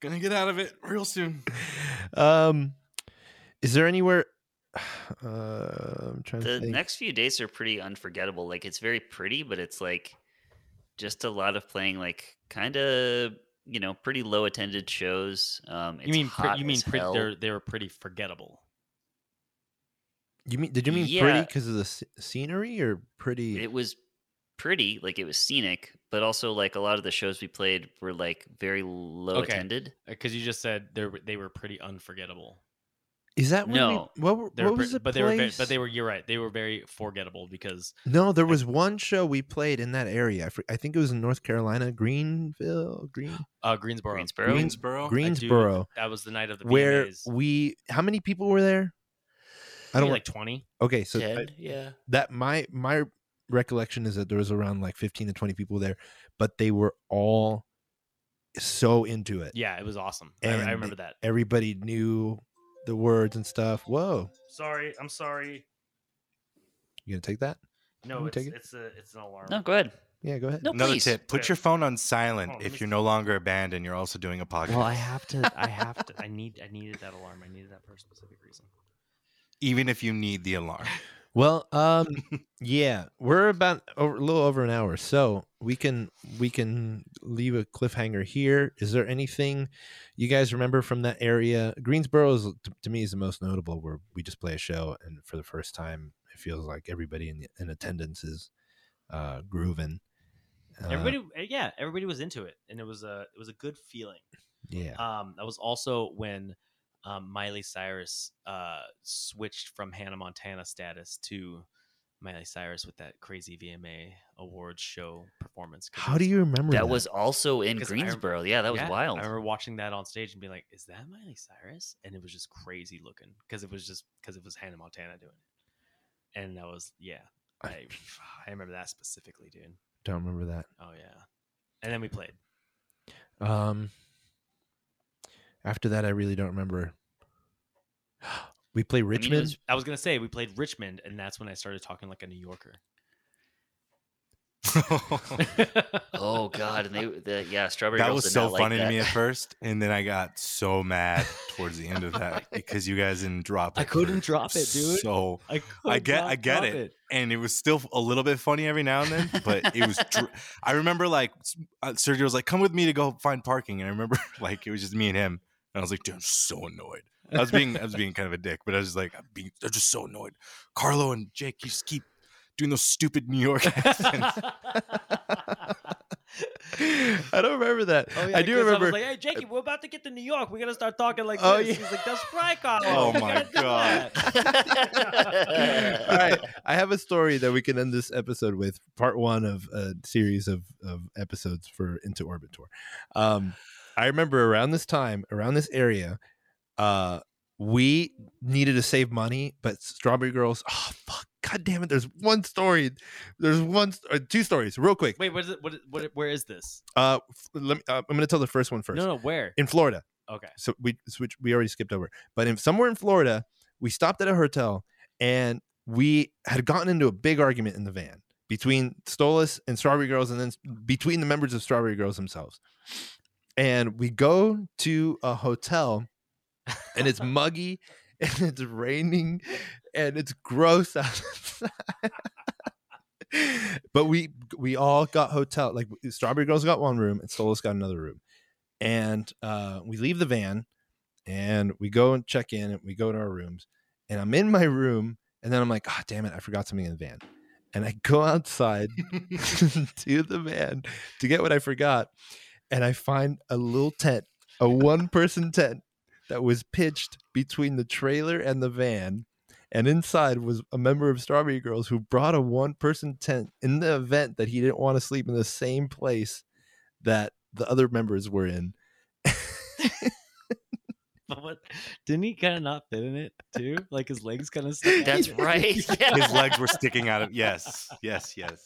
Speaker 2: Gonna get out of it real soon.
Speaker 4: um, is there anywhere? [sighs] Uh, I'm trying
Speaker 3: the
Speaker 4: to think.
Speaker 3: next few days are pretty unforgettable. Like it's very pretty, but it's like just a lot of playing like kind of you know pretty low attended shows. Um, it's
Speaker 1: you mean pre-
Speaker 3: hot
Speaker 1: you mean
Speaker 3: as
Speaker 1: pretty,
Speaker 3: hell.
Speaker 1: they're they were pretty forgettable.
Speaker 4: You mean? Did you mean pretty
Speaker 3: Yeah.
Speaker 4: because of the sce- scenery or pretty?
Speaker 3: it was pretty like it was scenic but also like a lot of the shows we played were like very low
Speaker 1: Okay.
Speaker 3: attended
Speaker 1: Because Uh, you just said they were, they were pretty unforgettable.
Speaker 4: Is that when we-
Speaker 3: No.
Speaker 4: what, were-
Speaker 1: They were
Speaker 4: what was
Speaker 1: pre-
Speaker 4: the
Speaker 1: but they were ve-
Speaker 4: place?
Speaker 1: but they were you're right. They were very forgettable because
Speaker 4: No, there was one show we played in that area. I, fr- I think it was in North Carolina, Greenville, Green,
Speaker 1: uh, Greensboro.
Speaker 3: Greensboro.
Speaker 4: Greens-
Speaker 2: Greensboro.
Speaker 4: Greensboro,
Speaker 1: That was the night of the
Speaker 4: where
Speaker 1: BMAs.
Speaker 4: we. How many people were there? I
Speaker 1: Maybe
Speaker 4: don't
Speaker 1: like twenty.
Speaker 4: Okay, so I-
Speaker 3: 10, yeah
Speaker 4: that my my recollection is that there was around like fifteen to twenty people there, but they were all so into it.
Speaker 1: Yeah, it was awesome. I,
Speaker 4: And
Speaker 1: I remember that.
Speaker 4: Everybody knew the words and stuff. Whoa,
Speaker 1: Sorry, I'm sorry.
Speaker 4: you gonna take that? Can
Speaker 1: No,
Speaker 4: we
Speaker 1: it's
Speaker 4: take it?
Speaker 1: it's a it's an alarm.
Speaker 3: no go ahead
Speaker 4: Yeah, go ahead.
Speaker 3: no
Speaker 2: [laughs] Another
Speaker 3: please
Speaker 2: tip: put
Speaker 1: Okay.
Speaker 2: your phone on silent
Speaker 1: Oh, let me
Speaker 2: if you're
Speaker 1: see.
Speaker 2: no longer a band and you're also doing a podcast.
Speaker 1: Well, I have to. I have to. I need. I needed that alarm. I needed that for a specific reason.
Speaker 2: even if you need
Speaker 1: [laughs]
Speaker 2: the alarm. [laughs]
Speaker 4: Well, um, yeah, we're about over, a little over an hour, so we can we can leave a cliffhanger here. Is there anything you guys remember from that area? Greensboro is to, to me is the most notable, where we just play a show, and for the first time, it feels like everybody in, in attendance is uh, grooving. Uh,
Speaker 1: Everybody, uh, yeah, everybody was into it, and it was a it was a good feeling.
Speaker 4: yeah,
Speaker 3: uh,
Speaker 1: Um, that was also when um, Miley Cyrus uh, switched from Hannah Montana status to Miley Cyrus with that crazy VMA awards show performance. 'cause it
Speaker 4: how
Speaker 1: was-
Speaker 4: do you remember that?
Speaker 3: that was also in
Speaker 1: 'Cause I rem-
Speaker 3: greensboro yeah that was
Speaker 1: Yeah,
Speaker 3: wild
Speaker 1: I remember watching that on stage and being like, "Is that Miley Cyrus?" And it was just crazy looking because it was just because it was Hannah Montana doing it, and that was yeah. I [sighs] I remember that specifically, dude.
Speaker 4: don't remember that.
Speaker 1: Oh yeah, and then we played.
Speaker 4: Um, after that, I really don't remember. [gasps] We play
Speaker 3: I mean, it
Speaker 4: Richmond.
Speaker 3: was-
Speaker 1: I was gonna say we played Richmond, and that's when I started talking like a New
Speaker 4: [laughs]
Speaker 1: Yorker.
Speaker 3: oh god and they the yeah strawberry
Speaker 2: that
Speaker 3: Girls
Speaker 2: was
Speaker 3: did not
Speaker 2: so
Speaker 3: like
Speaker 2: funny
Speaker 3: that.
Speaker 2: to me at first, and then I got so mad towards the end
Speaker 1: [laughs]
Speaker 2: of that because you guys didn't drop it.
Speaker 1: [laughs] Oh I couldn't
Speaker 2: for
Speaker 1: drop it, dude.
Speaker 2: So,
Speaker 1: I,
Speaker 2: could get- I not get drop it. and it was still a little bit funny every now and then, but it was.
Speaker 4: [laughs]
Speaker 2: Dr- I remember like S- uh, Sergio was like, "Come with me to go find parking," and I remember [laughs] like it was just me and him, and I was like, "Dude, I'm so annoyed." I was being I was being kind of a dick, but I was just like, I'm being, "They're just so annoyed." Carlo and Jake just keep doing those stupid New
Speaker 4: [laughs]
Speaker 2: York accents.
Speaker 4: I don't remember that.
Speaker 1: [laughs] Oh, yeah,
Speaker 4: I do
Speaker 1: because
Speaker 4: remember.
Speaker 1: was like, hey, Jakey, we're about to get to New York. We're gonna start talking like
Speaker 4: Oh,
Speaker 1: this.
Speaker 4: yeah.
Speaker 1: He's like, that's fry
Speaker 4: [laughs]
Speaker 1: Carlo.
Speaker 2: Oh,
Speaker 1: We
Speaker 2: my
Speaker 1: gotta do
Speaker 2: God.
Speaker 1: that."
Speaker 4: All right, [laughs] I have a story that we can end this episode with. Part one of a series of, of episodes for Into Orbit Tour. Um, I remember around this time, around this area, uh, we needed to save money, but Strawberry Girls. Oh fuck! God damn it! There's one story. There's one, st- uh, two stories, real quick.
Speaker 1: Wait, what is it? What, is- what? Where is this?
Speaker 4: Uh, f- let me, uh, I'm going to tell the first one first.
Speaker 1: No, no, where?
Speaker 4: In Florida.
Speaker 1: Okay. [laughs]
Speaker 4: so we switch we already skipped over but in somewhere in florida we stopped at a hotel and we had gotten into a big argument in the van between stolas and strawberry girls and then s- between the members of strawberry girls themselves and we go to a hotel and it's muggy [laughs] and it's raining and it's gross [laughs] outside but we we all got hotel like strawberry girls got one room and stolas got another room and uh, we leave the van and we go and check in and we go to our rooms and i'm in my room and then i'm like ah damn it i forgot something in the van and i go outside [laughs] to the van to get what i forgot and i find a little tent a one person tent that was pitched between the trailer and the van and inside was a member of strawberry girls who brought a one person tent in the event that he didn't want to sleep in the same place that the other members were in
Speaker 1: But what? Didn't he kind of not fit in it too? Like his legs
Speaker 4: [laughs]
Speaker 1: kind of. stick out?
Speaker 3: [laughs] that's
Speaker 2: [laughs]
Speaker 3: right yeah.
Speaker 2: His legs were sticking out of yes, yes, yes.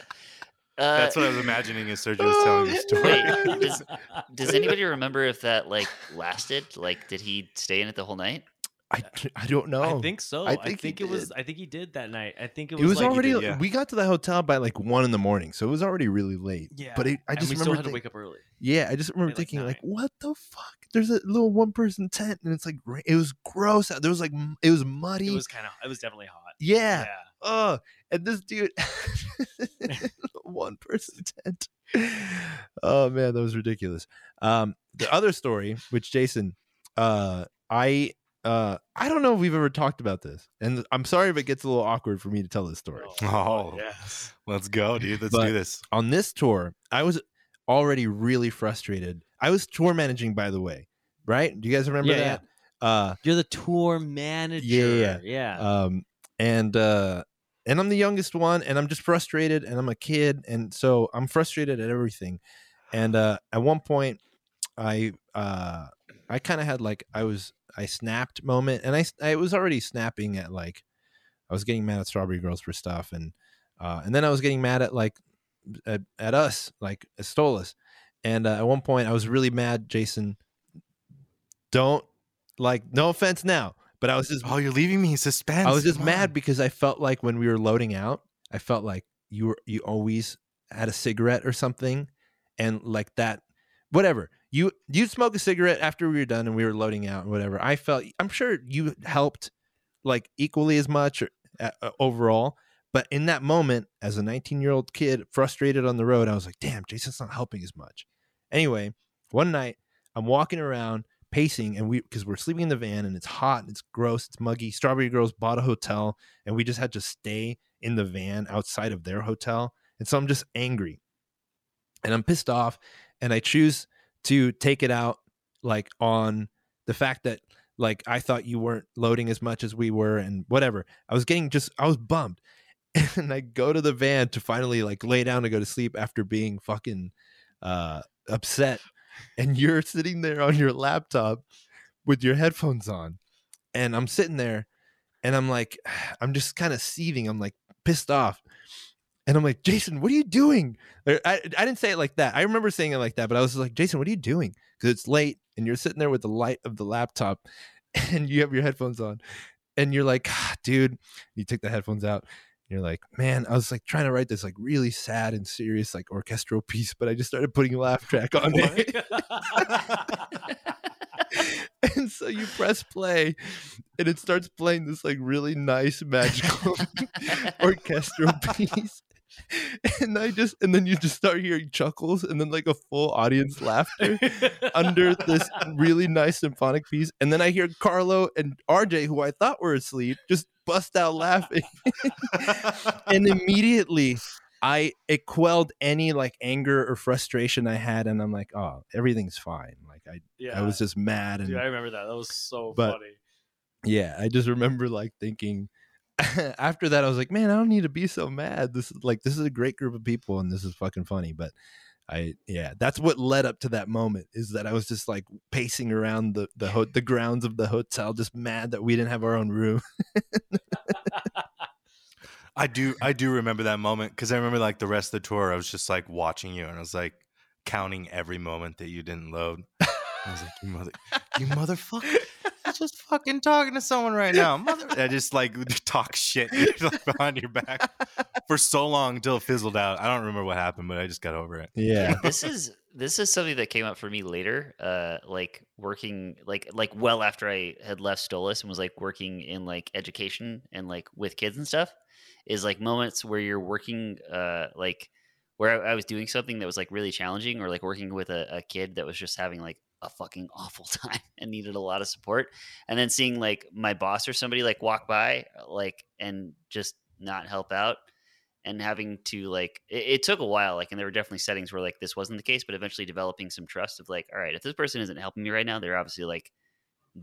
Speaker 3: Uh,
Speaker 2: That's what I was imagining as Sergio was
Speaker 4: oh,
Speaker 1: [laughs]
Speaker 2: telling
Speaker 4: [laughs]
Speaker 2: the story.
Speaker 3: Wait, does, does anybody remember if that like lasted? Like, did he stay in it the whole night?
Speaker 4: I, d- I don't know.
Speaker 1: I think so.
Speaker 4: Oh, I
Speaker 1: I
Speaker 4: think he
Speaker 1: think, it was.
Speaker 4: did.
Speaker 1: I think he did that night. I think it
Speaker 4: it
Speaker 1: was.
Speaker 4: was,
Speaker 1: like,
Speaker 4: already.
Speaker 2: did, yeah.
Speaker 4: We got to the hotel by like one in the morning, so it was already really late.
Speaker 1: Yeah,
Speaker 4: but it, I
Speaker 1: and
Speaker 4: just
Speaker 1: we
Speaker 4: remember.
Speaker 1: still had to
Speaker 4: thi-
Speaker 1: wake up early.
Speaker 4: yeah, I just remember
Speaker 1: at, like,
Speaker 4: thinking like,
Speaker 1: nine.
Speaker 4: what the fuck? There's a little one person tent, and it's like ra- it was gross. out. There was like m- it was muddy.
Speaker 1: It was kind of. It was definitely hot.
Speaker 4: yeah.
Speaker 1: Yeah.
Speaker 4: [laughs] Oh, and this dude, one person tent. Oh man, that was ridiculous. Um, the other story, which Jason, uh, I uh, I don't know if we've ever talked about this, and I'm sorry if it gets a little awkward for me to tell this story.
Speaker 2: [laughs] Oh.
Speaker 1: yes.
Speaker 2: Let's go, dude. Let's
Speaker 4: But-
Speaker 2: do this.
Speaker 4: On this tour, I was already really frustrated. I was tour managing, by the way, right? Do you guys remember
Speaker 1: Yeah,
Speaker 4: that? Uh,
Speaker 1: You're the tour manager.
Speaker 4: yeah.
Speaker 1: yeah.
Speaker 4: um, and uh, and I'm the youngest one, and I'm just frustrated, and I'm a kid, and so I'm frustrated at everything. And uh, at one point, I uh, I kind of had like I was I snapped moment, and I s- I was already snapping at like I was getting mad at Strawberry Girls for stuff, and uh, and then I was getting mad at like at, at us, like Estolas. And uh, at one point, I was really mad, Jason. Don't like no offense now, but I was just
Speaker 2: Oh, you're leaving me in suspense.
Speaker 4: I was just
Speaker 2: Come
Speaker 4: mad
Speaker 2: on. [laughs]
Speaker 4: [laughs] because I felt like when we were loading out, I felt like you were you always had a cigarette or something, and like that, whatever. You you smoke a cigarette after we were done and we were loading out and whatever. I felt I'm sure you helped like equally as much or, uh, uh, overall, but in that moment, as a 19 year old kid frustrated on the road, I was like, damn, Jason's not helping as much. Anyway, one night I'm walking around pacing and we because we're sleeping in the van and it's hot and it's gross it's muggy strawberry girls bought a hotel and we just had to stay in the van outside of their hotel and so i'm just angry and i'm pissed off and i choose to take it out like on the fact that like i thought you weren't loading as much as we were and whatever i was getting just i was bummed [laughs] and i go to the van to finally like lay down to go to sleep after being fucking uh upset and you're sitting there on your laptop with your headphones on and i'm sitting there and i'm like [sighs] i'm just kind of seething i'm like pissed off and i'm like jason what are you doing Or I, I didn't say it like that i remember saying it like that but i was like jason what are you doing because it's late and you're sitting there with the light of the laptop [laughs] and you have your headphones on and you're like "Ah, dude you take the headphones out and you're like man i was like trying to write this like really sad and serious like orchestral piece but i just started putting a laugh track on it and so you press play and it starts playing this like really nice magical [laughs] orchestral piece and i just and then you just start hearing chuckles and then like a full audience laughter
Speaker 1: [laughs]
Speaker 4: under this really nice symphonic piece and then i hear carlo and rj who i thought were asleep just bust out laughing and immediately I it quelled any like anger or frustration I had, and I'm like, oh, everything's fine. Like I,
Speaker 1: yeah.
Speaker 4: I was just mad, and
Speaker 1: Dude, I remember that. That was so
Speaker 4: But-
Speaker 1: funny.
Speaker 4: yeah, I just remember like thinking [laughs] after that, I was like, man, I don't need to be so mad. This is like, this is a great group of people and this is fucking funny. But I, yeah, that's what led up to that moment is that I was just like pacing around the, the, ho- the grounds of the hotel, just mad that we didn't have our own room.
Speaker 2: I do I do remember that moment because I remember like the rest of the tour. I was just like watching you and I was like counting every moment that you didn't load. I was like, you mother you motherfucker. I'm just fucking talking to someone right now. Mother I just like [laughs] talk shit dude, like, behind your back for so long until it fizzled out. I don't remember what happened, but I just got over it.
Speaker 4: Yeah.
Speaker 3: this is this is something that came up for me later uh like working like like well after i had left stolas and was like working in like education and like with kids and stuff is like moments where you're working uh like where I, I was doing something that was like really challenging or like working with a, a kid that was just having like a fucking awful [laughs] time and needed a lot of support and then seeing like my boss or somebody like walk by uh, like and just not help out and having to like it, it took a while like and there were definitely settings where like this wasn't the case but eventually developing some trust of like all right if this person isn't helping me right now they're obviously like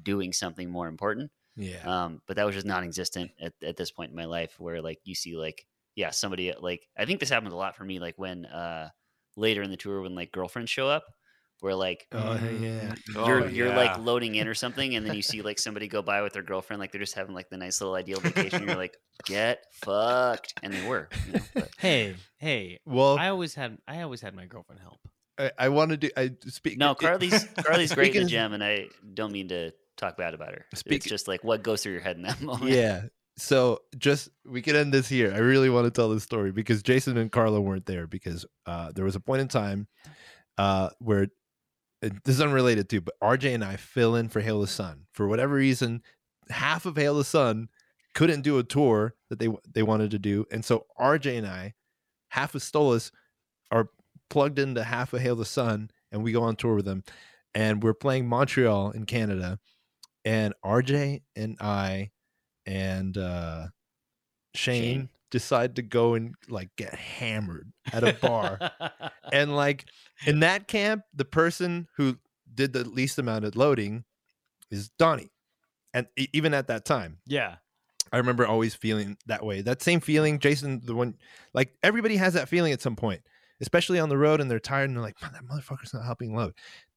Speaker 3: doing something more important
Speaker 4: [laughs] Yeah.
Speaker 3: um, but that was just non-existent at, at this point in my life where like you see like yeah somebody like i think this happens a lot for me like when uh later in the tour when like girlfriends show up where like
Speaker 4: Oh, yeah.
Speaker 3: you're you're like
Speaker 2: Oh, yeah.
Speaker 3: loading in or something, and then you see like somebody go by with their girlfriend, like they're just having like the nice little ideal vacation. and You're like, get fucked, and they were. You know, but
Speaker 1: Hey, hey.
Speaker 4: Well,
Speaker 1: I always had I always had my girlfriend help.
Speaker 4: I, I want to do, I speak.
Speaker 3: no,
Speaker 4: uh, it- [laughs]
Speaker 3: Carly's Carly's great in the
Speaker 4: Because-
Speaker 3: gem, and I don't mean to talk bad about her.
Speaker 4: Speak-
Speaker 3: It's just like what goes through your head in that [laughs] moment.
Speaker 4: yeah. So just we can end this here. I really want to tell this story because Jason and Carla weren't there because uh, there was a point in time uh, where and this is unrelated to, but RJ and I fill in for Hail the Sun for whatever reason. Half of Hail the Sun couldn't do a tour that they they wanted to do, and so RJ and I, half of Stolas, are plugged into half of Hail the Sun, and we go on tour with them. And we're playing Montreal in Canada, and RJ and I and uh, Shane,
Speaker 3: Shane.
Speaker 4: decide to go and like get hammered at a
Speaker 1: [laughs]
Speaker 4: bar. and like in that camp, the person who did the least amount of loading is Donnie. And e- even at that time, [laughs]
Speaker 1: yeah.
Speaker 4: I remember always feeling that way. That same feeling, Jason, the one, like everybody has that feeling at some point, especially on the road and they're tired and they're like, "Man, that motherfucker's not helping load.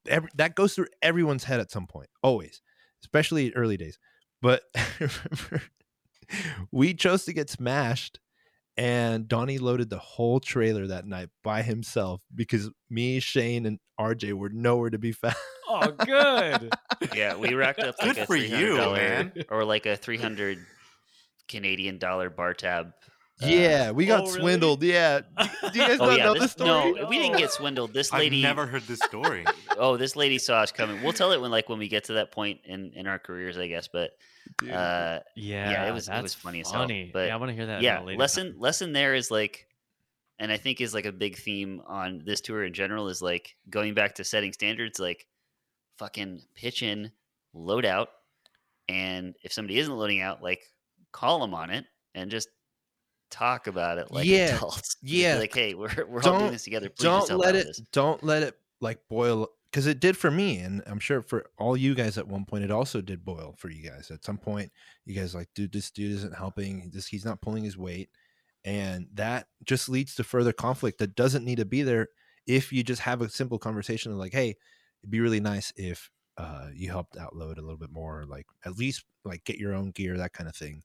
Speaker 4: Every, that goes through everyone's head at some point, always, especially in early days. But [laughs] I remember we chose to get smashed and Donnie loaded the whole trailer that night by himself because me, Shane, and RJ were nowhere to be found.
Speaker 1: Oh, good.
Speaker 3: Yeah, we racked up like
Speaker 2: Good
Speaker 3: a
Speaker 2: for you,
Speaker 3: $300
Speaker 2: man.
Speaker 3: or like a 300 Canadian dollar bar tab. Uh,
Speaker 4: yeah, we got
Speaker 1: oh, really?
Speaker 4: swindled. Yeah. Do, do you guys
Speaker 3: Oh
Speaker 4: not
Speaker 3: yeah,
Speaker 4: know
Speaker 3: this,
Speaker 4: this story?
Speaker 3: no, we didn't get swindled. This lady
Speaker 2: I've never heard this story.
Speaker 3: Oh, this lady saw us coming. We'll tell it when like when we get to that point in in our careers, I guess, but
Speaker 4: Dude.
Speaker 3: uh
Speaker 1: Yeah,
Speaker 3: it was- it
Speaker 1: that's
Speaker 3: was funny as hell,
Speaker 1: funny.
Speaker 3: but
Speaker 1: yeah, I want to hear that.
Speaker 3: yeah
Speaker 1: uh, later.
Speaker 3: lesson lesson there is like and i think is like a big theme on this tour in general is like going back to setting standards like fucking pitch in load out and if somebody isn't loading out like call them on it and just talk about it like
Speaker 4: Yeah,
Speaker 3: adults [laughs] Just be
Speaker 4: yeah.
Speaker 3: like hey we're, we're all
Speaker 4: Don't-
Speaker 3: doing this together Please
Speaker 4: don't
Speaker 3: just help out
Speaker 4: let it
Speaker 3: with this.
Speaker 4: don't let it like boil because it did for me and i'm sure for all you guys at one point it also did boil for you guys at some point you guys like dude this dude isn't helping this he's not pulling his weight and that just leads to further conflict that doesn't need to be there if you just have a simple conversation of like hey it'd be really nice if uh, you helped outload a little bit more like at least like get your own gear that kind of thing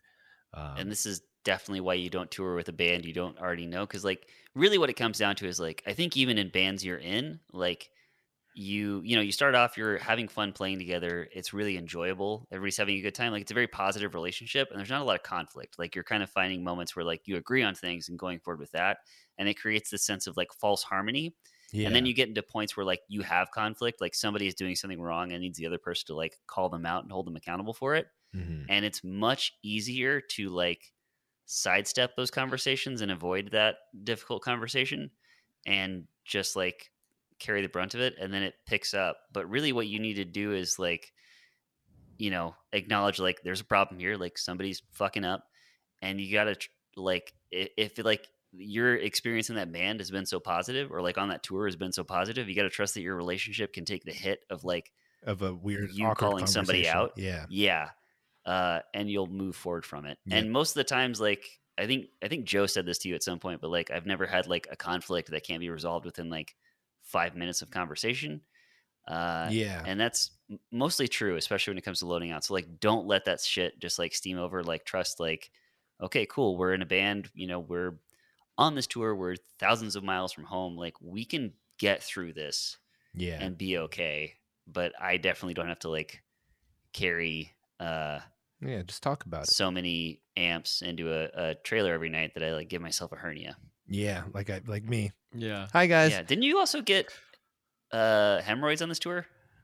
Speaker 4: um,
Speaker 3: and this is definitely why you don't tour with a band you don't already know because like really what it comes down to is like i think even in bands you're in like you you know you start off you're having fun playing together it's really enjoyable everybody's having a good time like it's a very positive relationship and there's not a lot of conflict like you're kind of finding moments where like you agree on things and going forward with that and it creates this sense of like false harmony
Speaker 4: yeah.
Speaker 3: and then you get into points where like you have conflict like somebody is doing something wrong and needs the other person to like call them out and hold them accountable for it
Speaker 4: Mhm.
Speaker 3: and it's much easier to like sidestep those conversations and avoid that difficult conversation and just like carry the brunt of it and then it picks up but really what you need to do is like you know acknowledge like there's a problem here like somebody's fucking up and you gotta tr- like i- if like your experience in that band has been so positive or like on that tour has been so positive you gotta trust that your relationship can take the hit of like
Speaker 4: of a weird
Speaker 3: you
Speaker 4: awkward
Speaker 3: calling somebody
Speaker 4: conversation.
Speaker 3: out.
Speaker 4: yeah
Speaker 3: yeah uh and you'll move forward from it
Speaker 4: Yeah.
Speaker 3: and most of the times like i think i think joe said this to you at some point but like i've never had like a conflict that can't be resolved within like five minutes of conversation uh
Speaker 4: yeah
Speaker 3: and that's m- mostly true especially when it comes to loading out so like don't let that shit just like steam over like trust like okay cool we're in a band you know we're on this tour we're thousands of miles from home like we can get through this
Speaker 4: yeah
Speaker 3: and be okay. But I definitely don't have to like carry uh
Speaker 4: Yeah, just talk about it.
Speaker 3: so many amps into a, a trailer every night that I like give myself a hernia.
Speaker 4: Yeah, like I like me.
Speaker 1: Yeah.
Speaker 4: Hi guys.
Speaker 3: yeah. Didn't you also get uh hemorrhoids on this
Speaker 4: [laughs]
Speaker 3: tour?
Speaker 4: [laughs]
Speaker 3: [laughs]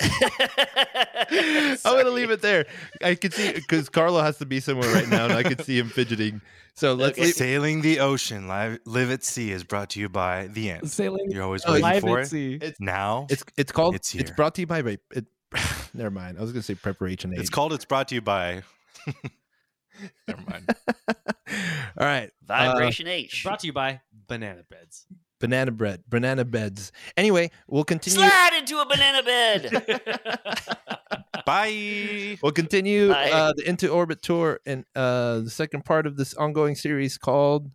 Speaker 4: I'm gonna leave it there. I could see because Carlo has to be somewhere right now, and I could see him fidgeting. So let's. leave-
Speaker 2: Sailing the Ocean, live, Live at Sea is brought to you by The Ant.
Speaker 1: Sailing
Speaker 2: You're always
Speaker 4: Oh,
Speaker 2: waiting
Speaker 1: live
Speaker 2: for
Speaker 1: at
Speaker 2: it.
Speaker 1: sea.
Speaker 4: It-
Speaker 2: Now it's,
Speaker 4: It's it's called.
Speaker 2: It's
Speaker 4: It's,
Speaker 2: here.
Speaker 4: brought to you by. by it, [laughs] never mind. I was gonna say preparation. Aid.
Speaker 2: called It's Brought to You by. [laughs] Never mind.
Speaker 4: [laughs] All right,
Speaker 3: Vibration
Speaker 4: uh,
Speaker 3: H.
Speaker 1: Brought to you by Banana Beds. [laughs]
Speaker 4: banana bread, banana beds. Anyway, we'll continue.
Speaker 3: Slide into a banana bed.
Speaker 2: Bye.
Speaker 4: We'll continue
Speaker 3: Bye.
Speaker 4: uh, the Into Orbit tour and uh, the second part of this ongoing series called